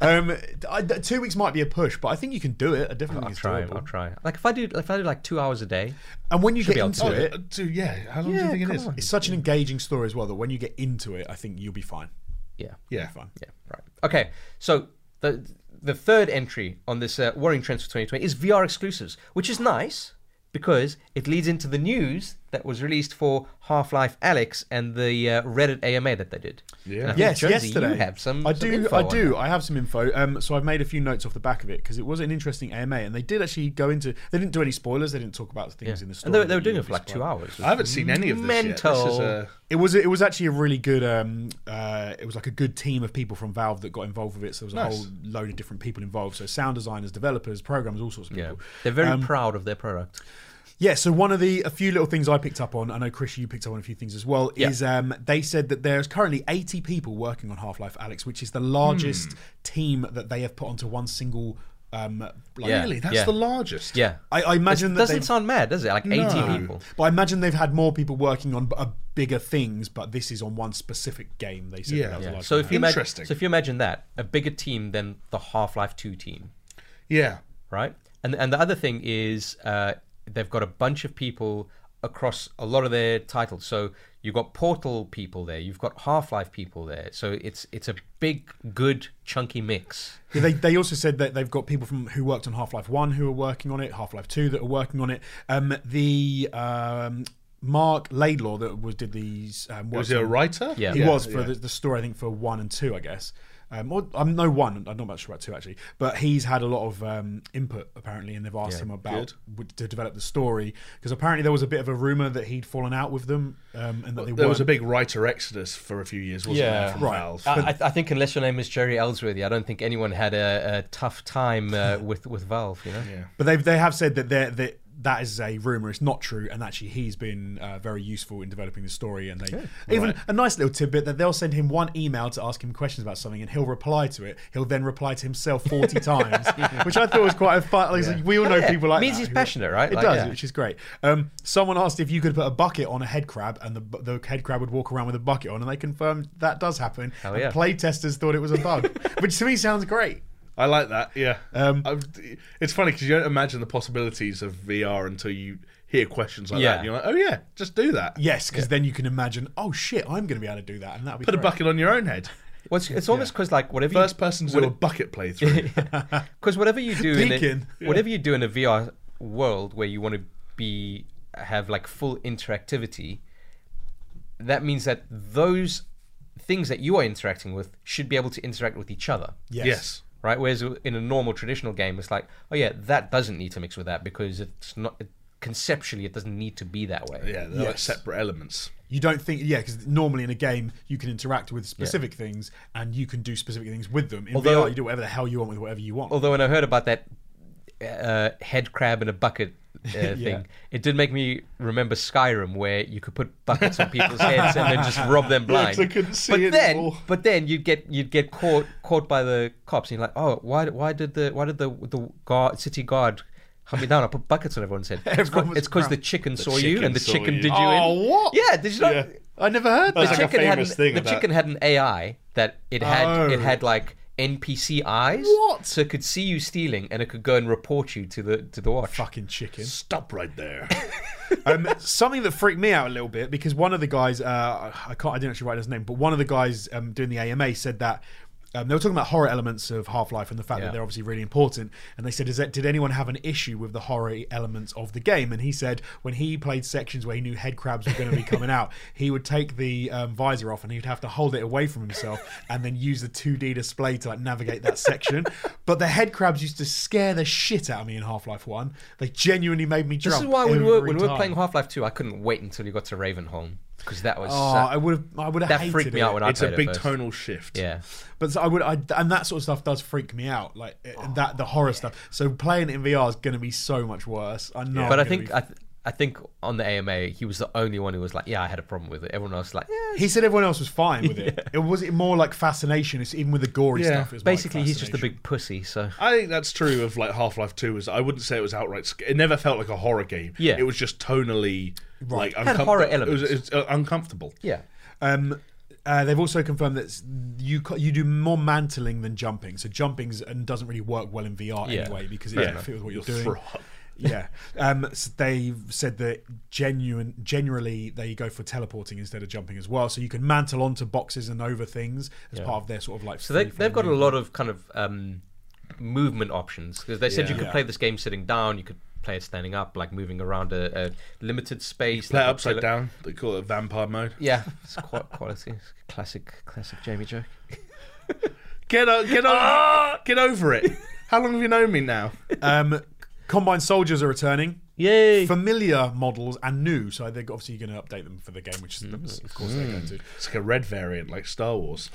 Speaker 3: Um, I, th- two weeks might be a push, but I think you can do it. I definitely
Speaker 1: I'll
Speaker 3: think it's
Speaker 1: try.
Speaker 3: doable.
Speaker 1: I'll try. Like if I do, if I do like two hours a day.
Speaker 3: And when you
Speaker 1: be
Speaker 3: get
Speaker 1: able to
Speaker 3: into
Speaker 1: do
Speaker 3: it,
Speaker 2: Uh, Dude, yeah. How long
Speaker 1: Yeah,
Speaker 2: do you think
Speaker 1: come
Speaker 2: it is?
Speaker 1: on.
Speaker 3: it's such an engaging story as well that when you get into it, I think you'll be fine.
Speaker 1: Yeah.
Speaker 2: Yeah.
Speaker 3: Fine.
Speaker 1: Yeah. Right. Okay. So the the third entry on this uh, Warring Trends for 2020 is VR exclusives, which is nice because it leads into the news that was released for Half-Life Alex and the uh, Reddit AMA that they did.
Speaker 2: Yeah.
Speaker 1: And I think,
Speaker 3: Yes,
Speaker 1: Jonesy,
Speaker 3: yesterday.
Speaker 1: You have some.
Speaker 3: I
Speaker 1: some
Speaker 3: do.
Speaker 1: info
Speaker 3: I
Speaker 1: on
Speaker 3: do.
Speaker 1: that.
Speaker 3: I have some info. Um, so I've made a few notes off the back of it because it was an interesting AMA, and they did actually go into. They didn't do any spoilers. They didn't talk about things in the story.
Speaker 1: And they, were- they
Speaker 3: that
Speaker 1: were doing
Speaker 3: you
Speaker 1: it for
Speaker 3: would
Speaker 1: like
Speaker 3: be
Speaker 1: two hours.
Speaker 2: I haven't seen any of this yet. This is uh,
Speaker 1: Mental.
Speaker 2: a,
Speaker 3: It was it was actually a really good. Um, uh, it was like a good team of people from Valve that got involved with it. So there was
Speaker 2: Nice.
Speaker 3: a whole load of different people involved. So sound designers, developers, programmers, all sorts of
Speaker 1: Yeah.
Speaker 3: people.
Speaker 1: They're very
Speaker 3: Um,
Speaker 1: proud of their product.
Speaker 3: Yeah. So one of the a few little things I picked up on. I know Chris, you picked up on a few things as well.
Speaker 1: Yeah.
Speaker 3: Is um, they said that there's currently 80 people working on Half Life Alex, which is the largest
Speaker 1: Hmm.
Speaker 3: team that they have put onto one single. Um, like,
Speaker 1: Yeah.
Speaker 2: really, that's
Speaker 1: Yeah.
Speaker 2: the largest.
Speaker 1: Yeah.
Speaker 3: I, I imagine that
Speaker 1: doesn't
Speaker 3: they've-
Speaker 1: sound mad, does it? Like 80
Speaker 2: No.
Speaker 1: people.
Speaker 3: But I imagine they've had more people working on b- uh, bigger things, but this is on one specific game. They said
Speaker 2: Yeah.
Speaker 3: that was
Speaker 2: Yeah.
Speaker 3: like
Speaker 1: So if you imagine, so
Speaker 2: Interesting.
Speaker 1: if you imagine that a bigger team than the Half-Life 2 team,
Speaker 2: Yeah.
Speaker 1: right? And and the other thing is uh, they've got a bunch of people across a lot of their titles. So you've got Portal people there, you've got Half Life people there. So it's it's a big, good, chunky mix.
Speaker 3: Yeah, they, they also said that they've got people from who worked on Half Life One who are working on it, Half Life Two that are working on it. Um, the um, Mark Laidlaw that was did these um,
Speaker 2: Was
Speaker 3: works
Speaker 2: he a
Speaker 3: on-
Speaker 2: writer?
Speaker 1: Yeah.
Speaker 3: He was for the, the story, I think, for one and two, I guess. Um, or, I'm no one. I'm not much sure about two actually, but he's had a lot of um, input apparently, and they've asked him about w- to develop the story because apparently there was a bit of a rumor that he'd fallen out with them, um, and that they
Speaker 2: There was a
Speaker 3: weren't-
Speaker 2: big writer exodus for a few years, wasn't
Speaker 1: Yeah.
Speaker 2: there? From
Speaker 3: Right. Uh,
Speaker 2: Valve?
Speaker 1: I, I- I think unless your name is Jerry Ellsworthy, I don't think anyone had a, a tough time uh, with with Valve. You know,
Speaker 2: yeah.
Speaker 3: But they've they have said that they're, that that is a rumor. It's not true, and actually he's been uh, very useful in developing the story. And they even a nice little tidbit that they'll send him one email to ask him questions about something, and he'll reply to it. He'll then reply to himself forty times, which I thought was quite a fun. Like, We all know
Speaker 1: Yeah,
Speaker 3: people like
Speaker 1: means
Speaker 3: that
Speaker 1: he's
Speaker 3: who-
Speaker 1: passionate, right?
Speaker 3: It
Speaker 1: Like,
Speaker 3: does,
Speaker 1: yeah.
Speaker 3: which is great. Um, someone asked if you could put a bucket on a head crab, and the bu- the head crab would walk around with a bucket on, and they confirmed that does happen.
Speaker 1: Hell
Speaker 3: And
Speaker 1: yeah.
Speaker 3: Play testers thought it was a bug, which to me sounds great.
Speaker 2: I like that. Yeah,
Speaker 3: Um,
Speaker 2: I've- it's funny because you don't imagine the possibilities of VR until you hear questions like
Speaker 1: Yeah.
Speaker 2: that. And you're like, oh yeah, just do that.
Speaker 3: Yes, because then you can imagine, oh shit, I'm going to be able to do that, and that'll be
Speaker 2: Put a
Speaker 3: great.
Speaker 2: bucket on your own head.
Speaker 1: well, it's, it's almost because like whatever you-
Speaker 2: First person to do a bucket playthrough.
Speaker 1: Because whatever you do, in
Speaker 3: Peeking.
Speaker 1: a, whatever you do in a VR world where you want to be have like full interactivity, that means that those things that you are interacting with should be able to interact with each other,
Speaker 3: Yes.
Speaker 2: yes.
Speaker 1: right? Whereas in a normal traditional game, it's like, oh yeah, that doesn't need to mix with that because it's not it, conceptually it doesn't need to be that way.
Speaker 2: Yeah, they're like
Speaker 3: Yes.
Speaker 2: separate elements.
Speaker 3: You don't think, yeah, because normally in a game you can interact with specific things and you can do specific things with them. In
Speaker 1: Although-
Speaker 3: VR, you do whatever the hell you want with whatever you want.
Speaker 1: Although when I heard about that uh, head crab in a bucket. Uh, thing it did make me remember Skyrim, where you could put buckets on people's heads and then just rob them blind.
Speaker 2: I couldn't see
Speaker 1: but
Speaker 2: it
Speaker 1: then,
Speaker 2: anymore.
Speaker 1: but then you'd get you'd get caught caught by the cops, and you're like, oh, why why did the why did the the guard, city guard hunt me down? I put buckets on everyone's head. It's 'cause-
Speaker 3: Everyone was
Speaker 1: it's because the
Speaker 3: drowned.
Speaker 1: chicken saw you,
Speaker 2: chicken
Speaker 1: and the
Speaker 2: saw
Speaker 1: chicken
Speaker 2: you.
Speaker 1: did you
Speaker 3: Oh,
Speaker 1: in.
Speaker 3: what?
Speaker 1: Yeah, did you not?
Speaker 2: Yeah.
Speaker 3: I never heard
Speaker 1: The
Speaker 3: that.
Speaker 2: like a
Speaker 1: chicken had an,
Speaker 2: famous thing
Speaker 1: the
Speaker 2: about-
Speaker 1: chicken had an AI that it had it
Speaker 3: Oh.
Speaker 1: had like NPC eyes,
Speaker 3: What?
Speaker 1: So it could see you stealing, and it could go and report you to the to the watch.
Speaker 3: Fucking chicken.
Speaker 2: Stop right there.
Speaker 3: um, something that freaked me out a little bit because one of the guys, uh, I can't, I didn't actually write his name, but one of the guys um, doing the AMA said that. Um, they were talking about horror elements of Half Life and the fact
Speaker 1: Yeah.
Speaker 3: that they're obviously really important. And they said, "Is that did anyone have an issue with the horror elements of the game?" And he said, when he played sections where he knew head crabs were going to be coming out, he would take the um, visor off and he'd have to hold it away from himself and then use the 2D display to like navigate that section. But the head crabs used to scare the shit out of me in Half Life One. They genuinely made me jump.
Speaker 1: This is why when we were
Speaker 3: every
Speaker 1: when we were
Speaker 3: time.
Speaker 1: playing Half Life Two, I couldn't wait until you got to Ravenholm because that was
Speaker 3: Oh,
Speaker 1: sa-
Speaker 3: I would have. I would have
Speaker 1: that
Speaker 3: hated
Speaker 1: freaked me
Speaker 3: it.
Speaker 1: out when I
Speaker 2: it's
Speaker 1: played
Speaker 2: a
Speaker 1: it
Speaker 2: big
Speaker 1: first.
Speaker 2: tonal shift.
Speaker 1: Yeah,
Speaker 3: But I would, I, and that sort of stuff does freak me out. Like it-
Speaker 1: Oh,
Speaker 3: that, the horror stuff. So playing it in VR is going to be so much worse. I know.
Speaker 1: But
Speaker 3: I'm
Speaker 1: I
Speaker 3: gonna
Speaker 1: think
Speaker 3: be-
Speaker 1: I, th- I think on the AMA he was the only one who was like, yeah, I had a problem with it. Everyone else was like, yeah.
Speaker 3: he said everyone else was fine with it. It was it more like fascination. It's even with the gory
Speaker 2: Yeah.
Speaker 3: stuff. It was more like
Speaker 1: Basically, he's just a
Speaker 3: fascination.
Speaker 1: big pussy. So
Speaker 2: I think that's true of like Half Life Two. Is I wouldn't say it was outright. sc- It never felt like a horror game.
Speaker 1: Yeah.
Speaker 2: it was just tonally like
Speaker 1: Had horror elements.
Speaker 2: It was, it was, uh, uncomfortable.
Speaker 1: yeah,
Speaker 3: Um, uh, they've also confirmed that s- you ca- you do more mantling than jumping. So jumping and doesn't really work well in VR
Speaker 1: Yeah.
Speaker 3: anyway because
Speaker 2: Fair
Speaker 3: it
Speaker 2: enough.
Speaker 3: feels what you're
Speaker 2: You'll
Speaker 3: doing.
Speaker 2: throw up.
Speaker 3: yeah. Um, s they've said that genuine, generally they go for teleporting instead of jumping as well. So you can mantle onto boxes and over things as part of their sort of like.
Speaker 1: so they,
Speaker 3: free
Speaker 1: they've
Speaker 3: form
Speaker 1: got a
Speaker 3: movement.
Speaker 1: lot of kind of um, movement options because they said
Speaker 2: Yeah.
Speaker 1: you could
Speaker 3: Yeah.
Speaker 1: play this game sitting down, you could play it standing up, like moving around a, a limited space.
Speaker 2: Play it
Speaker 1: they've got
Speaker 2: upside
Speaker 1: tele-
Speaker 2: down. They call it vampire mode.
Speaker 1: Yeah, it's quite quality. It's classic, classic Jamie joke.
Speaker 2: Get o- get
Speaker 1: Ah!
Speaker 2: on, get over it. How long have you known me now?
Speaker 3: Um, combined soldiers are returning.
Speaker 1: Yay!
Speaker 3: Familiar models and new, so they're obviously going to update them for the game, which is
Speaker 1: Mm-hmm.
Speaker 3: of course they're going to.
Speaker 2: It's like a red variant, like Star Wars.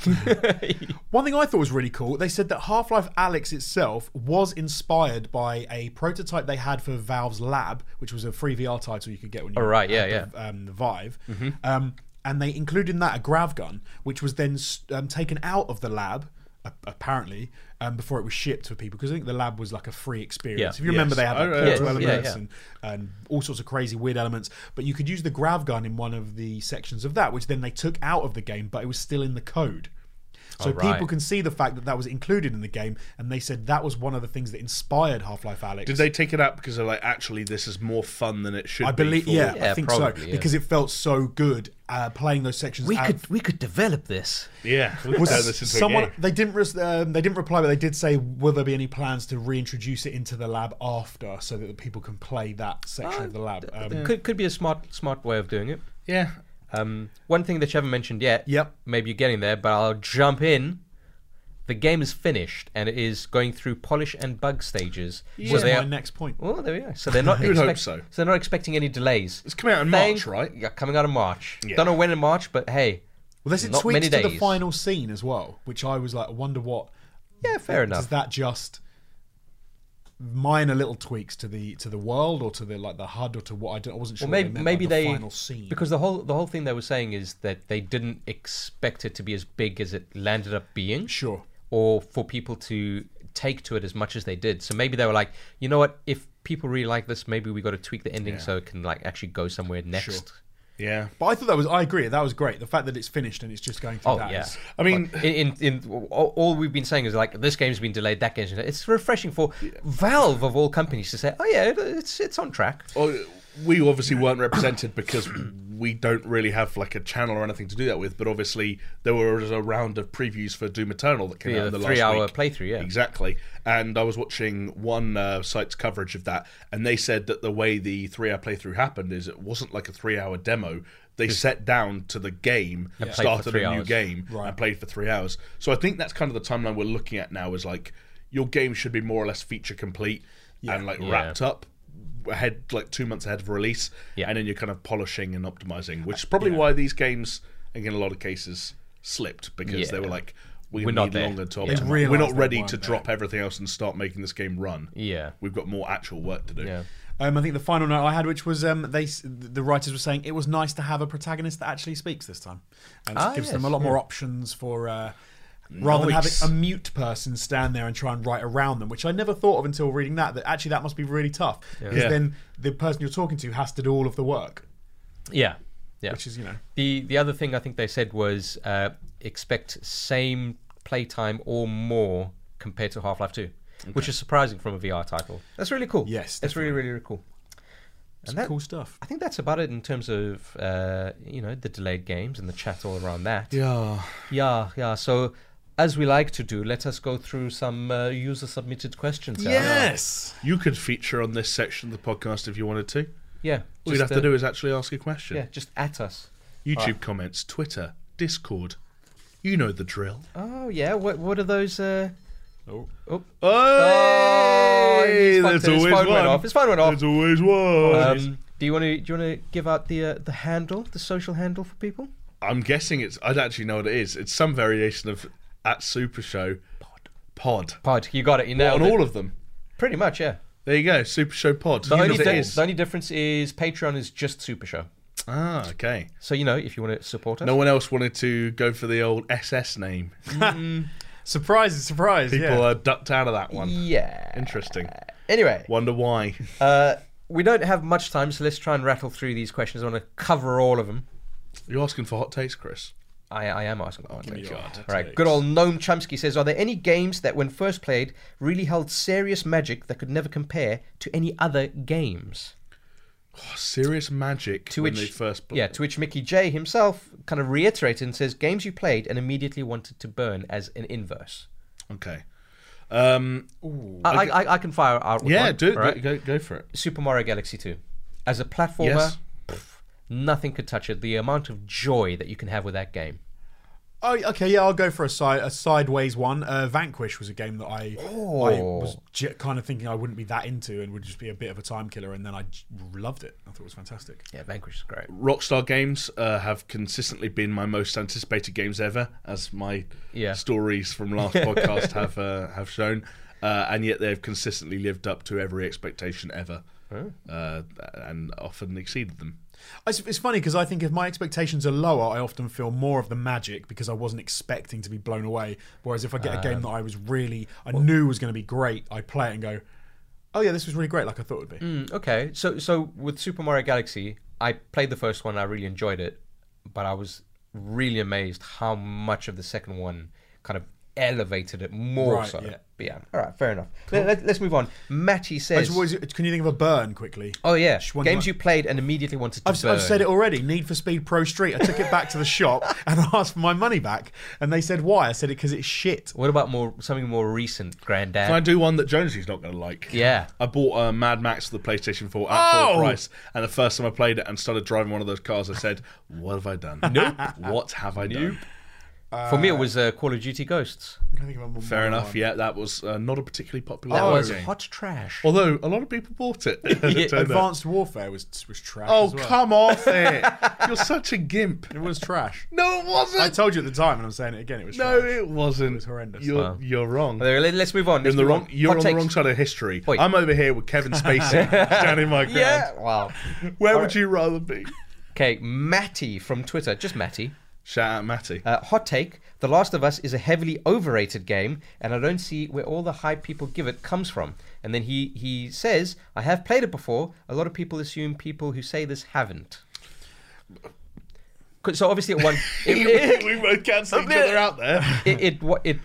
Speaker 3: One thing I thought was really cool, they said that Half Life Alex itself was inspired by a prototype they had for Valve's Lab, which was a free VR title you could get when you
Speaker 1: Oh, right, yeah, Mm-hmm.
Speaker 3: had the, Um, the Vive. Um, and they included in that a grav gun, which was then s- um, taken out of the lab, a- apparently, um, before it was shipped to people, because I think the lab was like a free experience.
Speaker 1: Yeah.
Speaker 3: If you remember,
Speaker 2: Yes.
Speaker 3: they had
Speaker 2: Oh, right,
Speaker 3: like, portal
Speaker 1: yes, yeah,
Speaker 3: elements
Speaker 1: yeah.
Speaker 3: and and all sorts of crazy weird elements. But you could use the grav gun in one of the sections of that, which then they took out of the game, but it was still in the code. So
Speaker 1: Oh, right.
Speaker 3: people can see the fact that that was included in the game, and they said that was one of the things that inspired Half Life Alex.
Speaker 2: Did they take it out because they're like, actually, this is more fun than it should?
Speaker 3: I believe,
Speaker 2: be for-
Speaker 3: yeah, I
Speaker 1: Yeah,
Speaker 3: think so,
Speaker 1: probably, yeah.
Speaker 3: because it felt so good uh, playing those sections.
Speaker 1: we
Speaker 3: out-
Speaker 1: could we could develop this.
Speaker 2: yeah. We
Speaker 3: was
Speaker 2: was this into
Speaker 3: someone
Speaker 2: a game.
Speaker 3: they didn't res- um, they didn't reply, but they did say, "Will there be any plans to reintroduce it into the lab after, so that the people can play that section of the lab?" Um,
Speaker 1: Could could be a smart smart way of doing it.
Speaker 2: Yeah,
Speaker 1: Um, one thing that you haven't mentioned yet.
Speaker 3: Yep.
Speaker 1: Maybe you're getting there, but I'll jump in. The game is finished and it is going through polish and bug stages.
Speaker 3: was
Speaker 1: they
Speaker 3: my
Speaker 1: are-
Speaker 3: next point.
Speaker 1: well, there we go. So they're not.
Speaker 2: You would hope
Speaker 1: expect-
Speaker 2: so.
Speaker 1: they're not expecting any delays.
Speaker 2: it's coming out in March,
Speaker 1: Thank-
Speaker 2: right?
Speaker 1: Yeah, coming out in March.
Speaker 2: Yeah.
Speaker 1: Don't know when in March, but hey.
Speaker 3: Well, there's
Speaker 1: not
Speaker 3: tweaks
Speaker 1: many
Speaker 3: to
Speaker 1: days.
Speaker 3: the final scene as well, which I was like, I wonder what.
Speaker 1: Yeah, fair enough.
Speaker 3: Does that just minor little tweaks to the to the world or to the like the HUD or to what I don't I wasn't sure.
Speaker 1: Well, maybe
Speaker 3: what they meant
Speaker 1: maybe
Speaker 3: by the
Speaker 1: they
Speaker 3: final scene
Speaker 1: because the whole the whole thing they were saying is that they didn't expect it to be as big as it landed up being.
Speaker 3: sure.
Speaker 1: or for people to take to it as much as they did. So maybe they were like, you know what, if people really like this, maybe we got to tweak the ending so it can like actually go somewhere next.
Speaker 2: Yeah.
Speaker 3: But I thought that was I agree that was great. The fact that it's finished and it's just going through
Speaker 1: Oh
Speaker 3: that
Speaker 1: yeah.
Speaker 3: is-
Speaker 2: I mean-
Speaker 1: But in, in in all all we've been saying is like this game's been delayed, that game's been delayed. It's refreshing for Valve of all companies to say, oh yeah, it- it's it's on track.
Speaker 2: Well, we obviously weren't represented because we don't really have like a channel or anything to do that with. But obviously, there was a round of previews for Doom Eternal that came
Speaker 1: Yeah,
Speaker 2: out in the
Speaker 1: the
Speaker 2: last
Speaker 1: three-hour
Speaker 2: week.
Speaker 1: playthrough, yeah.
Speaker 2: exactly. And I was watching one uh, site's coverage of that, and they said that the way the three-hour playthrough happened is it wasn't like a three-hour demo. They sat down to the game,
Speaker 1: played for
Speaker 2: started a
Speaker 1: three
Speaker 2: new
Speaker 1: hours.
Speaker 2: game, and played for three hours. So I think that's kind of the timeline we're looking at now. Is like your game should be more or less feature complete and like
Speaker 1: Yeah.
Speaker 2: wrapped up ahead like two months ahead of release
Speaker 1: Yeah.
Speaker 2: and then you're kind of polishing and optimizing which is probably why these games like, in a lot of cases slipped because
Speaker 1: Yeah.
Speaker 2: they were like we
Speaker 1: We're
Speaker 2: need
Speaker 1: not there.
Speaker 2: longer to
Speaker 1: Yeah. They
Speaker 2: optimize.
Speaker 3: realised
Speaker 2: we're not
Speaker 3: they
Speaker 2: ready
Speaker 3: weren't
Speaker 2: to
Speaker 3: there.
Speaker 2: drop everything else and start making this game run
Speaker 1: Yeah.
Speaker 2: we've got more actual work to do
Speaker 1: Yeah.
Speaker 3: Um, I think the final note I had, which was um, they s- the writers were saying it was nice to have a protagonist that actually speaks this time, and it
Speaker 1: Ah,
Speaker 3: gives
Speaker 1: yes,
Speaker 3: them a lot more options for. Uh, Rather
Speaker 2: Nice.
Speaker 3: than having a mute person stand there and try and write around them, which I never thought of until reading that, that actually that must be really tough. Because
Speaker 2: Yeah.
Speaker 3: then the person you're talking to has to do all of the work,
Speaker 1: Yeah. Yeah.
Speaker 3: which is, you know.
Speaker 1: The the other thing I think they said was uh, expect same playtime or more compared to Half Life Two, which is surprising from a VR title. That's really cool.
Speaker 3: Yes,
Speaker 1: that's really really really cool.
Speaker 3: Some
Speaker 1: And that,
Speaker 3: cool stuff.
Speaker 1: I think that's about it in terms of uh, you know the delayed games and the chat all around that.
Speaker 2: yeah
Speaker 1: yeah, yeah. So as we like to do, let us go through some uh, user submitted questions. Alan.
Speaker 3: Yes!
Speaker 2: you could feature on this section of the podcast if you wanted to
Speaker 1: yeah.
Speaker 2: all you'd
Speaker 1: just,
Speaker 2: have
Speaker 1: uh,
Speaker 2: to do is actually ask a question
Speaker 1: yeah, just at us.
Speaker 2: youtube comments twitter discord you know the drill
Speaker 1: Oh yeah, what what are those? Uh,
Speaker 3: Oh.
Speaker 1: oh.
Speaker 2: oh
Speaker 1: he's fucked it. His phone went off. His phone went off.
Speaker 2: There's always one.
Speaker 1: Um, do you want to do you want to give out the uh, the handle, the social handle for people?
Speaker 2: I'm guessing it's. I don't actually know what it is. It's some variation of at Super Show Pod. Pod.
Speaker 1: Pod, you got it. You know,
Speaker 2: On all of them.
Speaker 1: pretty much, yeah.
Speaker 2: There you go, Super Show Pod.
Speaker 1: The
Speaker 2: You
Speaker 1: only,
Speaker 2: know what it
Speaker 1: di-
Speaker 2: is.
Speaker 1: the only difference is Patreon is just Super Show.
Speaker 2: Ah, okay.
Speaker 1: So you know, if you want to support us,
Speaker 2: No one else wanted to go for the old SS name.
Speaker 3: Surprise, surprise.
Speaker 2: People
Speaker 3: yeah.
Speaker 2: uh, ducked out of that one.
Speaker 1: yeah.
Speaker 2: Interesting.
Speaker 1: Anyway,
Speaker 2: Wonder why.
Speaker 1: uh, we don't have much time, so let's try and rattle through these questions. I want to cover all of them.
Speaker 2: You're asking for hot takes, Chris.
Speaker 1: I, I am asking. Oh,
Speaker 2: me your hot
Speaker 1: All right,
Speaker 2: takes.
Speaker 1: good old Noam Chomsky says, are there any games that, when first played, really held serious magic that could never compare to any other games?
Speaker 2: Oh, serious magic
Speaker 1: To
Speaker 2: when
Speaker 1: which
Speaker 2: they first
Speaker 1: yeah, to which Mickey J himself kind of reiterated and says, games you played and immediately wanted to burn as an inverse.
Speaker 2: Okay. Um,
Speaker 1: I, I, I, I can fire out. with
Speaker 2: yeah,
Speaker 1: one,
Speaker 2: do it.
Speaker 1: all right?
Speaker 2: Go, go go for it.
Speaker 1: Super Mario Galaxy 2. As a platformer,
Speaker 2: Yes.
Speaker 1: pff, nothing could touch it. The amount of joy that you can have with that game.
Speaker 3: Oh, okay, yeah, I'll go for a, side, a sideways one. Uh, Vanquish was a game that I, I was j- kind of thinking I wouldn't be that into and would just be a bit of a time killer, and then I j- loved it. I thought it was fantastic.
Speaker 1: Yeah, Vanquish is great.
Speaker 2: Rockstar games uh, have consistently been my most anticipated games ever, as my
Speaker 1: Yeah.
Speaker 2: stories from last podcast have uh, have shown, uh, and yet they've consistently lived up to every expectation ever,
Speaker 1: Oh.
Speaker 2: uh, and often exceeded them.
Speaker 3: It's, it's funny because I think if my expectations are lower, I often feel more of the magic because I wasn't expecting to be blown away. Whereas if I get a game that I was really, I knew was going to be great, I play it and go, oh yeah, this was really great, like I thought it would be.
Speaker 1: Mm, okay, so so with Super Mario Galaxy, I played the first one. I really enjoyed it, but I was really amazed how much of the second one kind of elevated it more.
Speaker 3: Right,
Speaker 1: so,
Speaker 3: yeah.
Speaker 1: But yeah. All right, fair enough. Let, us move on. Matty
Speaker 3: I
Speaker 1: says,
Speaker 3: just always- can you think of a burn quickly?
Speaker 1: "Oh yeah,
Speaker 3: Just one-
Speaker 1: games you played and immediately wanted to
Speaker 3: I've, I've
Speaker 1: burn."
Speaker 3: said it already. Need for Speed Pro Street. I took it back to the shop and asked for my money back, and they said why. I said it because it's shit.
Speaker 1: What about more something more recent, Granddad?
Speaker 2: Can I do one that Jonesy's not going to like?
Speaker 1: Yeah.
Speaker 2: I bought uh, Mad Max for the PlayStation 4 at
Speaker 3: Oh!
Speaker 2: full price, and the first time I played it and started driving one of those cars, I said, "What have I done? Nope. What have I done?"
Speaker 1: For me, it was uh, Call of Duty Ghosts.
Speaker 3: Can I think of a
Speaker 2: Fair
Speaker 3: more
Speaker 2: enough.
Speaker 3: one?
Speaker 2: Yeah, that was uh, not a particularly popular.
Speaker 1: That
Speaker 2: game.
Speaker 1: was hot trash.
Speaker 2: Although a lot of people bought it. it
Speaker 1: Yeah,
Speaker 2: turned out.
Speaker 3: Advanced Warfare was was trash.
Speaker 2: oh,
Speaker 3: as well.
Speaker 2: come off it! You're such a gimp.
Speaker 3: It was trash.
Speaker 2: No, it
Speaker 3: I
Speaker 2: wasn't.
Speaker 3: told you at the time, and I'm saying it again. It was
Speaker 2: No,
Speaker 3: trash.
Speaker 2: it wasn't. It
Speaker 3: was horrendous.
Speaker 2: You're,
Speaker 1: Wow.
Speaker 2: you're wrong.
Speaker 1: There, let- Let's move on. let's
Speaker 2: You're on the
Speaker 1: move
Speaker 2: wrong. You're
Speaker 1: Hot
Speaker 2: on the
Speaker 1: takes.
Speaker 2: wrong side of history.
Speaker 1: Wait.
Speaker 2: I'm over here with Kevin Spacey down in my ground.
Speaker 1: Yeah. Wow.
Speaker 2: Where would you rather be?
Speaker 1: Okay, Matty from Twitter, just Matty.
Speaker 2: Shout out, Matty.
Speaker 1: Uh, hot take: The Last of Us is a heavily overrated game, and I don't see where all the hype people give it comes from. And then he he says, "I have played it before. A lot of people assume people who say this haven't." 'Cause- So obviously, it won. It, it,
Speaker 2: we both cancel each other out there.
Speaker 1: it, it, wa- it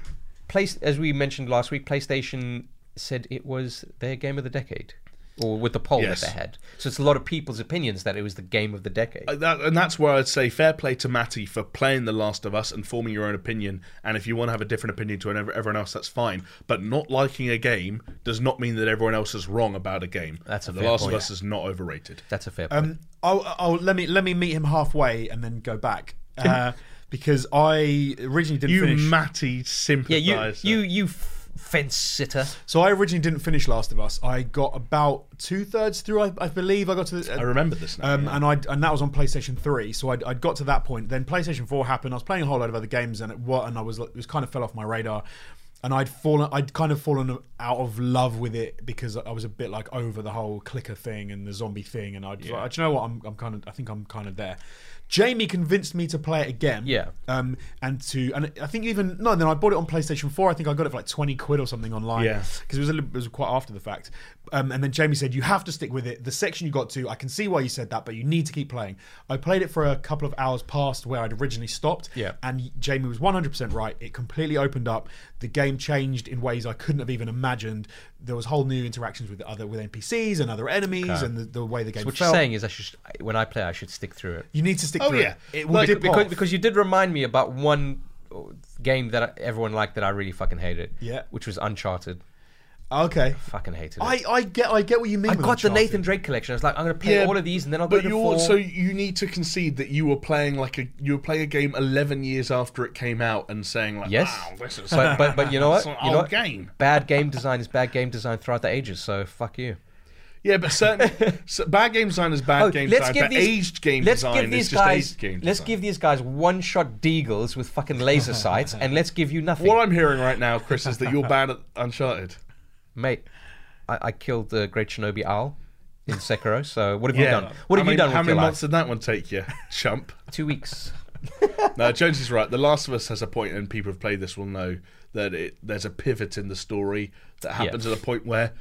Speaker 1: placed as we mentioned last week. PlayStation said it was their game of the decade, or with the poll
Speaker 2: Yes.
Speaker 1: that they had. So it's a lot of people's opinions that it was the game of the decade.
Speaker 2: Uh, That, and that's where I'd say fair play to Matty for playing The Last of Us and forming your own opinion. And if you want to have a different opinion to ev- everyone else, that's fine. But not liking a game does not mean that everyone else is wrong about a game.
Speaker 1: That's a
Speaker 2: And The
Speaker 1: fair
Speaker 2: Last
Speaker 1: point.
Speaker 2: of Us is not overrated.
Speaker 1: That's a fair point.
Speaker 3: Um, I'll, I'll let me let me meet him halfway and then go back uh, because I originally didn't
Speaker 2: You
Speaker 3: finish.
Speaker 2: Matty sympathiser.
Speaker 1: yeah, you you you f- fence sitter.
Speaker 3: so I originally didn't finish Last of Us. I got about two thirds through, I, I believe. I got to the,
Speaker 2: I remember this now.
Speaker 3: Um, And I and that was on PlayStation Three, so I'd, I'd got to that point. Then PlayStation Four happened. I was playing a whole load of other games, and it wa- and I was like- it was kind of fell off my radar. And I'd fallen, I'd kind of fallen out of love with it because I was a bit like over the whole clicker thing and the zombie thing. And I'd, like, do you know what? I'm, I'm kind of, I think I'm kind of there. Jamie convinced me to play it again.
Speaker 1: Yeah.
Speaker 3: Um, and to, and I think even no, then I bought it on PlayStation Four. I think I got it for like twenty quid or something online
Speaker 2: Yeah.
Speaker 3: because it was a little, it was quite after the fact. Um, and then Jamie said, "You have to stick with it. The section you got to, I can see why you said that, but you need to keep playing." I played it for a couple of hours past where I'd originally stopped.
Speaker 1: Yeah.
Speaker 3: And Jamie was 100% right. It completely opened up. The game changed in ways I couldn't have even imagined. There was whole new interactions with other with NPCs and other enemies, and the, the way the game
Speaker 1: What you're
Speaker 3: felt.
Speaker 1: saying is, I should when I play, I should stick through it.
Speaker 3: You need to stick
Speaker 2: Oh,
Speaker 3: through
Speaker 2: yeah.
Speaker 3: it. It will
Speaker 2: Like,
Speaker 3: dip
Speaker 1: because
Speaker 3: off.
Speaker 1: because you did remind me about one uh, game that I, everyone liked that I really fucking hated.
Speaker 3: Yeah.
Speaker 1: which was Uncharted.
Speaker 3: okay.
Speaker 1: Fucking hated it. I,
Speaker 3: I, I get I get what you mean. with
Speaker 1: got the
Speaker 3: Uncharted.
Speaker 1: Nathan Drake collection. I was like, I'm gonna play all of these and then I'll go
Speaker 2: but
Speaker 1: to
Speaker 2: you
Speaker 1: four.
Speaker 2: also you need to concede that you were playing like a you were playing a game 11 years after it came out and saying like
Speaker 1: Yes.
Speaker 2: wow this is
Speaker 1: but, but but you know what?
Speaker 2: it's an
Speaker 1: You know
Speaker 2: old
Speaker 1: what?
Speaker 2: game
Speaker 1: Bad game design is bad game design throughout the ages. So fuck you.
Speaker 2: Yeah, but certain so bad game design is bad
Speaker 1: Oh,
Speaker 2: game
Speaker 1: let's
Speaker 2: design,
Speaker 1: give
Speaker 2: but
Speaker 1: these,
Speaker 2: aged game
Speaker 1: let's
Speaker 2: design
Speaker 1: give these
Speaker 2: is just
Speaker 1: guys,
Speaker 2: aged game
Speaker 1: Let's
Speaker 2: design.
Speaker 1: give these guys one shot deagles with fucking laser sights, and let's give you nothing,
Speaker 2: What I'm hearing right now, Chris, is that you're bad at Uncharted.
Speaker 1: mate. I, I killed the great shinobi owl in Sekiro. So what have
Speaker 2: Yeah.
Speaker 1: you done? What
Speaker 2: How
Speaker 1: have
Speaker 2: many-
Speaker 1: you done
Speaker 2: How
Speaker 1: with
Speaker 2: many
Speaker 1: your
Speaker 2: months did that one take you, chump?
Speaker 1: life? Two weeks.
Speaker 2: No, Jones is right. The Last of Us has a point, and people who've played this will know that it, there's a pivot in the story that happens at a point where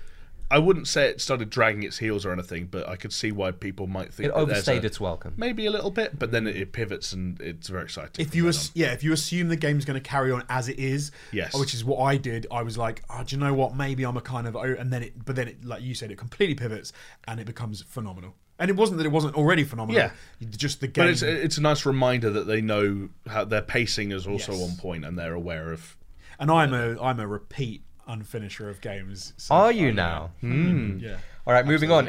Speaker 2: I wouldn't say it started dragging its heels or anything, but I could see why people might think
Speaker 1: It
Speaker 2: that there's
Speaker 1: overstayed
Speaker 2: a-
Speaker 1: its welcome.
Speaker 2: maybe a little bit, but then it, it pivots and it's very exciting.
Speaker 3: If you ass- yeah, if you assume the game's going to carry on as it is,
Speaker 2: Yes.
Speaker 3: which is what I did. I was like, oh, do you know what? Maybe I'm a kind of oh, and then it, but then it, like you said, it completely pivots and it becomes phenomenal. And it wasn't that it wasn't already phenomenal.
Speaker 2: Yeah.
Speaker 3: just the game.
Speaker 2: but it's it's a nice reminder that they know how their pacing is also
Speaker 3: Yes.
Speaker 2: on point and they're aware of.
Speaker 3: and I'm a I'm a repeat unfinisher of games. So
Speaker 1: Are
Speaker 2: oh,
Speaker 1: you now?
Speaker 2: Hmm.
Speaker 1: Hmm.
Speaker 3: yeah.
Speaker 1: All right, moving on.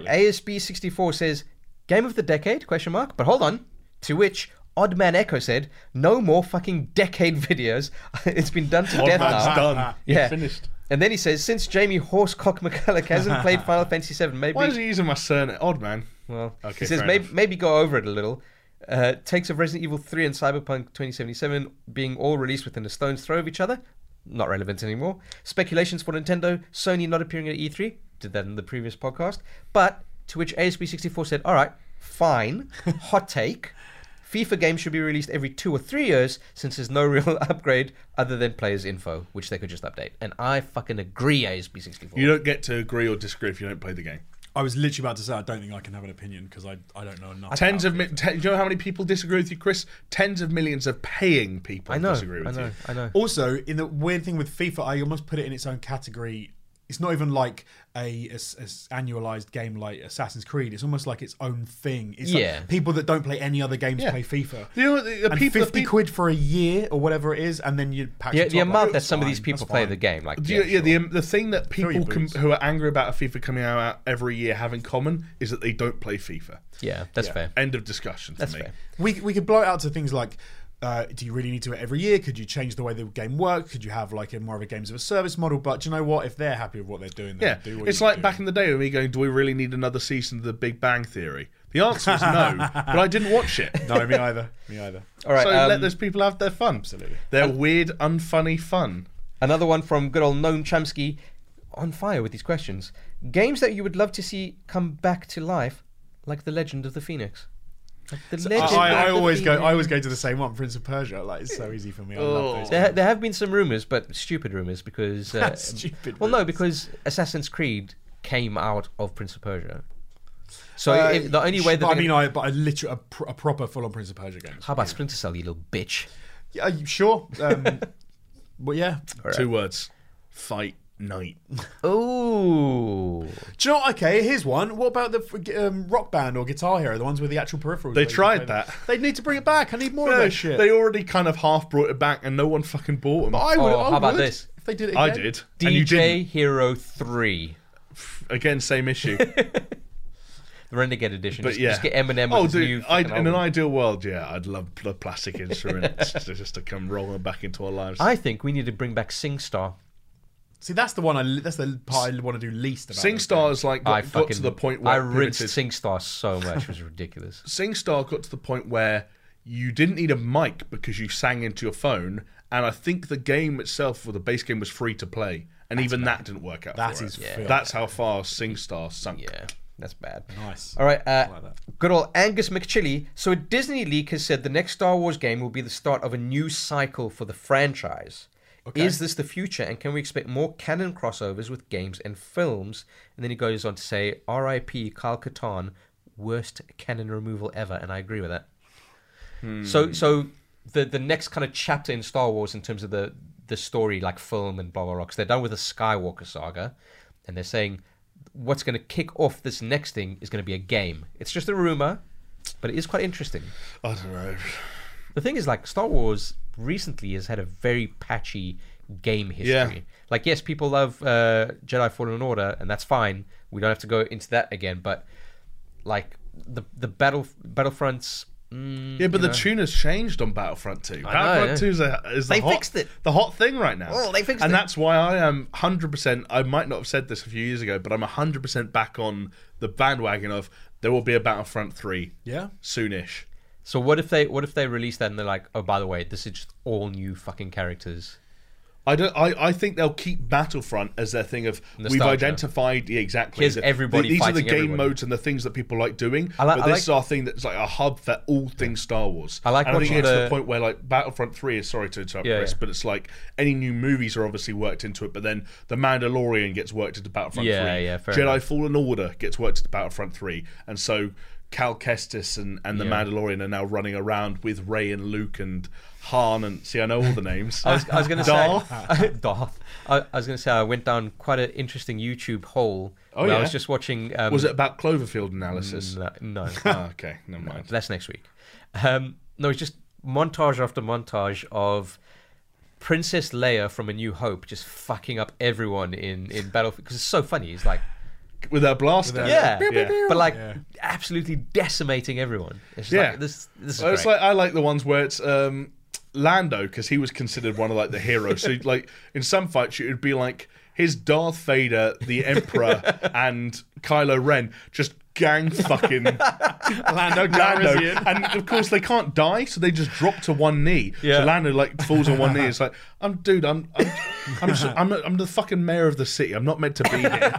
Speaker 1: ASB64 says game of the decade? Question mark. But hold on. To which Oddman Echo said, "No more fucking decade videos. it's been done to death
Speaker 2: Oddman's
Speaker 1: now."
Speaker 2: done.
Speaker 1: Yeah.
Speaker 2: Finished.
Speaker 1: And then he says, "Since Jamie Horsecock McCulloch hasn't played Final Fantasy VII, maybe
Speaker 2: Why is he using my surname? Odd man.
Speaker 1: Well,
Speaker 2: Okay,
Speaker 1: he says
Speaker 2: fair
Speaker 1: maybe,
Speaker 2: enough.
Speaker 1: maybe go over it a little. Uh, takes of Resident Evil 3 and Cyberpunk 2077 being all released within a stone's throw of each other. Not relevant anymore. Speculations for Nintendo, Sony not appearing at E3. Did that in the previous podcast. But to which ASB64 said, all right, fine. Hot take. FIFA games should be released every two or three years since there's no real upgrade other than players' info, which they could just update. And I fucking agree, ASB64.
Speaker 2: You don't get to agree or disagree if you don't play the game.
Speaker 3: I was literally about to say I don't think I can have an opinion because I, I don't know enough.
Speaker 2: Tens
Speaker 3: about
Speaker 2: of mi- ten, do you know how many people disagree with you, Chris? Tens of millions of paying people
Speaker 1: I know.
Speaker 2: disagree with
Speaker 1: I know.
Speaker 2: you.
Speaker 1: I know.
Speaker 3: Also, in the weird thing with FIFA, I almost put it in its own category. It's not even like a, a s- a s- annualized game like Assassin's Creed. It's almost like its own thing. It's like
Speaker 1: Yeah.
Speaker 3: people that don't play any other games
Speaker 2: Yeah.
Speaker 3: play FIFA.
Speaker 2: You know, the, the
Speaker 3: and
Speaker 2: people, the
Speaker 3: 50
Speaker 2: people-
Speaker 3: quid for a year or whatever it is, and then you pack
Speaker 1: The,
Speaker 3: your
Speaker 1: the
Speaker 3: top up.
Speaker 1: amount that
Speaker 3: That's
Speaker 1: some of these
Speaker 3: fine,
Speaker 1: people
Speaker 3: that's
Speaker 1: play
Speaker 3: fine.
Speaker 1: the game, like
Speaker 2: Do
Speaker 1: yeah,
Speaker 2: you- yeah, the, the thing that people
Speaker 3: your
Speaker 2: com-
Speaker 3: boots.
Speaker 2: who are angry about a FIFA coming out every year have in common is that they don't play FIFA.
Speaker 1: Yeah, that's fair.
Speaker 2: End of discussion for
Speaker 1: That's
Speaker 2: me.
Speaker 1: fair.
Speaker 3: We, we could blow it out to things like uh, do you really need to do it every year? Could you change the way the game works? Could you have like a more of a games of a service model? But do you know what? If they're happy with what they're doing,
Speaker 2: Yeah,
Speaker 3: then do what
Speaker 2: it's
Speaker 3: you
Speaker 2: like
Speaker 3: do.
Speaker 2: back in the day when we going, do we really need another season of The Big Bang Theory? The answer was no, but I didn't watch it.
Speaker 3: No, me either. Me either.
Speaker 1: All right.
Speaker 2: so let
Speaker 1: um,
Speaker 2: those people have their fun. Absolutely, their
Speaker 3: Um,
Speaker 2: weird, unfunny fun.
Speaker 1: Another one from good old Noam Chomsky. On fire with these questions. Games that you would love to see come back to life, like The Legend of the Phoenix. Like the Legend
Speaker 3: I,
Speaker 1: of
Speaker 3: I
Speaker 1: the
Speaker 3: always go. I
Speaker 1: Phoenix.
Speaker 3: always go to the same one, Prince of Persia. Like it's so easy for me. I love those.
Speaker 1: There, there have been some rumors, but stupid rumors because. Uh,
Speaker 3: stupid
Speaker 1: Well, no,
Speaker 3: rumours.
Speaker 1: because Assassin's Creed came out of Prince of Persia. So
Speaker 3: Uh,
Speaker 1: if, the only way that
Speaker 3: but I
Speaker 1: they're
Speaker 3: mean,
Speaker 1: gonna-
Speaker 3: I but I literally a, pr- a proper full-on Prince of Persia game.
Speaker 1: how about Splinter Cell, you little bitch?
Speaker 3: Yeah, are you sure. Um, but yeah,
Speaker 2: Two words: fight night.
Speaker 1: Ooh,
Speaker 3: do you know? what? Okay, here's one. What about the fr- um, rock band or Guitar Hero? The ones with the actual peripherals. where you can
Speaker 2: tried
Speaker 3: play them?
Speaker 2: that.
Speaker 3: They need to bring it back. I need more of
Speaker 2: No,
Speaker 3: that shit.
Speaker 2: They already kind of half brought it back, and no one fucking bought them. I,
Speaker 3: I would.
Speaker 1: Oh,
Speaker 3: I
Speaker 1: how about
Speaker 3: would
Speaker 1: this?
Speaker 3: If they did it, again.
Speaker 2: did. and you
Speaker 1: DJ
Speaker 2: didn't.
Speaker 1: Hero Three.
Speaker 2: Again, same issue.
Speaker 1: The Renegade Edition.
Speaker 2: But
Speaker 1: just,
Speaker 2: yeah,
Speaker 1: just get Eminem with
Speaker 2: Oh,
Speaker 1: his new
Speaker 2: dude, I'd,
Speaker 1: fucking
Speaker 2: in an
Speaker 1: album.
Speaker 2: ideal world, yeah, I'd love the plastic instruments just, just to come rolling back into our lives.
Speaker 1: I think we need to bring back SingStar.
Speaker 3: See, that's the one. I. li- That's the part I want to do least about. those
Speaker 2: SingStar is like
Speaker 1: I
Speaker 2: got,
Speaker 1: fucking
Speaker 2: got to the point where
Speaker 1: I
Speaker 2: it
Speaker 1: rinsed
Speaker 2: pivoted.
Speaker 1: SingStar so much; it was ridiculous.
Speaker 2: SingStar got to the point where you didn't need a mic because you sang into your phone, and I think the game itself, or the base game, was free to play, and even that didn't work out.
Speaker 3: That
Speaker 2: for
Speaker 3: is
Speaker 2: it.
Speaker 3: Yeah. fair.
Speaker 2: that's how far SingStar sunk.
Speaker 1: Yeah, that's bad.
Speaker 3: Nice.
Speaker 1: All right, uh,
Speaker 3: like that.
Speaker 1: good old Angus McChilly. So, a Disney leak has said the next Star Wars game will be the start of a new cycle for the franchise. Is this the future, and can we expect more canon crossovers with games and films? And then he goes on to say, "R.I.P. Kyle Katarn, worst canon removal ever," and I agree with that. So, so the the next kind of chapter in Star Wars in terms of the the story, like film and blah blah blah, 'cause they're done with the Skywalker saga, and they're saying what's going to kick off this next thing is going to be a game. It's just a rumor, but it is quite interesting.
Speaker 2: I don't know.
Speaker 1: The thing is, like Star Wars recently has had a very patchy game history.
Speaker 2: Yeah.
Speaker 1: Like, yes, people love uh, Jedi Fallen Order, and that's fine. We don't have to go into that again. But like the the battle Battlefronts mm,
Speaker 2: yeah, but the tune has changed on Battlefront 2. Battlefront
Speaker 1: yeah.
Speaker 2: 2 is, a, is the,
Speaker 1: They
Speaker 2: hot,
Speaker 1: fixed it.
Speaker 2: the hot thing right now.
Speaker 1: Oh, they fixed
Speaker 2: and
Speaker 1: it.
Speaker 2: that's why I am 100%, I might not have said this a few years ago, but I'm 100% back on the bandwagon of there will be a Battlefront 3
Speaker 3: Yeah.
Speaker 2: soonish.
Speaker 1: So what if they what if they release that and they're like, oh by the way, this is just all new fucking characters.
Speaker 2: I don't. I, I think they'll keep Battlefront as their thing of we've
Speaker 1: Nostalgia.
Speaker 2: identified yeah, exactly.
Speaker 1: Here's
Speaker 2: the-
Speaker 1: everybody
Speaker 2: These are the
Speaker 1: fighting
Speaker 2: game
Speaker 1: everyone.
Speaker 2: modes and the things that people like doing.
Speaker 1: I like-
Speaker 2: but
Speaker 1: I
Speaker 2: this
Speaker 1: like-
Speaker 2: is our thing that's like a hub for all things Star Wars.
Speaker 1: I like
Speaker 2: And I think
Speaker 1: watching
Speaker 2: it's to
Speaker 1: the-
Speaker 2: the point where like Battlefront Three is sorry to interrupt,
Speaker 1: Yeah,
Speaker 2: Chris,
Speaker 1: yeah.
Speaker 2: but it's like any new movies are obviously worked into it. But then the Mandalorian gets worked into Battlefront
Speaker 1: Yeah,
Speaker 2: Three.
Speaker 1: yeah, fair
Speaker 2: Jedi
Speaker 1: enough.
Speaker 2: Fallen Order gets worked into Battlefront Three, and so. Cal Kestis and, and the Mandalorian are now running around with Ray and Luke and Han and see I know all the names.
Speaker 1: I was, I was gonna
Speaker 2: Darth.
Speaker 1: say Darth. I, I was gonna say I went down quite an interesting YouTube hole.
Speaker 2: Oh,
Speaker 1: where I
Speaker 2: yeah?
Speaker 1: was just watching. Um,
Speaker 2: Was it about Cloverfield analysis?
Speaker 1: No, no.
Speaker 2: Ah, okay, never
Speaker 1: No,
Speaker 2: mind.
Speaker 1: that's next week. Um, no, it's just montage after montage of Princess Leia from A New Hope just fucking up everyone in in Battlefield because it's so funny. It's like
Speaker 2: With our blaster.
Speaker 1: yeah,
Speaker 2: yeah.
Speaker 1: but like
Speaker 3: Yeah.
Speaker 1: absolutely decimating everyone. It's just
Speaker 2: Yeah.
Speaker 1: like, this this is
Speaker 2: Well, it's
Speaker 1: great.
Speaker 2: like I like the ones where it's um, Lando because he was considered one of like the heroes. so like in some fights, it would be like his Darth Vader, the Emperor, and Kylo Ren just gang fucking Lando.
Speaker 3: Lando Calrissian.
Speaker 2: And of course, they can't die, so they just drop to one knee.
Speaker 1: Yeah.
Speaker 2: So Lando like falls on one knee. It's like, I'm dude, I'm I'm I'm, just, I'm, I'm the fucking mayor of the city. I'm not meant to be here.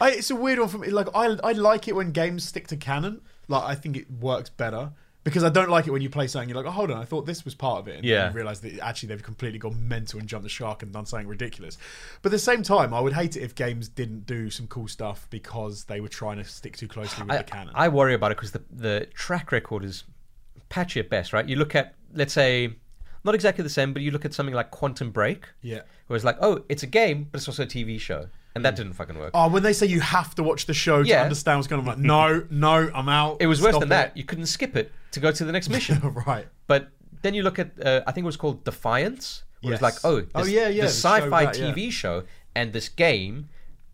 Speaker 3: I, it's a weird one for me. Like I, I like it when games stick to canon. Like I think it works better because I don't like it when you play something. You're like, oh, hold on, I thought this was part of it, and
Speaker 1: Yeah.
Speaker 3: then you realize that actually they've completely gone mental and jumped the shark and done something ridiculous. But at the same time, I would hate it if games didn't do some cool stuff because they were trying to stick too closely with
Speaker 1: I,
Speaker 3: the canon.
Speaker 1: I worry about it because the the track record is patchy at best, right? You look at let's say not exactly the same, but you look at something like Quantum Break,
Speaker 3: yeah.
Speaker 1: where it's like, oh, it's a game, but it's also a TV show, and that didn't fucking work.
Speaker 3: Oh, when they say you have to watch the show to
Speaker 1: Yeah.
Speaker 3: understand what's going on, I'm like, no, no, I'm out.
Speaker 1: It was worse
Speaker 3: Stop
Speaker 1: than that. You couldn't skip it to go to the next mission.
Speaker 3: it. right.
Speaker 1: but then you look at, uh, I think it was called Defiance, where it's
Speaker 3: Yes.
Speaker 1: like, oh, this,
Speaker 3: Oh, yeah,
Speaker 1: the
Speaker 3: yeah, the show
Speaker 1: sci-fi
Speaker 3: that, yeah.
Speaker 1: TV show and this game,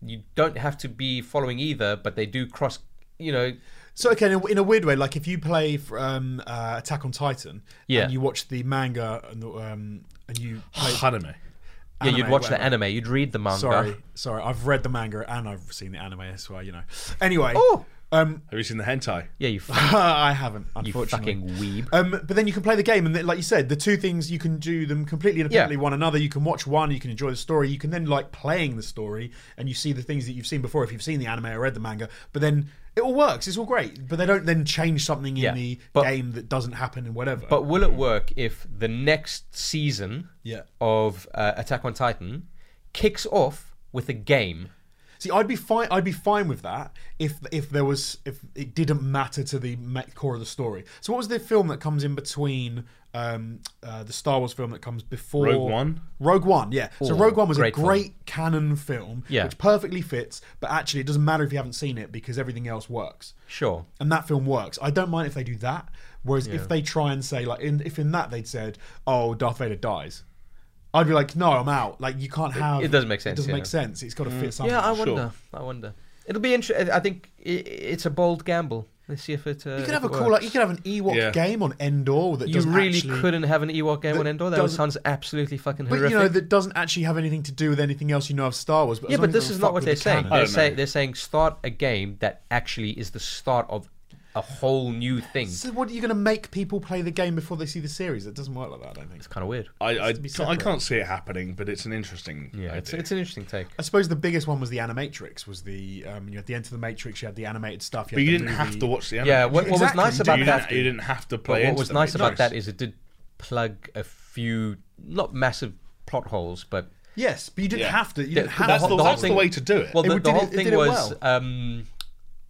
Speaker 1: you don't have to be following either, but they do cross, you know,
Speaker 3: So okay, in a, in a weird way, like if you play for, um, uh, Attack on Titan,
Speaker 1: Yeah.
Speaker 3: and you watch the manga and the, um, and you play
Speaker 2: Haname.
Speaker 1: yeah, you'd
Speaker 3: Anime,
Speaker 1: watch the
Speaker 3: whatever.
Speaker 1: anime, you'd read the manga.
Speaker 3: Sorry, sorry, I've read the manga and I've seen the anime. That's why you know. Anyway,
Speaker 1: Oh!
Speaker 3: um,
Speaker 2: Have you seen the hentai?
Speaker 1: Yeah, you, fucking,
Speaker 3: I haven't,
Speaker 1: you
Speaker 3: unfortunately.
Speaker 1: fucking weeb.
Speaker 3: um, but then you can play the game, and th- like you said, the two things you can do them completely independently one another. You can watch one, you can enjoy the story. You can then like playing the story, and you see the things that you've seen before if you've seen the anime or read the manga. But then it all works; it's all great. But they don't then change something in
Speaker 1: Yeah,
Speaker 3: the
Speaker 1: but-
Speaker 3: game that doesn't happen and whatever.
Speaker 1: But will it work if the next season
Speaker 3: Yeah.
Speaker 1: of uh, Attack on Titan kicks off with a game?
Speaker 3: See, I'd be fine. I'd be fine with that if if there was if it didn't matter to the ma- core of the story. So, what was the film that comes in between um, uh, the Star Wars film that comes before
Speaker 2: Rogue One?
Speaker 3: Rogue One, yeah. so
Speaker 1: Ooh,
Speaker 3: Rogue One was
Speaker 1: great
Speaker 3: a
Speaker 1: film.
Speaker 3: great canon film,
Speaker 1: Yeah.
Speaker 3: which perfectly fits. But actually, it doesn't matter if you haven't seen it because everything else works
Speaker 1: Sure.
Speaker 3: and that film works. I don't mind if they do that. Whereas if they try and say like, in, if in that they'd said, "Oh, Darth Vader dies," I'd be like, "No, I'm out." Like you can't have.
Speaker 1: it doesn't make sense,
Speaker 3: It doesn't
Speaker 1: yeah. Mm.
Speaker 3: make sense. It's got to fit something.
Speaker 1: Yeah, I
Speaker 2: Sure.
Speaker 1: wonder. I wonder. It'll be interesting. I think i- it's a bold gamble. Let's see if it. Uh,
Speaker 3: You
Speaker 1: if
Speaker 3: could have
Speaker 1: it
Speaker 3: a cool,
Speaker 1: works.
Speaker 3: like you could have an Ewok
Speaker 2: Yeah.
Speaker 3: game on Endor that
Speaker 1: you
Speaker 3: doesn't
Speaker 1: really
Speaker 3: actually,
Speaker 1: couldn't have an Ewok game
Speaker 3: that
Speaker 1: on Endor. That was-
Speaker 3: doesn't-
Speaker 1: sounds absolutely fucking
Speaker 3: but
Speaker 1: horrific.
Speaker 3: you know that doesn't actually have anything to do with anything else you know of Star Wars. But
Speaker 1: yeah,
Speaker 3: as long
Speaker 1: but
Speaker 3: as
Speaker 1: this
Speaker 3: it
Speaker 1: is
Speaker 3: doesn't
Speaker 1: not
Speaker 3: fuck
Speaker 1: what
Speaker 3: with
Speaker 1: they're
Speaker 3: the
Speaker 1: saying.
Speaker 3: canon.
Speaker 1: They're
Speaker 2: don't
Speaker 1: saying
Speaker 2: know.
Speaker 1: they're saying start a game that actually is the start of a whole new thing.
Speaker 3: So what are you going to make people play the game before they see the series? It doesn't work like that. I don't think.
Speaker 1: It's kind of weird.
Speaker 2: I I,
Speaker 3: to be
Speaker 2: can't- I
Speaker 3: separate.
Speaker 2: can't see it happening, but it's an interesting.
Speaker 1: Yeah, it's,
Speaker 2: idea.
Speaker 1: it's an interesting take.
Speaker 3: I suppose the biggest one was the Animatrix. Was the um, you had the Enter the Matrix. You had the animated stuff. You
Speaker 2: but
Speaker 3: had
Speaker 2: you
Speaker 3: the
Speaker 2: didn't
Speaker 3: movie.
Speaker 2: have to watch the. Anime.
Speaker 1: Yeah, what, what was
Speaker 3: exactly.
Speaker 1: nice
Speaker 3: You
Speaker 1: about
Speaker 2: you,
Speaker 1: that?
Speaker 2: didn't, you didn't have to
Speaker 1: But
Speaker 2: play.
Speaker 1: what
Speaker 2: into
Speaker 1: was
Speaker 2: the
Speaker 1: nice about
Speaker 2: Matrix.
Speaker 1: that is it did plug a few not massive plot holes, but
Speaker 3: Yes, but you didn't
Speaker 2: Yeah.
Speaker 3: have to. You
Speaker 1: The-
Speaker 3: didn't have
Speaker 2: that's
Speaker 1: whole-
Speaker 2: the,
Speaker 3: to.
Speaker 1: the whole
Speaker 2: that's the
Speaker 1: thing-
Speaker 2: way to do it.
Speaker 1: Well,
Speaker 3: It
Speaker 1: the,
Speaker 3: did
Speaker 1: the
Speaker 3: it-
Speaker 1: whole
Speaker 3: it
Speaker 1: thing
Speaker 3: did it
Speaker 1: was
Speaker 3: well.
Speaker 1: um,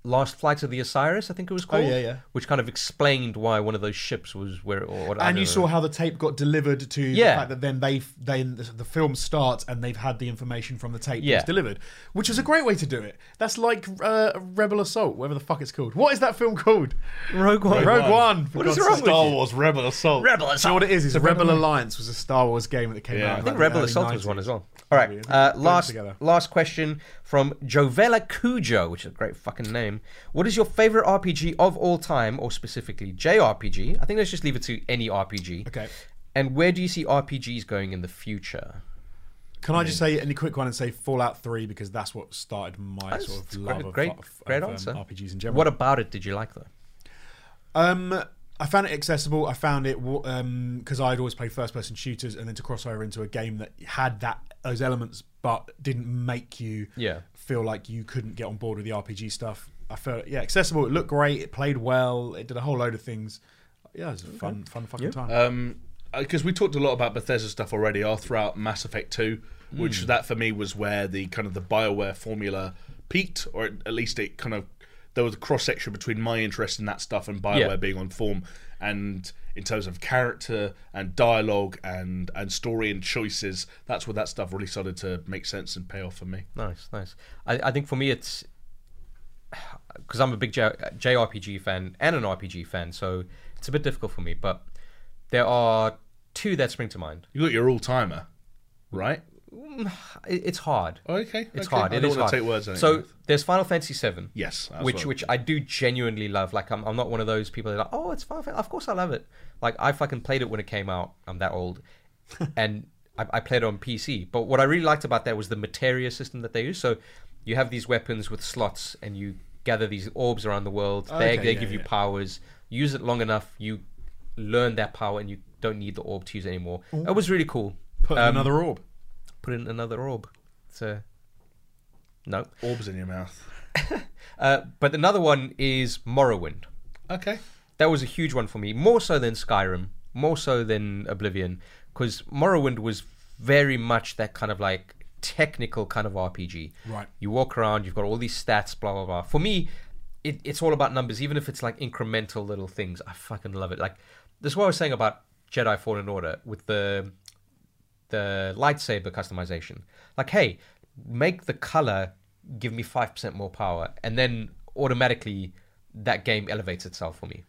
Speaker 1: Last Flight of the Osiris, I think it was
Speaker 3: Oh,
Speaker 1: called.
Speaker 3: yeah, yeah.
Speaker 1: Which kind of explained why one of those ships was where or what. I
Speaker 3: and you
Speaker 1: don't
Speaker 3: saw
Speaker 1: know.
Speaker 3: how the tape got delivered to
Speaker 1: Yeah.
Speaker 3: the fact that then they then the, the film starts and they've had the information from the tape
Speaker 1: Yeah.
Speaker 3: that's delivered, which is a great way to do it. That's like uh, Rebel Assault, whatever the fuck it's called. What is that film called?
Speaker 1: Rogue One.
Speaker 3: Rogue One.
Speaker 1: What is wrong with
Speaker 2: Star
Speaker 1: you?
Speaker 2: Wars Rebel Assault.
Speaker 1: Rebel
Speaker 3: So
Speaker 1: Assault.
Speaker 3: what it is is Rebel Alliance was a Star Wars game that came
Speaker 2: Yeah.
Speaker 3: out.
Speaker 1: I
Speaker 2: I
Speaker 3: in
Speaker 1: think
Speaker 3: like the
Speaker 1: Rebel
Speaker 3: early
Speaker 1: Assault was
Speaker 3: 90s.
Speaker 1: one as well. All right.
Speaker 3: Maybe.
Speaker 1: Uh,
Speaker 3: Put them
Speaker 1: last
Speaker 3: together.
Speaker 1: last question from Jovella Cujo, which is a great fucking name. What is your favorite RPG of all time, or specifically JRPG? I think let's just leave it to any RPG.
Speaker 3: Okay.
Speaker 1: And where do you see RPGs going in the future?
Speaker 3: Can I just say any quick one and say Fallout Three because that's what started my
Speaker 1: That's
Speaker 3: sort of
Speaker 1: a
Speaker 3: love
Speaker 1: great-
Speaker 3: of,
Speaker 1: great-
Speaker 3: of,
Speaker 1: great
Speaker 3: of,
Speaker 1: answer.
Speaker 3: Um, RPGs in general.
Speaker 1: What about it did you like though?
Speaker 3: Um, I found it accessible. I found it because I'd always played first-person shooters, and then to cross over into a game that had that those elements but didn't make you
Speaker 1: Yeah.
Speaker 3: feel like you couldn't get on board with the RPG stuff. I felt yeah accessible. It looked great. It played well. It did a whole load of things. Yeah, it was a fun, fun fucking time.
Speaker 1: Um,
Speaker 2: because Mm. Uh, we talked a lot about Bethesda stuff already all throughout Mass Effect 2,
Speaker 1: Mm.
Speaker 2: which that for me was where the kind of the Bioware formula peaked, or at least it kind of there was a cross section between my interest in that stuff and Bioware
Speaker 1: Yeah.
Speaker 2: being on form, and in terms of character and dialogue and and story and choices, that's where that stuff really started to make sense and pay off for me.
Speaker 1: Nice, nice. I, I think for me it's because I'm a big J- JRPG fan and an RPG fan, so it's a bit difficult for me. But there are two that spring to mind.
Speaker 2: You got your all timer, right?
Speaker 1: It- It's hard.
Speaker 2: Okay,
Speaker 1: It's
Speaker 2: okay.
Speaker 1: hard.
Speaker 2: I
Speaker 1: It
Speaker 2: don't
Speaker 1: is hard.
Speaker 2: want to take words. out of your
Speaker 1: so
Speaker 2: mouth.
Speaker 1: there's Final Fantasy VII.
Speaker 2: yes, that's
Speaker 1: which
Speaker 2: what-
Speaker 1: which I do genuinely love. Like I'm, I'm not one of those people that are like, oh, it's Final Fantasy. Of course I love it. Like I fucking played it when it came out. I'm that old, and I, I played it on PC. But what I really liked about that was the materia system that they use. So you have these weapons with slots, and you gather these orbs around the world. they
Speaker 3: Okay,
Speaker 1: they
Speaker 3: yeah,
Speaker 1: give you
Speaker 3: yeah.
Speaker 1: powers. Use it long enough, you learn that power, and you don't need the orb to use it anymore. That was really cool.
Speaker 3: Put in another orb.
Speaker 1: Put in another orb. So no.
Speaker 2: orbs in your mouth.
Speaker 1: Uh, but another one is Morrowind.
Speaker 2: Okay,
Speaker 1: that was a huge one for me, more so than Skyrim, more so than Oblivion, because Morrowind was very much that kind of like technical kind of RPG.
Speaker 3: Right.
Speaker 1: You walk around, you've got all these stats, blah blah blah. For me, it, it's all about numbers, even if it's like incremental little things. I fucking love it. Like this is what I was saying about Jedi Fallen Order with the the lightsaber customization. Like, hey, make the color give me five percent more power, and then automatically that game elevates itself for me.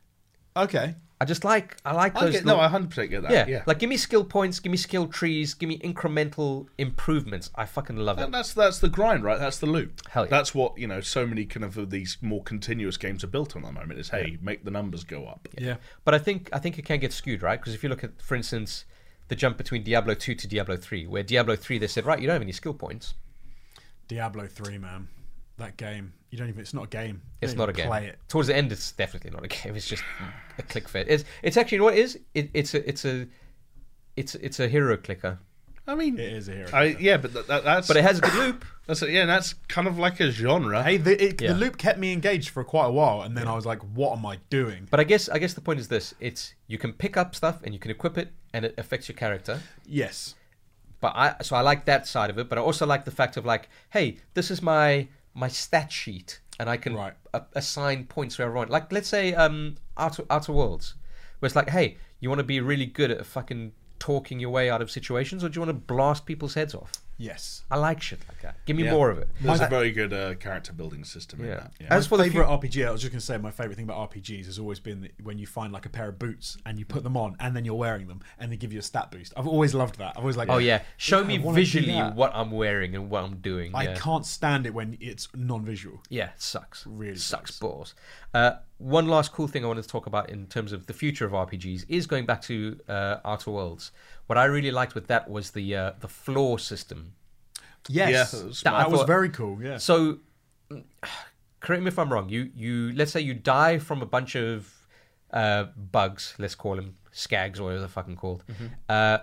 Speaker 3: Okay.
Speaker 1: I just like I like
Speaker 2: I
Speaker 1: those.
Speaker 2: get,
Speaker 1: little-
Speaker 2: no, I hundred percent get that.
Speaker 1: yeah,
Speaker 2: yeah.
Speaker 1: like give me skill points, give me skill trees, give me incremental improvements. I fucking love it.
Speaker 2: And that's that's the grind, right? That's the loop.
Speaker 1: Hell yeah.
Speaker 2: That's what you know. So many kind of these more continuous games are built on at the moment. Is hey, make the numbers go up.
Speaker 3: Yeah.
Speaker 1: But I think I think it can get skewed, right? Because if you look at, for instance, the jump between Diablo two to Diablo three, where Diablo three they said, right, you don't have any skill points.
Speaker 3: Diablo Three, man. That game. You don't even. It's not a game. You
Speaker 1: It's
Speaker 3: don't
Speaker 1: not a
Speaker 3: even
Speaker 1: game.
Speaker 3: Play it.
Speaker 1: Towards the end, it's definitely not a game. It's just a click fit. It's it's actually you know what it is? It, it's a it's a it's it's a hero clicker,
Speaker 2: I mean,
Speaker 3: It is a hero.
Speaker 2: I, yeah, but that, that, that's
Speaker 1: but it has a good loop.
Speaker 2: that's yeah, and that's kind of like a genre.
Speaker 3: Hey, the, it,
Speaker 1: Yeah.
Speaker 3: the loop kept me engaged for quite a while, and then I was like, "What am I doing?"
Speaker 1: But I guess I guess the point is this: it's you can pick up stuff and you can equip it, and it affects your character.
Speaker 3: Yes,
Speaker 1: But I so I like that side of it, but I also like the fact of like, hey, this is my my stat sheet, and I can
Speaker 3: Right.
Speaker 1: a- assign points where I want. Like let's say um Outer Outer Worlds, where it's like, hey, you want to be really good at fucking talking your way out of situations, or do you want to blast people's heads off?
Speaker 3: yes.
Speaker 1: I like shit like that. Give me
Speaker 2: Yeah.
Speaker 1: more of it.
Speaker 2: There's a very good uh, character building system in
Speaker 1: Yeah.
Speaker 2: that. Yeah.
Speaker 1: As for the
Speaker 3: favorite RPG, I was just gonna say my favorite thing about RPGs has always been that when you find like a pair of boots and you put them on, and then you're wearing them, and they give you a stat boost. I've always loved that. I've always like,
Speaker 1: Oh yeah, show
Speaker 3: I
Speaker 1: me
Speaker 3: wanna do
Speaker 1: visually
Speaker 3: that.
Speaker 1: what I'm wearing and what I'm doing.
Speaker 3: I
Speaker 1: yeah.
Speaker 3: can't stand it when it's non-visual.
Speaker 1: Yeah, it sucks.
Speaker 3: Really
Speaker 1: sucks, balls. Uh, one last cool thing I wanted to talk about in terms of the future of RPGs is going back to uh, Outer Worlds. What I really liked with that was the uh, the floor system.
Speaker 3: Yes,
Speaker 2: Yeah, it
Speaker 3: that,
Speaker 2: was
Speaker 1: smart.
Speaker 3: was
Speaker 1: I thought-
Speaker 3: very cool. Yeah,
Speaker 1: So, mm, correct me if I'm wrong. You you let's say you die from a bunch of uh, bugs. Let's call them skags or whatever they're fucking called.
Speaker 3: Mm-hmm.
Speaker 1: Uh,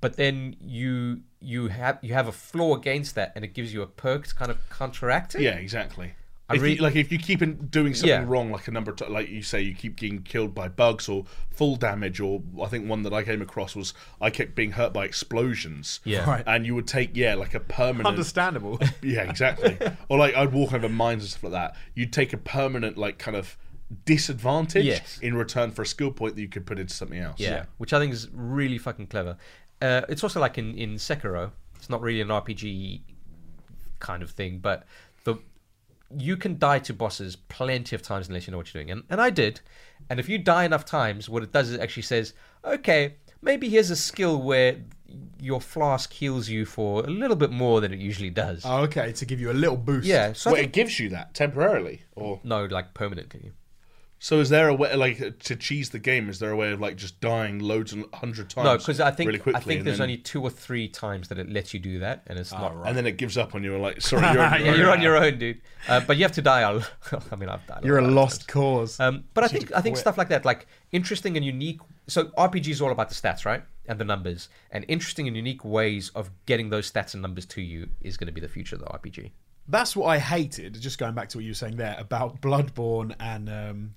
Speaker 1: but then you you have you have a flaw against that, and it gives you a perk to kind of counteract it.
Speaker 2: Yeah, exactly.
Speaker 1: I
Speaker 2: If
Speaker 1: re-
Speaker 2: you, like if you keep in doing something
Speaker 1: Yeah.
Speaker 2: wrong, like a number of times, like you say, you keep getting killed by bugs or full damage, or I think one that I came across was I kept being hurt by explosions.
Speaker 1: Yeah.
Speaker 3: Right.
Speaker 2: and you would take yeah like a permanent
Speaker 3: understandable.
Speaker 2: Yeah, exactly. or like I'd walk over mines and stuff like that. You'd take a permanent like kind of disadvantage
Speaker 1: Yes.
Speaker 2: in return for a skill point that you could put into something else.
Speaker 1: Yeah, which I think is really fucking clever. Uh, it's also like in, in Sekiro, it's not really an RPG kind of thing, but the you can die to bosses plenty of times unless you know what you're doing. And, and I did. And if you die enough times, what it does is it actually says, okay, maybe here's a skill where your flask heals you for a little bit more than it usually does.
Speaker 3: Oh, okay, to give you a little boost.
Speaker 1: yeah. So I
Speaker 2: Well,
Speaker 1: think-
Speaker 2: it gives you that temporarily, or
Speaker 1: no, like permanently.
Speaker 2: so is there a way like to cheese the game? Is there a way of like just dying loads and hundred times?
Speaker 1: No, because I think
Speaker 2: really quickly,
Speaker 1: I think
Speaker 2: and
Speaker 1: there's
Speaker 2: then- Ah,
Speaker 1: only two or three times that it lets you do that, and it's not right.
Speaker 2: and then it gives up on you. and Like sorry, you're on
Speaker 1: Yeah,
Speaker 2: your own
Speaker 1: you're on
Speaker 2: now.
Speaker 1: your own, dude. Uh, but you have to die. I'll, I mean, I've died.
Speaker 3: You're a
Speaker 1: lot.
Speaker 3: lost cause.
Speaker 1: Um, but I think I think stuff like that, like interesting and unique. So RPG is all about the stats, right, and the numbers, and interesting and unique ways of getting those stats and numbers to you is going to be the future of the RPG.
Speaker 3: That's what I hated. Just going back to what you were saying there about Bloodborne and um,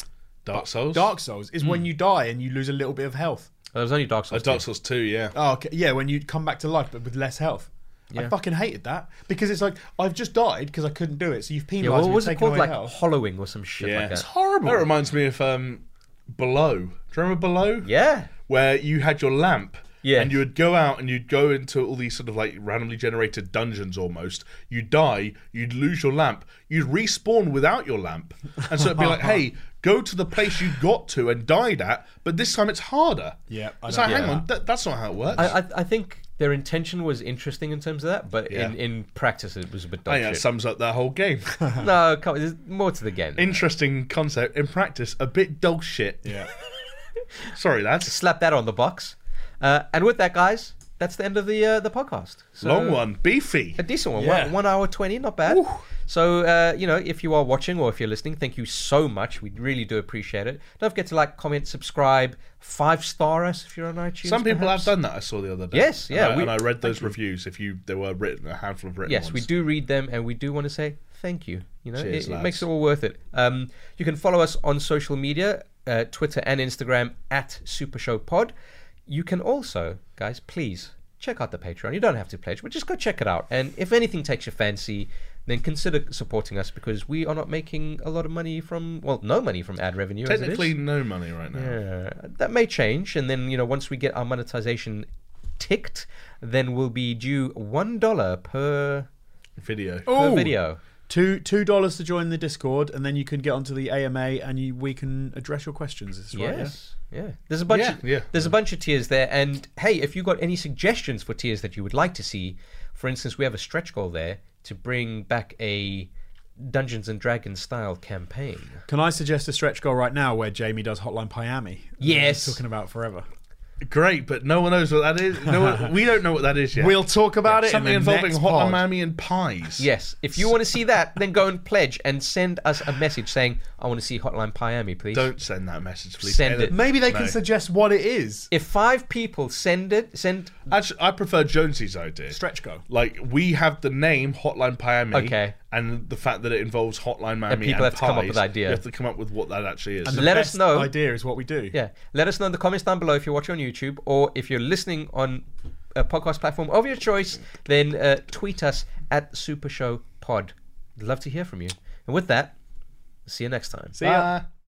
Speaker 2: Dark Souls.
Speaker 3: Dark Souls is
Speaker 1: Hmm.
Speaker 3: when you die and you lose a little bit of health.
Speaker 1: There was only Dark
Speaker 2: Uh,
Speaker 1: Souls.
Speaker 2: Dark
Speaker 1: two.
Speaker 2: Souls Two. Yeah.
Speaker 3: Oh, okay. yeah, when you come back to life but with less health. I
Speaker 1: Yeah.
Speaker 3: fucking hated that because it's like I've just died because I couldn't do it. So you've
Speaker 1: Yeah,
Speaker 3: penalised
Speaker 1: what
Speaker 3: me,
Speaker 1: was it
Speaker 3: taken
Speaker 1: called?
Speaker 3: away
Speaker 1: Like
Speaker 3: health.
Speaker 1: hollowing or some shit
Speaker 2: Yeah.
Speaker 1: like
Speaker 2: It's
Speaker 1: that.
Speaker 3: horrible.
Speaker 2: That reminds me of um, Below. Do you remember Below?
Speaker 1: Yeah.
Speaker 2: Where you had your lamp.
Speaker 1: Yes.
Speaker 2: And you would go out and you'd go into all these sort of like randomly generated dungeons almost. You'd die, you'd lose your lamp, you'd respawn without your lamp. And so it'd be like, hey, go to the place you got to and died at, but this time it's harder.
Speaker 3: Yeah, I
Speaker 2: It's
Speaker 3: don't
Speaker 2: like,
Speaker 3: get
Speaker 2: hang on, that, that's not how it works.
Speaker 1: I, I, I think their intention was interesting in terms of that, but in,
Speaker 2: Yeah. Oh,
Speaker 1: in practice it was a bit
Speaker 2: I
Speaker 1: dog
Speaker 2: think that
Speaker 1: shit.
Speaker 2: sums up that whole game.
Speaker 1: No, come on, there's more to the game. than that.
Speaker 2: Interesting concept. In practice, a bit dog shit.
Speaker 3: Yeah.
Speaker 2: Sorry, lads.
Speaker 1: Slap that on the box. Uh, and with that, guys, that's the end of the uh, the podcast. So-
Speaker 2: Long one, beefy.
Speaker 1: a decent one.
Speaker 3: Yeah.
Speaker 1: One, one hour 20, not bad. So, uh, you know, if you are watching or if you're listening, thank you so much. We really do appreciate it. Don't forget to like, comment, subscribe, five star us if you're on iTunes.
Speaker 2: Some people
Speaker 1: perhaps.
Speaker 2: have done that. I saw the other day.
Speaker 1: Yes, yeah,
Speaker 2: And I,
Speaker 1: we-
Speaker 2: and I read those reviews. If you, they were written a handful of written.
Speaker 1: Yes, we
Speaker 2: ones.
Speaker 1: do read them and we do want to say thank you. You know,
Speaker 2: Cheers,
Speaker 1: it, it
Speaker 2: lads.
Speaker 1: makes it all worth it. Um, you can follow us on social media uh, Twitter and Instagram at Super Show Pod. You can also, guys, please check out the Patreon. You don't have to pledge, but just go check it out. And if anything takes your fancy, then consider supporting us because we are not making a lot of money from, well, no money from ad revenue. as it is.
Speaker 2: Technically, no money right now.
Speaker 1: Yeah, that may change, and then you know once we get our monetization ticked, then we'll be due one dollar per
Speaker 2: Video. Oh,
Speaker 1: per
Speaker 3: Ooh.
Speaker 1: video.
Speaker 3: Two two dollars to join the Discord, and then you can get onto the AMA, and you, we can address your questions. This is right, yeah?
Speaker 1: Yes. Yeah. There's a bunch
Speaker 2: Yeah,
Speaker 1: of
Speaker 2: yeah.
Speaker 1: there's a bunch of tiers there and hey, if you got any suggestions for tiers that you would like to see, for instance, we have a stretch goal there to bring back a Dungeons and Dragons style campaign.
Speaker 3: Can I suggest a stretch goal right now where Jamie does Hotline Miami?
Speaker 1: Yes.
Speaker 3: Talking about forever.
Speaker 2: Great, but no one knows what that is. No, one, we don't know what that is yet.
Speaker 3: We'll talk about it.
Speaker 2: something
Speaker 3: in the
Speaker 2: involving
Speaker 3: next
Speaker 2: hot
Speaker 3: pod.
Speaker 2: umami and pies.
Speaker 1: Yes. If you want to see that, then go and pledge and send us a message saying, I want to see Hotline Miami, please.
Speaker 2: Don't send that message, please.
Speaker 1: Send
Speaker 2: Edit.
Speaker 1: it.
Speaker 3: Maybe they can
Speaker 2: No.
Speaker 3: suggest what it is.
Speaker 1: If five people send it, send
Speaker 2: Actually, I prefer Jonesy's idea.
Speaker 3: Stretch go.
Speaker 2: Like we have the name Hotline Miami,
Speaker 1: Okay.
Speaker 2: and the fact that it involves Hotline Miami and
Speaker 1: people have to come up
Speaker 2: pies,
Speaker 1: with idea.
Speaker 2: You have to come up with what that actually is.
Speaker 1: Let us
Speaker 3: Best
Speaker 1: know.
Speaker 3: Idea is what we do.
Speaker 1: Yeah. Let us know in the comments down below if you're watching on YouTube or if you're listening on a podcast platform of your choice, then uh, tweet us at Super Show Pod. Love to hear from you. And with that, see you next time.
Speaker 3: See ya.
Speaker 2: Bye.